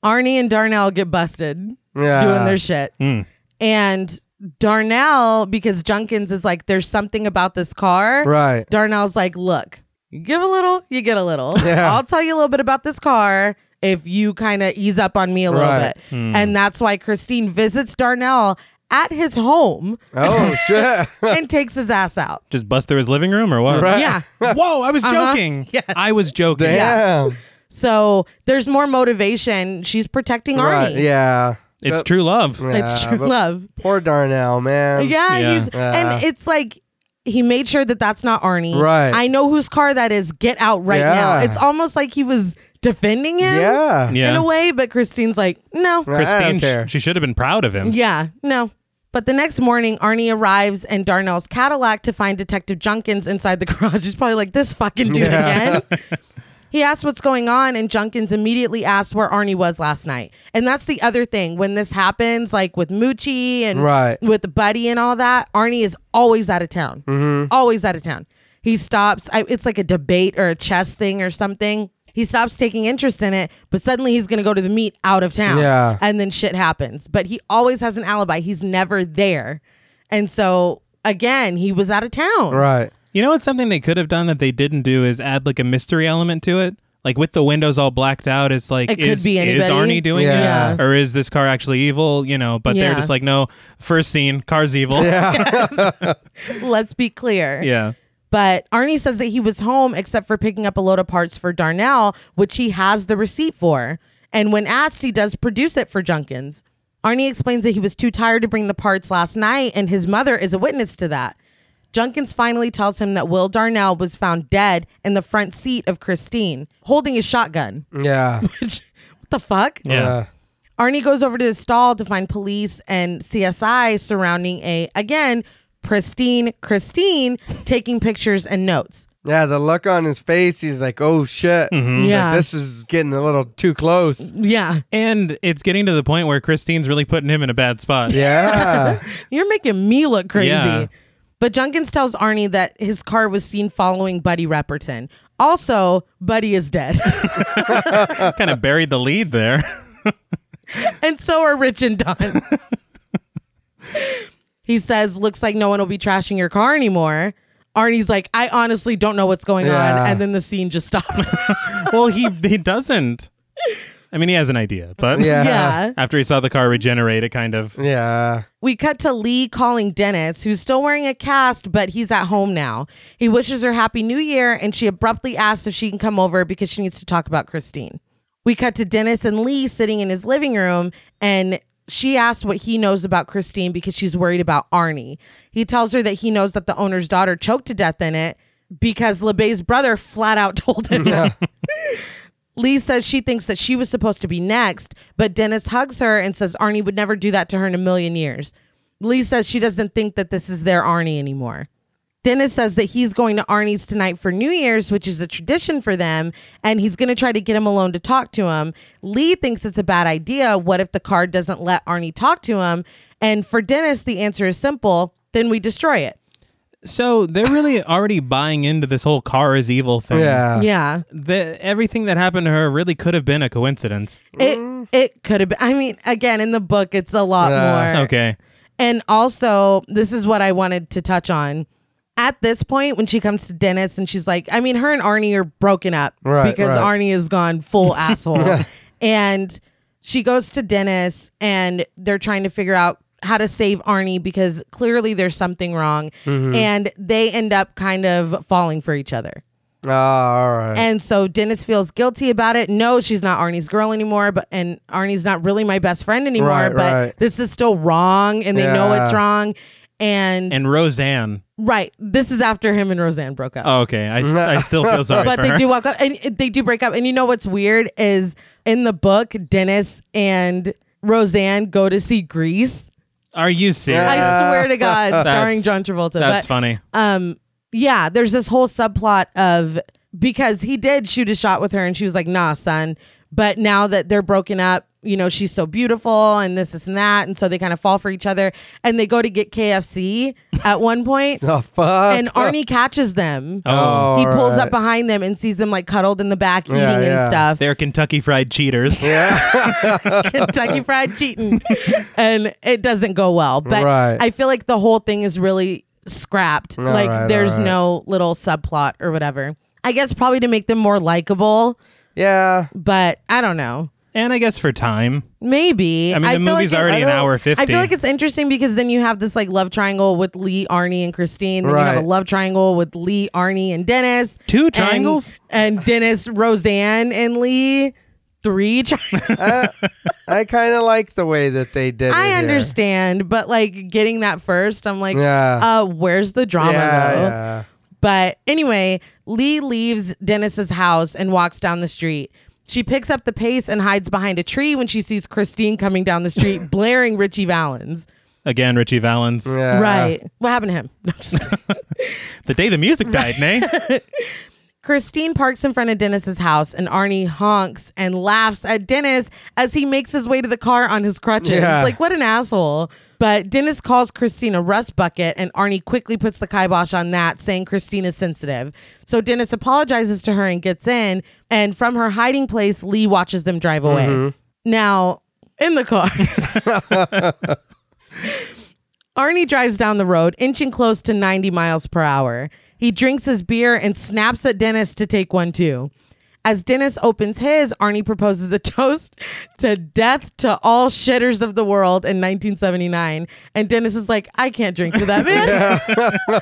Arnie and Darnell get busted
yeah.
doing their shit.
Mm.
And Darnell, because Junkins is like, there's something about this car.
right.
Darnell's like, look, you give a little, you get a little.
Yeah.
I'll tell you a little bit about this car if you kind of ease up on me a little
Right.
bit. And that's why Christine visits Darnell at his home
Oh shit.
and takes his ass out.
Just bust through his living room or what?
Right.
Yeah.
Whoa, I was joking.
Uh-huh. Yes.
I was joking.
Damn.
So there's more motivation. She's protecting Arnie.
Right. Yeah.
It's
But-
true love.
It's
Yeah,
true
but
love.
Poor Darnell, man.
Yeah,
Yeah.
He's, and
Yeah.
it's like he made sure that that's not Arnie.
Right.
I know whose car that is. Get out right now.
Yeah.
It's almost like he was defending him.
Yeah.
Yeah.
In a way, but Christine's like, no.
Right. I
Christine,
don't
sh-
care.
she should have been proud of him.
Yeah, no. But the next morning, Arnie arrives in Darnell's Cadillac to find Detective Junkins inside the garage. He's probably like, this fucking dude again. he asks what's going on, and Junkins immediately asks where Arnie was last night. And that's the other thing. When this happens, like with Moochie and
Right.
with Buddy and all that, Arnie is always out of town.
Mm-hmm.
Always out of town. He stops. I, it's like a debate or a chess thing or something. He stops taking interest in it, but suddenly he's going to go to the meet out of town
Yeah.
and then shit happens. But he always has an alibi. He's never there. And so again, he was out of town.
Right.
You know what's something they could have done that they didn't do is add like a mystery element to it. Like with the windows all blacked out, it's like
It could
is,
be
is
anybody.
Arnie doing
Yeah.
it? Or is this car actually evil? You know, but
Yeah.
they're just like, no, first scene, car's evil. Yeah.
Let's be clear. But Arnie says that he was home except for picking up a load of parts for Darnell, which he has the receipt for. And when asked, he does produce it for Junkins. Arnie explains that he was too tired to bring the parts last night, and his mother is a witness to that. Junkins finally tells him that Will Darnell was found dead in the front seat of Christine, holding his shotgun.
Yeah.
Which, what the fuck?
Yeah.
Uh,
Arnie goes over to his stall to find police and CSI surrounding a, again, pristine Christine taking pictures and notes.
Yeah, the look on his face, he's like, oh shit. Like,
Yeah.
this is getting a little too close.
Yeah.
And it's getting to the point where Christine's really putting him in a bad spot.
Yeah.
You're making me look crazy.
Yeah.
But Junkins tells Arnie that his car was seen following Buddy Repperton. Also, Buddy is dead.
kind of buried the lead there.
and so are Rich and Don. he says, Looks like no one will be trashing your car anymore. Arnie's like, I honestly don't know what's going
Yeah.
on. And then the scene just stops.
well, he he doesn't. I mean, he has an idea, but
yeah.
yeah.
after he saw the car regenerate, it kind of
Yeah.
We cut to Lee calling Dennis, who's still wearing a cast, but he's at home now. He wishes her Happy New Year, and she abruptly asks if she can come over because she needs to talk about Christine. We cut to Dennis and Lee sitting in his living room, and she asks what he knows about Christine because she's worried about Arnie. He tells her that he knows that the owner's daughter choked to death in it because LeBay's brother flat out told him that. Lee says she thinks that she was supposed to be next, but Dennis hugs her and says Arnie would never do that to her in a million years. Lee says she doesn't think that this is their Arnie anymore. Dennis says that he's going to Arnie's tonight for New Year's, which is a tradition for them, and he's going to try to get him alone to talk to him. Lee thinks it's a bad idea. What if the card doesn't let Arnie talk to him? And for Dennis, the answer is simple then we destroy it.
So they're really already buying into this whole car is evil thing.
Yeah.
Um, yeah.
The, everything that happened to her really could have been a coincidence.
It, it could have been. I mean, again, in the book, it's a lot
Yeah.
more.
Okay.
And also, this is what I wanted to touch on. At this point, when she comes to Dennis and she's like, I mean, her and Arnie are broken up
Right,
because
right.
Arnie has gone full asshole. And she goes to Dennis and they're trying to figure out how to save Arnie because clearly there's something wrong.
Mm-hmm.
And they end up kind of falling for each other.
Oh, all right.
And so Dennis feels guilty about it. No, she's not Arnie's girl anymore, but and Arnie's not really my best friend anymore,
Right,
but
right.
this is still wrong and they know it's
Yeah.
wrong. And,
And Roseanne.
right, this is after him and Roseanne broke up.
Oh, okay. I, s- I still feel sorry
but
for
they
her.
do walk up and it- they do break up. And you know what's weird is in the book, Dennis and Roseanne go to see Grease.
Are you serious?
I swear to God, starring
That's-
John Travolta.
That's
but,
funny.
um yeah there's this whole subplot of because he did shoot a shot with her and she was like nah son but now that they're broken up you know she's so beautiful and this this, and that and so they kind of fall for each other and they go to get kfc at one point
oh, fuck.
and arnie catches them
oh.
Oh,
he pulls up
alright.
behind them and sees them like cuddled in the back
Yeah,
eating
yeah.
and stuff
They're Kentucky Fried Cheaters.
Yeah.
Kentucky Fried cheating, and it doesn't go well. But
Right.
I feel like the whole thing is really scrapped. like
right,
there's
all right.
no little subplot or whatever. I guess probably to make them more likable,
yeah.
but I don't know.
And I guess for time.
Maybe.
I mean, the
feel
movie's
it- I
already an
don't-
hour
I
50.
feel like it's interesting because then you have this like love triangle with Lee, Arnie, and Christine. Then you have
Right.
a love triangle with Lee, Arnie, and Dennis.
Two
And-
triangles?
And, Dennis, Roseanne, and Lee. Three triangles.
I kind of like the way that they did it.
I
here.
understand, but like getting that first, I'm like,
Yeah.
uh, where's the drama
yeah,
though?
yeah.
But anyway, Lee leaves Dennis's house and walks down the street. She picks up the pace and hides behind a tree when she sees Christine coming down the street blaring Richie Valens.
Again, Richie Valens.
Yeah.
Right. What happened to him? No, I'm just kidding.
The day the music died, nay?
Christine parks in front of Dennis's house and Arnie honks and laughs at Dennis as he makes his way to the car on his crutches.
Yeah.
Like, what an asshole. But Dennis calls Christine a rust bucket and Arnie quickly puts the kibosh on that, saying Christine is sensitive. So Dennis apologizes to her and gets in. And from her hiding place, Lee watches them drive away. Now, in the car. Arnie drives down the road, inching close to 90 miles per hour. He drinks his beer and snaps at Dennis to take one too. As Dennis opens his, Arnie proposes a toast to death to all shitters of the world in 1979. And Dennis is like, I can't drink to that man.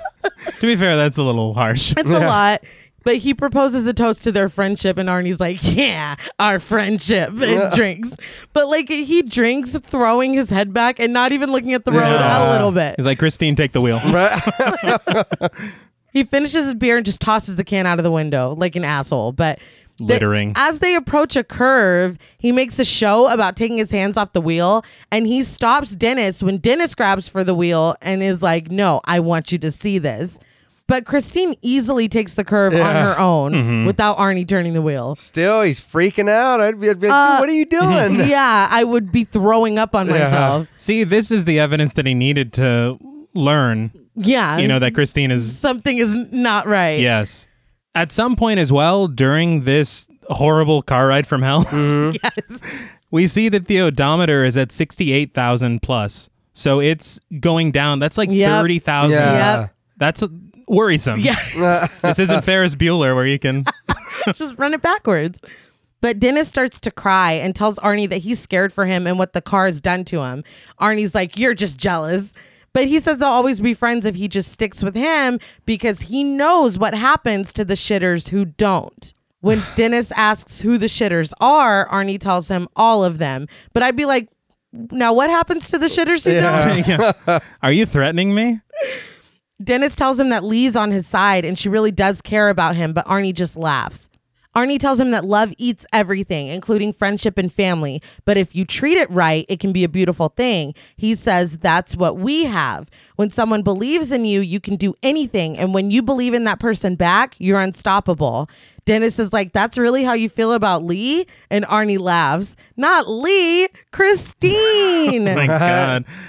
to be fair, that's a little harsh.
It's a lot. But he proposes a toast to their friendship, and Arnie's like, Yeah, our friendship, and drinks. But like, he drinks throwing his head back and not even looking at the road
Yeah.
a little bit.
He's like, Christine, take the wheel.
Right.
He finishes his beer and just tosses the can out of the window like an asshole. But
littering.
As they approach a curve, he makes a show about taking his hands off the wheel and he stops Dennis when Dennis grabs for the wheel and is like, No, I want you to see this. But Christine easily takes the curve on her own
Mm-hmm.
without Arnie turning the wheel.
Still, he's freaking out. I'd be, I'd be like,
Uh,
dude, what are you doing?
yeah, I would be throwing up on myself.
See, this is the evidence that he needed to learn,
Yeah.
you know, that Christine is
something is not right.
Yes. At some point as well, during this horrible car ride from hell,
Yes.
we see that the odometer is at 68,000 plus. So it's going down. That's like
Yep.
30,000.
Yeah.
Yep.
That's uh, worrisome.
Yeah.
this isn't Ferris Bueller where you can.
just run it backwards. But Dennis starts to cry and tells Arnie that he's scared for him and what the car has done to him. Arnie's like, You're just jealous. But he says they'll always be friends if he just sticks with him because he knows what happens to the shitters who don't. When Dennis asks who the shitters are, Arnie tells him all of them. But I'd be like, Now what happens to the shitters who don't?
Yeah. Are you threatening me?
Dennis tells him that Lee's on his side and she really does care about him, but Arnie just laughs. Arnie tells him that love eats everything, including friendship and family, but if you treat it right, it can be a beautiful thing. He says that's what we have. When someone believes in you, you can do anything, and when you believe in that person back, you're unstoppable. Dennis is like, That's really how you feel about Lee? And Arnie laughs, Not Lee, Christine.
Thank God.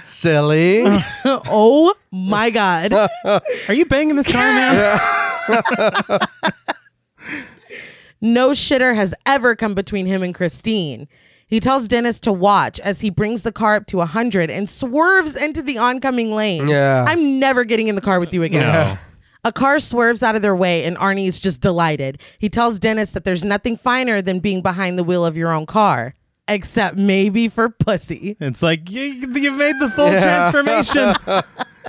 Silly.
oh my God.
Are you banging this car, man?
No shitter has ever come between him and Christine. He tells Dennis to watch as he brings the car up to 100 and swerves into the oncoming lane.
Yeah.
I'm never getting in the car with you again.
No.
A car swerves out of their way, and Arnie is just delighted. He tells Dennis that there's nothing finer than being behind the wheel of your own car, except maybe for pussy.
It's like you, you've made the full transformation.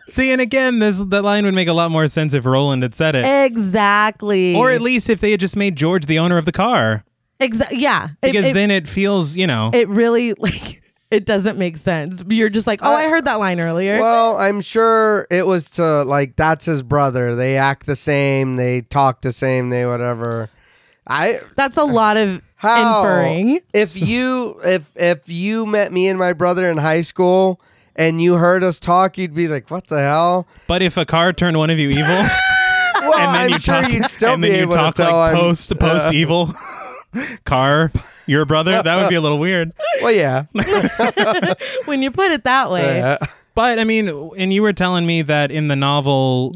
See, and again, this that line would make a lot more sense if Roland had said it.
Exactly.
Or at least if they had just made George the owner of the car.
Exa- yeah. It-
Because
it,
then it feels, you know.
it really like it doesn't make sense. You're just like, oh, I heard that line earlier.
well, I'm sure it was to like that's his brother. They act the same. They talk the same. They whatever. I
That's a lot of
how
inferring.
if you if if you met me and my brother in high school and you heard us talk, you'd be like, "What the hell?"
but if a car turned one of you evil, and
Well,
then
I'm
you
sure
talk,
you'd still
and
be
then you
able
talk
to tell.
like
I'm-
post to post evil car, your brother, that would be a little weird.
Well, yeah.
When you put it that way. Yeah.
Yeah.
But I mean, and you were telling me that in the novel,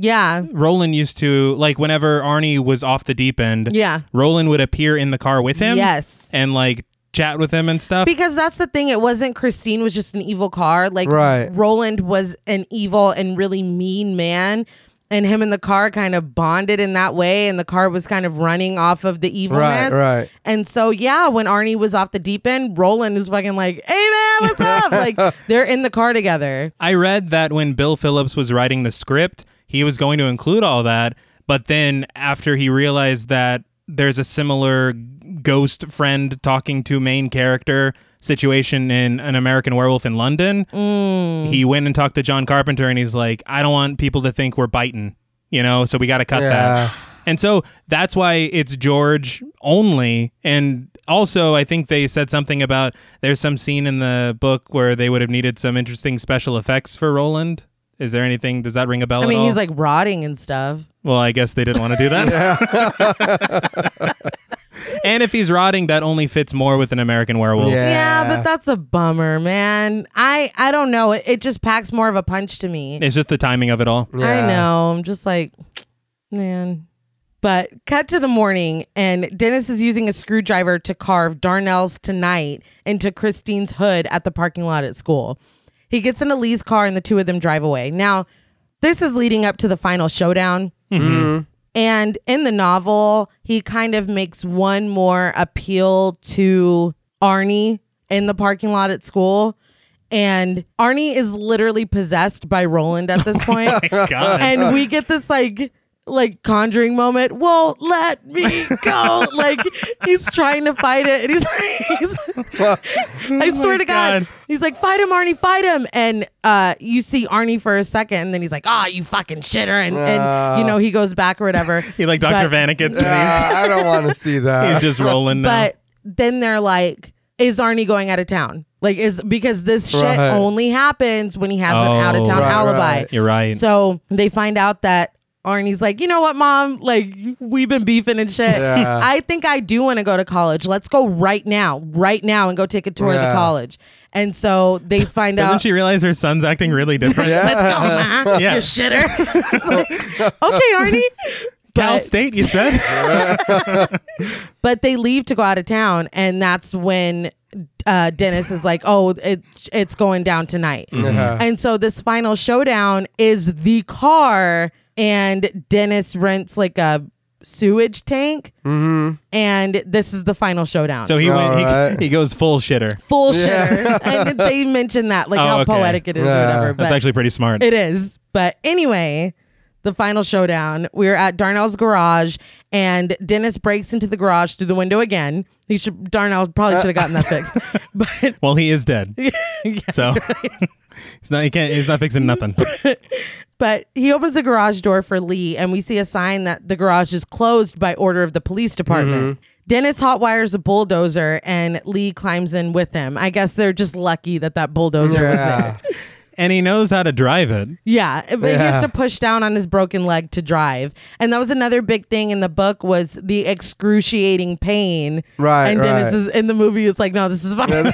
Roland used to like whenever Arnie was off the deep end,
Yeah.
Roland would appear in the car with him,
Yes.
and like chat with him and stuff.
Because that's the thing. It wasn't Christine was just an evil car. Like
Right.
Roland was an evil and really mean man. And him and the car kind of bonded in that way. And the car was kind of running off of the evilness.
Right, right.
And so, yeah, when Arnie was off the deep end, Roland is fucking like, hey, man, what's up? like, they're in the car together.
I read that when Bill Phillips was writing the script, he was going to include all that, but then after he realized that there's a similar ghost friend talking to main character situation in an American werewolf in London, he went and talked to John Carpenter and he's like, I don't want people to think we're biting, you know, so we got to cut
Yeah.
that. And so that's why it's George only. And also, I think they said something about there's some scene in the book where they would have needed some interesting special effects for Roland. Is there anything? Does that ring a bell?
I mean,
at all?
he's like rotting and stuff.
well, I guess they didn't want to do that. and if he's rotting, that only fits more with an American werewolf.
Yeah.
Yeah, but that's a bummer, man. I I don't know. It, it just packs more of a punch to me.
It's just the timing of it all.
I
Yeah.
know. I'm just like, man. But cut to the morning, and Dennis is using a screwdriver to carve Darnell's tonight into Christine's hood at the parking lot at school. He gets into Lee's car, and the two of them drive away. Now, this is leading up to the final showdown. And in the novel, he kind of makes one more appeal to Arnie in the parking lot at school. And Arnie is literally possessed by Roland at this point.
God.
and we get this like like conjuring moment. Won't let me go. like he's trying to fight it, and he's like, he's- I swear to God.
God.
he's like, fight him, Arnie, fight him, and uh, you see Arnie for a second, and then he's like, ah, you fucking shitter, and, and you know he goes back or whatever.
He like Dr.
But-
Vanikins.
Uh, I don't want to see that.
He's just rolling now.
But then they're like, is Arnie going out of town? Like is because this shit
Right.
only happens when he has an
Oh.
out of town
Right,
alibi.
right.
You're right.
So they find out that Arnie's like, you know what, mom? Like we've been beefing and shit.
Yeah.
I think I do want to go to college. Let's go right now, right now, and go take a tour of
Yeah.
the college. And so they find
Doesn't
out.
she realize her son's acting really different?
Yeah.
Let's go, ma.
Yeah.
You shitter. okay, Arnie.
Cal
But-
State, you said?
but they leave to go out of town and that's when uh, dennis is like oh it, it's going down tonight
Mm-hmm.
Yeah.
and so this final showdown is the car and dennis rents like a sewage tank
Mm-hmm.
and this is the final showdown
So he went.
Alright.
He, he goes full shitter.
full
Yeah.
shitter and they mention that like
Oh,
how
okay.
poetic it is
Yeah.
or whatever
That's
but
actually pretty smart.
it is. But anyway, the final showdown. We are at Darnell's garage, and Dennis breaks into the garage through the window again. He should Darnell probably
Uh.
should have gotten that fixed. But
well, he is dead. so he's not. He can't. He's not fixing nothing.
but he opens the garage door for Lee, and we see a sign that the garage is closed by order of the police department.
Mm-hmm.
Dennis hotwires a bulldozer, and Lee climbs in with him. I guess they're just lucky that that bulldozer was there.
Yeah.
and he knows how to drive it.
Yeah, but he
Yeah.
has to push down on his broken leg to drive, and that was another big thing in the book was the excruciating pain.
Right,
and Dennis
right.
is in the movie. It's like, no, this is fine.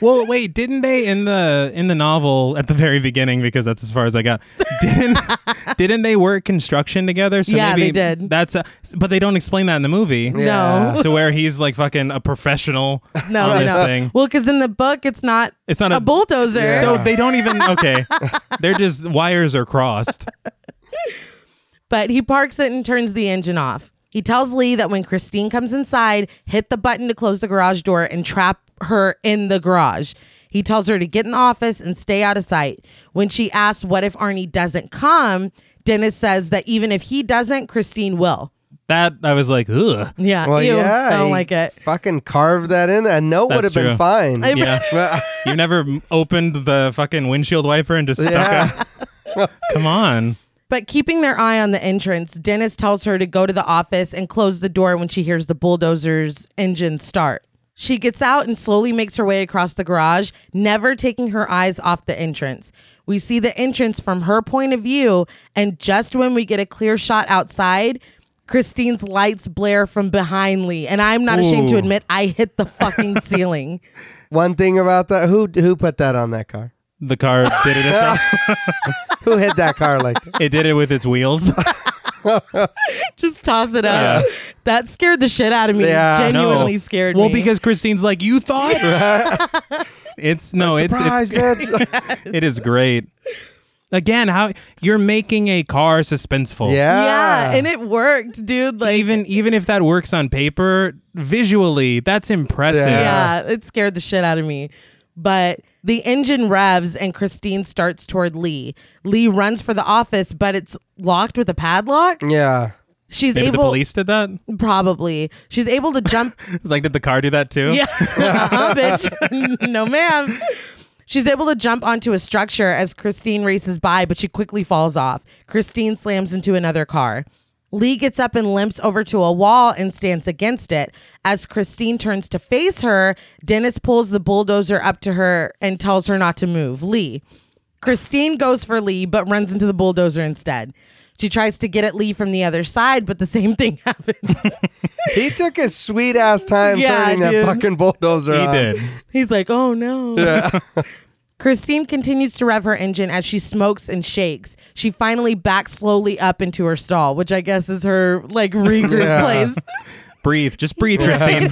Well, wait, didn't they in the in the novel at the very beginning? Because that's as far as I got. Didn't didn't they work construction together? So
Yeah,
maybe
they did.
That's a, but they don't explain that in the movie.
Yeah.
No,
To where he's like fucking a professional
no,
on
no,
this
no.
thing.
Well, because in the book, it's not.
It's not
a,
a-
bulldozer.
Yeah.
So they don't even okay. They're just wires are crossed.
but he parks it and turns the engine off. He tells Lee that when Christine comes inside, hit the button to close the garage door and trap her in the garage. He tells her to get in the office and stay out of sight. When she asks, What if Arnie doesn't come? Dennis says that even if he doesn't, Christine will.
That I was like, ugh.
Yeah.
Well,
ew,
yeah.
I don't
he
like it.
Fucking carved that in. A note would have
That's
been
true.
fine.
I-
Yeah.
But-
You've never m- opened the fucking windshield wiper and just stuck
Yeah.
a- Come on.
But keeping their eye on the entrance, Dennis tells her to go to the office and close the door when she hears the bulldozer's engine start. She gets out and slowly makes her way across the garage, never taking her eyes off the entrance. We see the entrance from her point of view, and just when we get a clear shot outside, Christine's lights blare from behind Lee, and I'm not ashamed to
Ooh.
admit I hit the fucking ceiling.
One thing about that, who who put that on that car?
The car did it. Itself.
Who hit that car like that?
It did it with its wheels.
Just toss it up. That scared the shit out of me.
Yeah, I know.
Genuinely scared
well,
me.
because Christine's like, you thought. it's no, it's
Surprise,
it's
bitch.
it is great. Again, how you're making a car suspenseful.
yeah.
yeah, and it worked, dude. Like
Even even if that works on paper, visually that's impressive.
yeah, it scared the shit out of me. But the engine revs and Christine starts toward Lee. Lee runs for the office, but it's locked with a padlock.
yeah.
She's
Maybe the
able,
police did that.
probably. She's able to jump.
It's like, did the car do that too?
yeah, Uh-huh, bitch. no, ma'am. She's able to jump onto a structure as Christine races by, but she quickly falls off. Christine slams into another car. Lee gets up and limps over to a wall and stands against it. As Christine turns to face her, Dennis pulls the bulldozer up to her and tells her not to move. Lee. Christine goes for Lee, but runs into the bulldozer instead. She tries to get at Lee from the other side, but the same thing happens.
He took his sweet ass time
Yeah,
turning
dude.
that fucking bulldozer
He
on.
did.
He's like, oh no. Christine continues to rev her engine as she smokes and shakes. She finally backs slowly up into her stall, which I guess is her like regroup
Yeah.
place.
Breathe. Just breathe, Christine.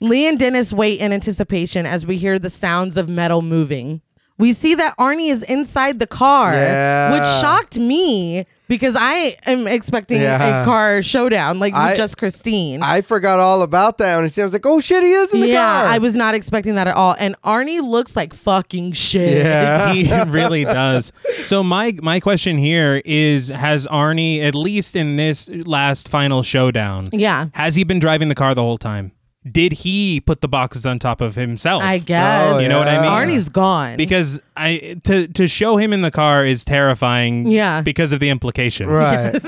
Lee and Dennis wait in anticipation as we hear the sounds of metal moving. we see that Arnie is inside the car,
Yeah.
which shocked me because I am expecting
Yeah.
a car showdown like with
I-
just Christine.
I forgot all about that when I see. I was like, oh shit, he is in the
yeah,
car.
I was not expecting that at all. And Arnie looks like fucking shit.
Yeah.
he really does. So my my question here is: Has Arnie, at least in this last final showdown,
Yeah.
has he been driving the car the whole time? Did he put the boxes on top of himself?
I guess.
Oh, You know what I yeah. mean?
Arnie's gone.
because I to to show him in the car is terrifying.
Yeah.
because of the implication.
right.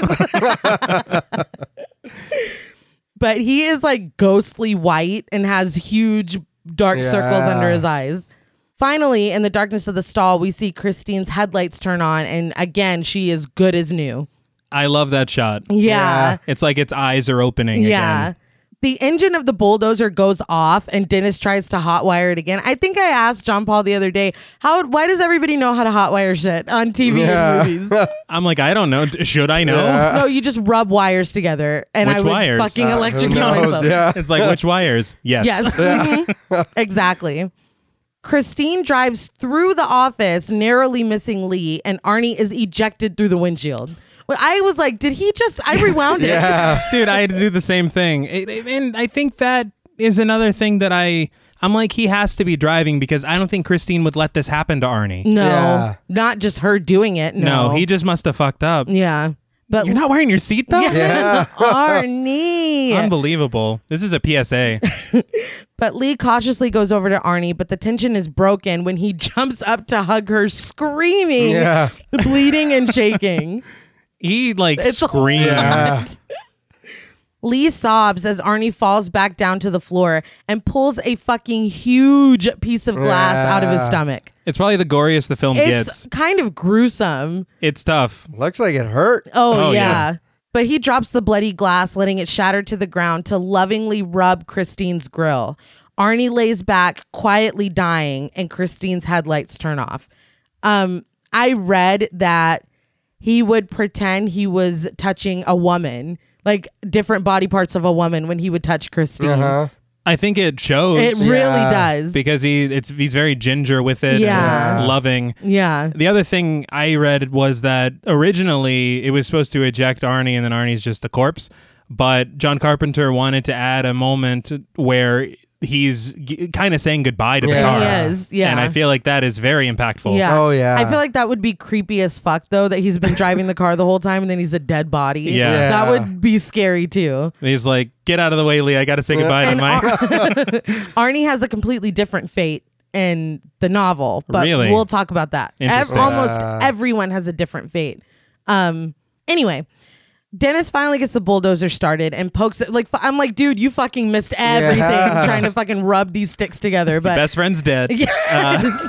but he is like ghostly white and has huge dark circles
Yeah.
under his eyes. Finally, in the darkness of the stall, we see Christine's headlights turn on, and again, she is good as new.
I love that shot.
Yeah.
It's like its eyes are opening.
Yeah.
again.
The engine of the bulldozer goes off and Dennis tries to hotwire it again. I think I asked John Paul the other day, how why does everybody know how to hotwire shit on TV
Yeah.
and movies?
I'm like, I don't know. D- Should I know?
no, you just rub wires together and
Which
I would
wires?
fucking
Uh,
electrocute
knows?
myself.
Yeah.
It's like which wires? Yes.
Yes. Mhm. exactly. Christine drives through the office, narrowly missing Lee, and Arnie is ejected through the windshield. Well, I was like, did he just? I rewound it.
Yeah.
dude i had to do the same thing It- it- and i think that is another thing that i i'm like he has to be driving because i don't think christine would let this happen to arnie
No,
Yeah.
not just her doing it. No,
he just must have fucked up
Yeah, but
you're not wearing your seatbelt
Yeah. Arnie.
unbelievable this is a psa
But Lee cautiously goes over to Arnie, but the tension is broken when he jumps up to hug her, screaming,
Yeah.
bleeding, and shaking.
he like
It's a-
screamed
Lee sobs as Arnie falls back down to the floor and pulls a fucking huge piece of glass out of his
Yeah.
stomach.
it's probably the goriest the film
It's
gets
kind of gruesome.
it's tough
Looks like it hurt.
Oh,
Oh,
yeah.
yeah.
But he drops the bloody glass, letting it shatter to the ground to lovingly rub Christine's grill. Arnie lays back, quietly dying, and Christine's headlights turn off. Um, I read that he would pretend he was touching a woman, like different body parts of a woman when he would touch Christine.
Uh-huh.
i think it shows
It really
Yeah.
does.
because he it's he's very ginger with it and
Yeah.
loving
yeah.
The other thing I read was that originally it was supposed to eject Arnie and then Arnie's just a corpse, but John Carpenter wanted to add a moment where he's g- kind of saying goodbye to the
Yeah.
car.
He
is, yeah.
And I feel like that is very impactful.
Yeah.
Oh, yeah.
I feel like that would be creepy as fuck though that he's been driving the car the whole time and then he's a dead body.
Yeah.
Yeah.
That would be scary too.
He's like, "Get out of the way, Lee. I got to say goodbye to Mike."
Arnie has a completely different fate in the novel, but
Really?
we'll talk about that. Ev-
Interesting.
almost
Yeah.
everyone has a different fate. Um anyway, Dennis finally gets the bulldozer started and pokes it like f- I'm like, dude, you fucking missed everything
Yeah.
trying to fucking rub these sticks together. But
Best friend's dead. Yeah.
Uh,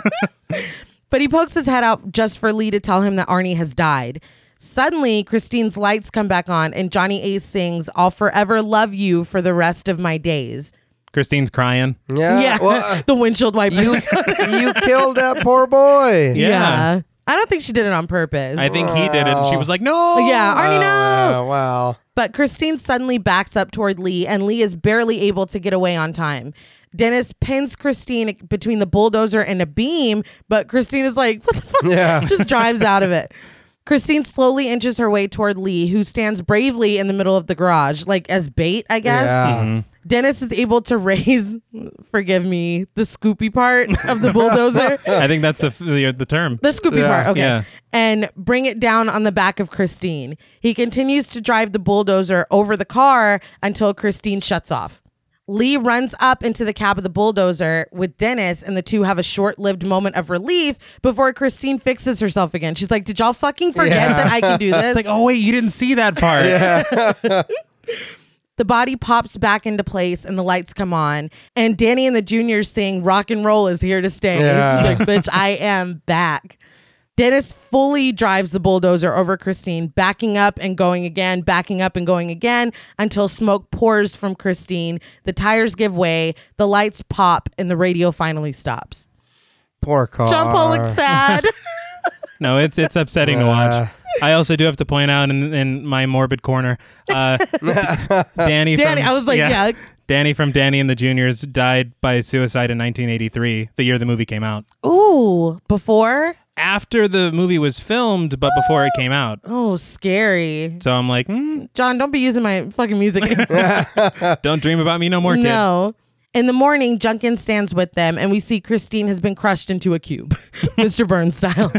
But he pokes his head out just for Lee to tell him that Arnie has died. Suddenly, Christine's lights come back on, and Johnny Ace sings, I'll forever love you for the rest of my days.
Christine's crying.
Yeah.
yeah.
Well, uh,
the windshield wipers.
you, you killed that poor boy.
Yeah.
I don't think she did it on purpose.
I think he did it. And she was like, "No."
yeah, Arnie,
Uh,
no.
Wow, Oh, wow.
But Christine suddenly backs up toward Lee, and Lee is barely able to get away on time. Dennis pins Christine between the bulldozer and a beam, but Christine is like, what the fuck?
Yeah.
Just drives out of it. Christine slowly inches her way toward Lee, who stands bravely in the middle of the garage, like as bait, I guess.
Yeah.
Mm-hmm.
Dennis is able to raise, forgive me, the scoopy part of the bulldozer.
I think that's the f- the, the term.
The Scoopy
Yeah.
part, okay.
Yeah.
And bring it down on the back of Christine. He continues to drive the bulldozer over the car until Christine shuts off. Lee runs up into the cab of the bulldozer with Dennis, and the two have a short lived moment of relief before Christine fixes herself again. She's like, Did y'all fucking forget
Yeah.
that I can do this?
It's like, "Oh wait, you didn't see that part."
the body pops back into place and the lights come on. And Danny and the juniors sing Rock and Roll is Here to Stay.
Yeah.
He's like, bitch, I am back. Dennis fully drives the bulldozer over Christine, backing up and going again, backing up and going again until smoke pours from Christine. The tires give way, the lights pop, and the radio finally stops.
Poor car.
John Paul looks sad.
No, it's it's upsetting to
Yeah.
watch. I also do have to point out in, in my morbid corner, uh, D- Danny.
Danny,
from-
I was like, yeah,
Danny from Danny and the Juniors died by suicide in 1983, the year the movie came out.
Ooh, before?
After the movie was filmed, but before it came out.
Oh, scary.
So I'm like, mm,
John, don't be using my fucking music. anymore.
don't dream about me no more, kid.
no. In the morning, Junkin stands with them, and we see Christine has been crushed into a cube, Mr. Burns style.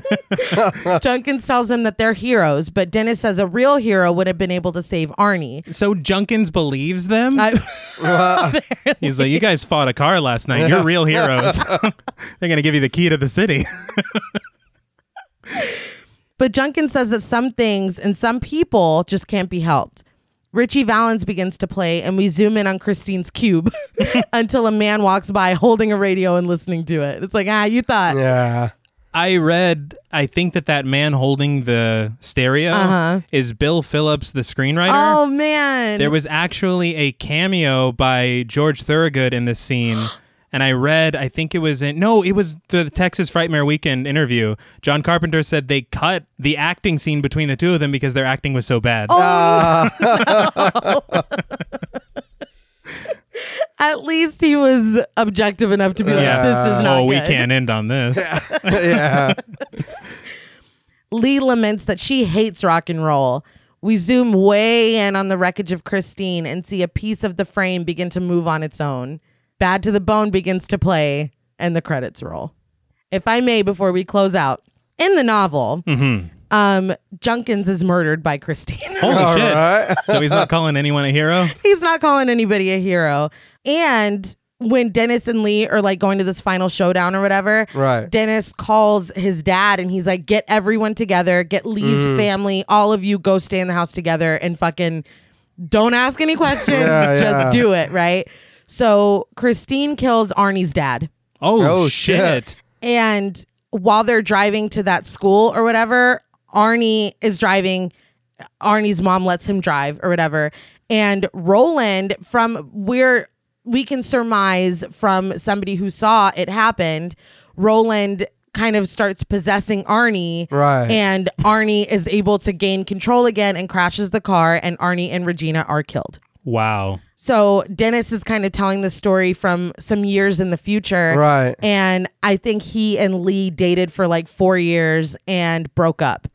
Junkins tells them that they're heroes, but Dennis says a real hero would have been able to save Arnie.
So Junkins believes them.
I,
He's like, you guys fought a car last night. You're real heroes. They're gonna give you the key to the city.
But Junkins says that some things and some people just can't be helped. Richie Valens begins to play, and we zoom in on Christine's cube until a man walks by holding a radio and listening to it. It's like, ah, you thought.
Yeah.
I read. I think that that man holding the stereo is Bill Phillips, the screenwriter.
Uh-huh. Oh, man.
There was actually a cameo by George Thorogood in this scene. And I read, I think it was in, no, it was the Texas Frightmare Weekend interview. John Carpenter said they cut the acting scene between the two of them because their acting was so bad.
Oh, At least he was objective enough to be like,
Yeah.
this is not
oh, we
good."
can't end on this.
yeah.
Lee laments that she hates rock and roll. We zoom way in on the wreckage of Christine and see a piece of the frame begin to move on its own. Bad to the Bone begins to play, and the credits roll. If I may, before we close out, in the novel,
Mm-hmm.
um, Junkins is murdered by Christine.
Holy shit.
right.
so he's not calling anyone a hero?
He's not calling anybody a hero. And when Dennis and Lee are like going to this final showdown or whatever,
Right.
Dennis calls his dad and he's like, get everyone together, get Lee's
Mm.
family, all of you go stay in the house together and fucking don't ask any questions,
Yeah,
just
yeah.
do it, right? So Christine kills Arnie's dad.
Oh,
Oh,
shit.
shit.
And while they're driving to that school or whatever, Arnie is driving. Arnie's mom lets him drive or whatever. And Roland, from where we can surmise from somebody who saw it happened, Roland kind of starts possessing Arnie.
Right.
And Arnie is able to gain control again and crashes the car, and Arnie and Regina are killed.
Wow.
So Dennis is kind of telling the story from some years in the future.
Right.
And I think he and Lee dated for like four years and broke up.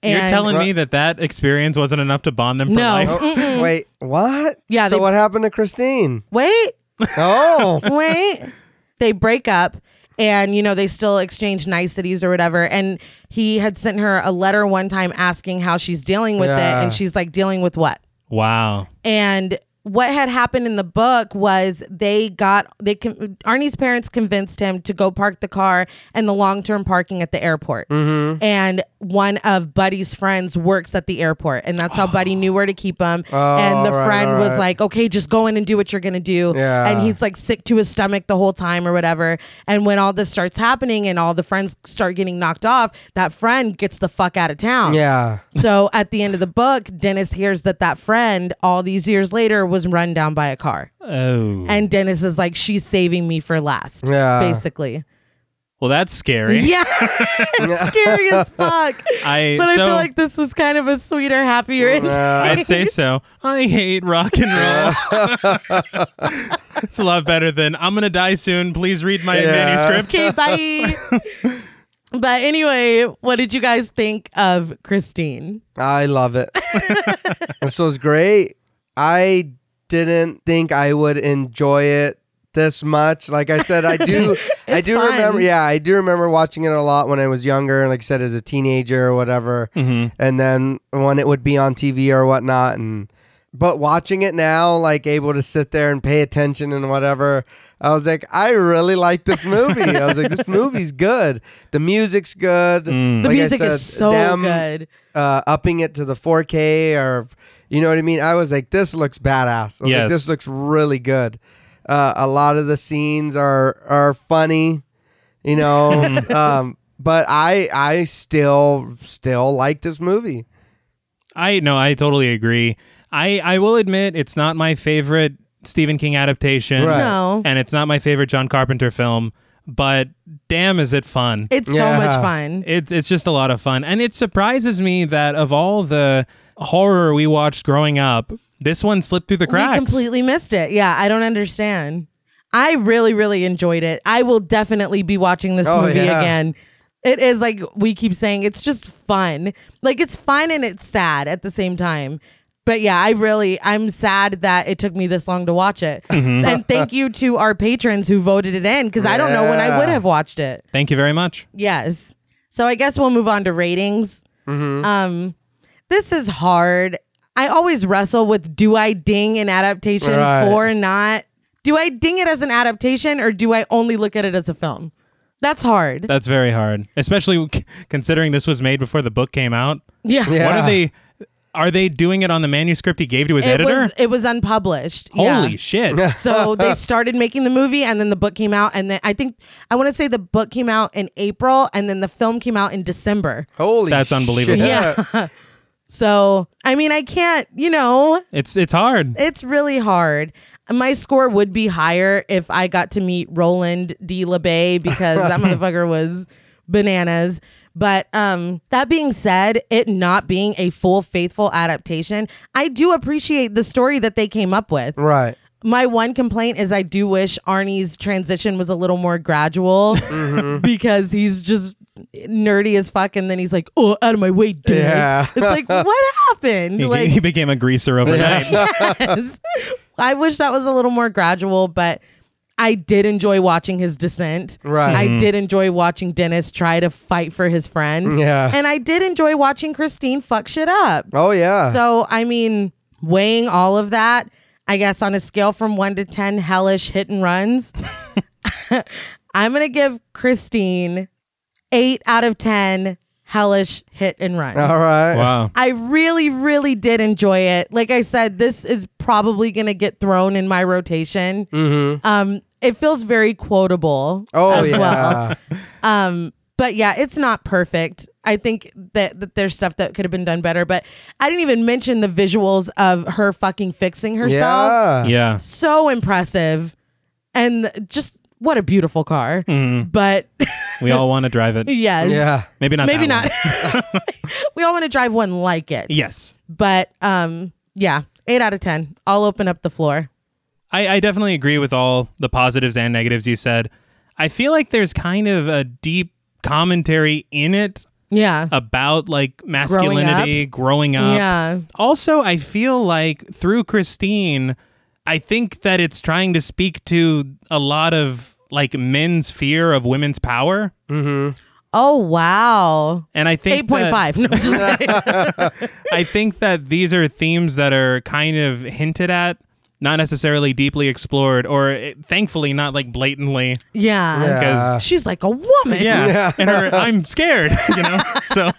And
You're telling me that that experience wasn't enough to bond them for
No.
life?
Oh, Wait, what?
Yeah,
So
they-
what happened to Christine?
wait,
Oh.
wait. they break up and you know they still exchange niceties or whatever and he had sent her a letter one time asking how she's dealing with
Yeah.
it and she's like dealing with what
Wow.
And what had happened in the book was they got they con- Arnie's parents convinced him to go park the car in the long term parking at the airport.
Mm-hmm.
And one of Buddy's friends works at the airport, and that's how Buddy knew where to keep him. and the
all right,
friend
all
was
Oh, right.
like, "Okay, just go in and do what you're gonna do."
Yeah.
And he's like sick to his stomach the whole time or whatever. And when all this starts happening and all the friends start getting knocked off, that friend gets the fuck out of town.
Yeah.
So at the end of the book, Dennis hears that that friend all these years later was run down by a car.
Oh.
And Dennis is like, she's saving me for last.
Yeah.
Basically.
well, that's scary.
Yeah. Scary as fuck.
I,
But I
so,
feel like this was kind of a sweeter, happier ending.
I'd say so. I hate rock and roll. it's a lot better than I'm going to die soon. Please read my
Yeah.
manuscript.
okay, bye. but anyway, what did you guys think of Christine?
I love it. this was great. I didn't think I would enjoy it this much. Like I said, I do I
It's
do
fun.
remember yeah, I do remember watching it a lot when I was younger, like I said, as a teenager or whatever. And then when it would be on TV or whatnot and but watching it now, like able to sit there and pay attention and whatever, I was like, I really like this movie. I was like, this movie's good. The music's good.
The
Like I
music is
said,
so
them-
good.
uh, upping it to the 4K or you know what I mean. I was like, this looks badass. I was like,
Yes.
this looks really good. Uh, a lot of the scenes are are funny, you know.
Hmm.
um, but I I still still like this movie.
I no, I totally agree. I I will admit it's not my favorite Stephen King adaptation.
Right.
No.
And it's not my favorite John Carpenter film, but damn is it fun.
It's
Yeah.
so much fun.
It's it's just a lot of fun, and it surprises me that of all the horror we watched growing up, This one slipped through the
We
cracks.
completely missed it. Yeah, I don't understand. I really, really enjoyed it. I will definitely be watching this
Oh,
movie
yeah.
again. It is like we keep saying, it's just fun. Like it's fun and it's sad at the same time. But yeah, I really, I'm sad that it took me this long to watch it.
Mm-hmm.
And thank you to our patrons who voted it in because I don't know when I would
Yeah.
have watched it.
Thank you very much.
Yes. So I guess we'll move on to ratings.
Mm-hmm.
Um, this is hard. I always wrestle with do I ding an adaptation
Right.
or not? Do I ding it as an adaptation or do I only look at it as a film? That's hard.
That's very hard, especially c- considering this was made before the book came out.
yeah.
Yeah.
What are they? Are they doing it on the manuscript he gave to his
It
editor?
was it was unpublished. Yeah.
Holy shit!
so they started making the movie and then the book came out and then I think I want to say the book came out in April and then the film came out in December.
Holy,
That's unbelievable.
shit.
Yeah. So, I mean, I can't, you know,
It's it's hard.
it's really hard. My score would be higher if I got to meet Roland D. LeBay because that motherfucker was bananas. But um, that being said, it not being a full faithful adaptation, I do appreciate the story that they came up with.
Right.
My one complaint is I do wish Arnie's transition was a little more gradual because he's just nerdy as fuck and then he's like, "Oh, out of my way, Dennis."
Yeah.
It's like, "What happened?"
He,
like
he became a greaser overnight.
yes. I wish that was a little more gradual, but I did enjoy watching his descent.
Right. Mm-hmm.
I did enjoy watching Dennis try to fight for his friend.
Yeah.
And I did enjoy watching Christine fuck shit up.
Oh yeah.
So, I mean, weighing all of that, I guess on a scale from one to 10 hellish hit and runs, I'm going to give Christine eight out of 10 hellish hit and runs.
All right.
Wow.
I really, really did enjoy it. Like I said, this is probably gonna get thrown in my rotation.
Mm-hmm.
Um, it feels very quotable.
Oh
as
yeah.
Well. Um, but yeah, it's not perfect. I think that, that there's stuff that could have been done better. But I didn't even mention the visuals of her fucking fixing herself.
Yeah.
Yeah.
So impressive, and just what a beautiful car.
Mm-hmm.
But
We all want to drive it.
yes,
Yeah.
Maybe not.
maybe
that one.
not. we all want to drive one like it.
Yes.
But um, yeah, eight out of ten. I'll open up the floor.
I, I definitely agree with all the positives and negatives you said. I feel like there's kind of a deep commentary in it
Yeah,
about like masculinity, growing up.
yeah,
Also, I feel like through Christine, I think that it's trying to speak to a lot of like men's fear of women's power.
Oh wow,
And I think
eight point
that-
five. No, I'm just kidding.
I think that these are themes that are kind of hinted at, not necessarily deeply explored, or eh, thankfully not like blatantly.
yeah.
Because-
she's like a woman.
Yeah, and her, I'm scared, you know. so,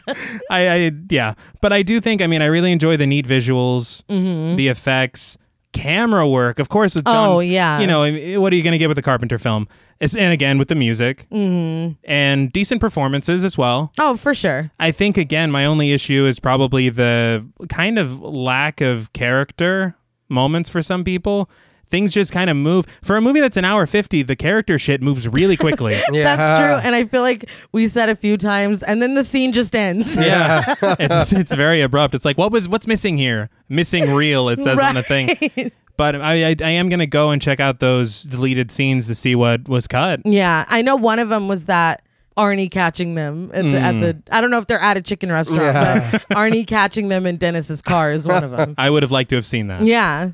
I, I yeah, but I do think I mean I really enjoy the neat visuals, the effects, camera work, of course with John.
Mm-hmm. Oh, yeah.
you know I mean, what are you going to get with a Carpenter film? It's, and again with the music
Mm-hmm.
and decent performances as well.
Oh, for sure.
I think again, my only issue is probably the kind of lack of character moments for some people. Things just kind of move. For a movie that's an hour fifty, the character shit moves really quickly.
Yeah.
That's true. And I feel like we said a few times, and then the scene just ends.
yeah, it's it's very abrupt. It's like what was what's missing here? Missing real. It says on the thing. But I, I I am gonna go and check out those deleted scenes to see what was cut.
Yeah, I know one of them was that Arnie catching them at the, at the I don't know if they're at a chicken restaurant, but Arnie catching them in Dennis's car is one of them.
I would have liked to have seen that.
Yeah.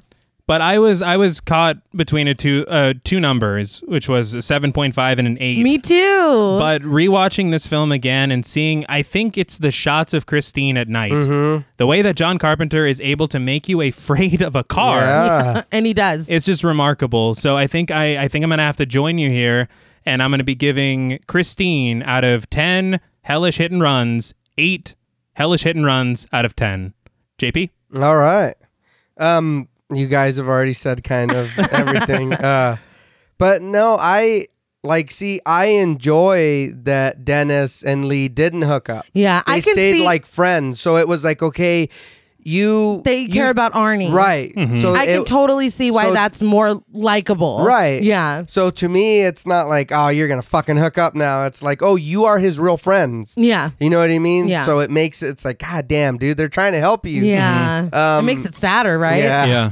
But I was I was caught between a two uh two numbers, which was a seven point five and an eight.
Me too.
But rewatching this film again and seeing, I think it's the shots of Christine at night. The way that John Carpenter is able to make you afraid of a car,
Yeah.
and he does.
it's just remarkable. So I think I, I think I'm gonna have to join you here, and I'm gonna be giving Christine out of ten hellish hit and runs, eight hellish hit and runs out of ten. JP,
All right. Um, you guys have already said kind of everything. Uh, but no, I like see. I enjoy that Dennis and Lee didn't hook up.
yeah,
They
I can
stayed
see
like friends, so it was like okay. you
They
you-
care about Arnie.
right. So
I can
it-
totally see why
so-
that's more likable.
Right.
Yeah.
So to me, it's not like, oh, you're gonna fucking hook up now. It's like, oh, you are his real friends.
Yeah.
You know what I mean?
Yeah.
So it makes it's like, God damn, dude, they're trying to help you.
Yeah.
Um,
it makes it sadder, right?
Yeah.
yeah.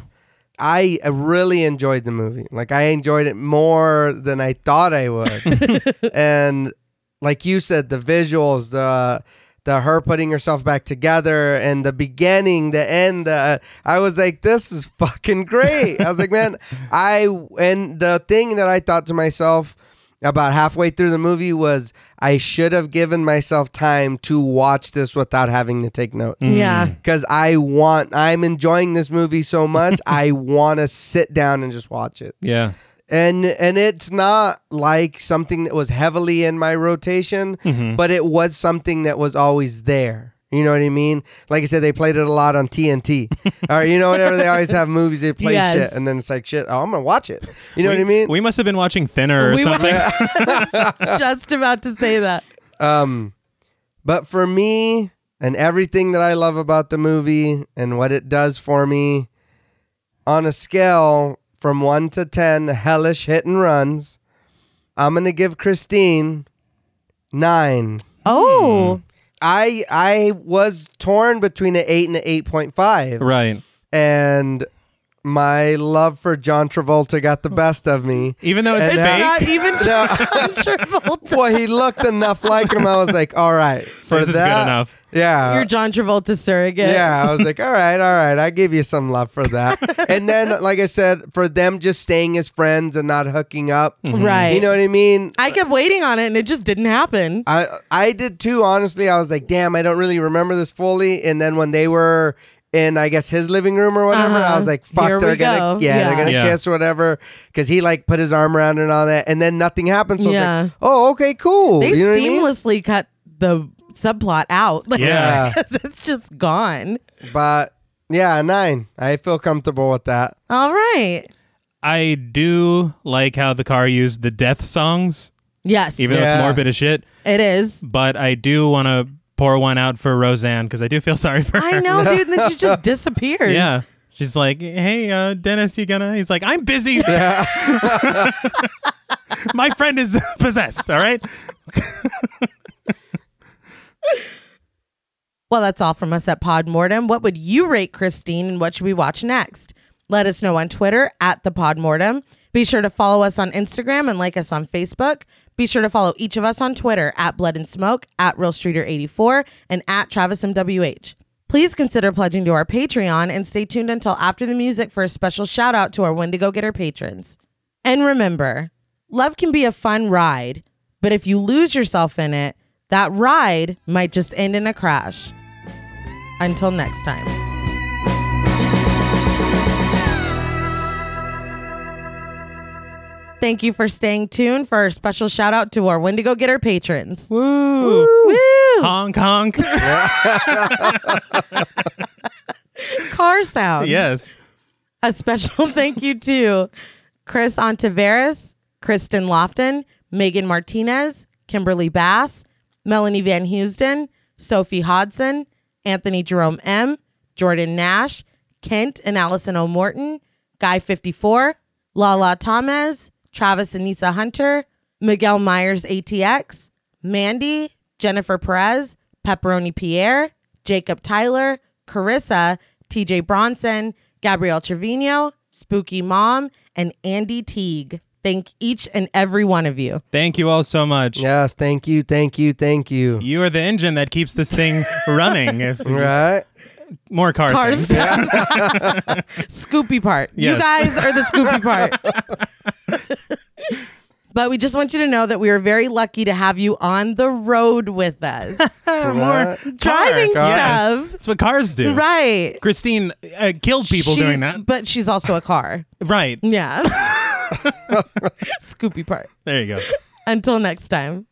I uh, really enjoyed the movie. Like I enjoyed it more than I thought I would. and like you said, the visuals, the the her putting herself back together, and the beginning, the end. The, I was like, this is fucking great. I was like, man, I and the thing that I thought to myself about halfway through the movie was I should have given myself time to watch this without having to take notes
Yeah.
because I want I'm enjoying this movie so much I want to sit down and just watch it.
Yeah.
And and it's not like something that was heavily in my rotation, but it was something that was always there. You know what I mean? Like I said, they played it a lot on TNT, or you know whatever. They always have movies they play
Yes.
shit, and then it's like shit. Oh, I'm gonna watch it. You know
we,
what I mean?
We must have been watching Thinner or
We were-
something.
Just about to say that.
Um, but for me and everything that I love about the movie and what it does for me, on a scale from one to ten, hellish hit and runs, I'm gonna give Christine nine.
Oh.
I I was torn between an eight and an eight point five,
right.
and my love for John Travolta got the best of me.
Even though it's
And uh, now-
Not
fake.
even
No.
John Travolta.
Well, he looked enough like him. I was like, all right, for
This is good
that-
enough.
Yeah,
You're John Travolta surrogate.
Uh, Yeah, I was like, all right, all right, I give you some love for that. and then, like I said, for them just staying as friends and not hooking up,
Right.
You know what I mean?
I kept waiting on it and it just didn't happen.
I I did too. Honestly, I was like, damn, I don't really remember this fully. And then when they were in, I guess his living room or whatever,
Uh-huh.
I was like, fuck,
Here we
they're gonna,
go.
yeah,
Yeah.
they're gonna
Yeah.
kiss or whatever, because he like put his arm around her and all that. And then nothing happened. So I
Yeah.
was like, oh, okay, cool.
They
You know what I mean?
seamlessly cut the subplot out. Like,
Yeah.
Because it's just gone.
But yeah, nine. I feel comfortable with that.
All right.
I do like how the car used the death songs,
Yes.
even though
Yeah.
it's morbid as shit.
it is.
But I do want to pour one out for Roseanne because I do feel sorry for her.
I know, dude. And then she just disappears.
Yeah. She's like, hey, uh, Dennis, you gonna? He's like, I'm busy. My friend is possessed. All right.
Well, that's all from us at Podmortem. What would you rate Christine and what should we watch next? Let us know on Twitter at the Podmortem. Be sure to follow us on Instagram and like us on Facebook. Be sure to follow each of us on Twitter at Blood and Smoke, at Real Streeter 84, and at Travis MWH. Please consider pledging to our Patreon and stay tuned until after the music for a special shout out to our Wendigo Getter patrons. And remember, love can be a fun ride, but if you lose yourself in it, that ride might just end in a crash. Until next time. Thank you for staying tuned for our special shout out to our Wendigo Getter patrons.
Woo.
Woo!
Honk, honk.
Car sound.
yes.
A special thank you to Chris Ontiveros, Kristen Lofton, Megan Martinez, Kimberly Bass, Melanie Van Houston, Sophie Hodson, Anthony Jerome M, Jordan Nash, Kent and Allison O. Morton, Guy54, Lala Thomas, Travis and Nisa Hunter, Miguel Myers ATX, Mandy, Jennifer Perez, Pepperoni Pierre, Jacob Tyler, Carissa, TJ Bronson, Gabrielle Trevino, Spooky Mom, and Andy Teague. Thank each and every one of you.
Thank you all so much.
Yes, thank you, thank you, thank you.
You are the engine that keeps this thing running. If-
Right.
More car
Cars.
things.
Scoopy part. You
Yes.
guys are the Scoopy part. but we just want you to know that we are very lucky to have you on the road with us.
Right.
Driving
Yes.
stuff.
That's what cars do.
Right.
Christine uh, killed people
She-
doing that.
But she's also a car.
Right.
Yeah. Scoopy part.
There you go.
Until next time.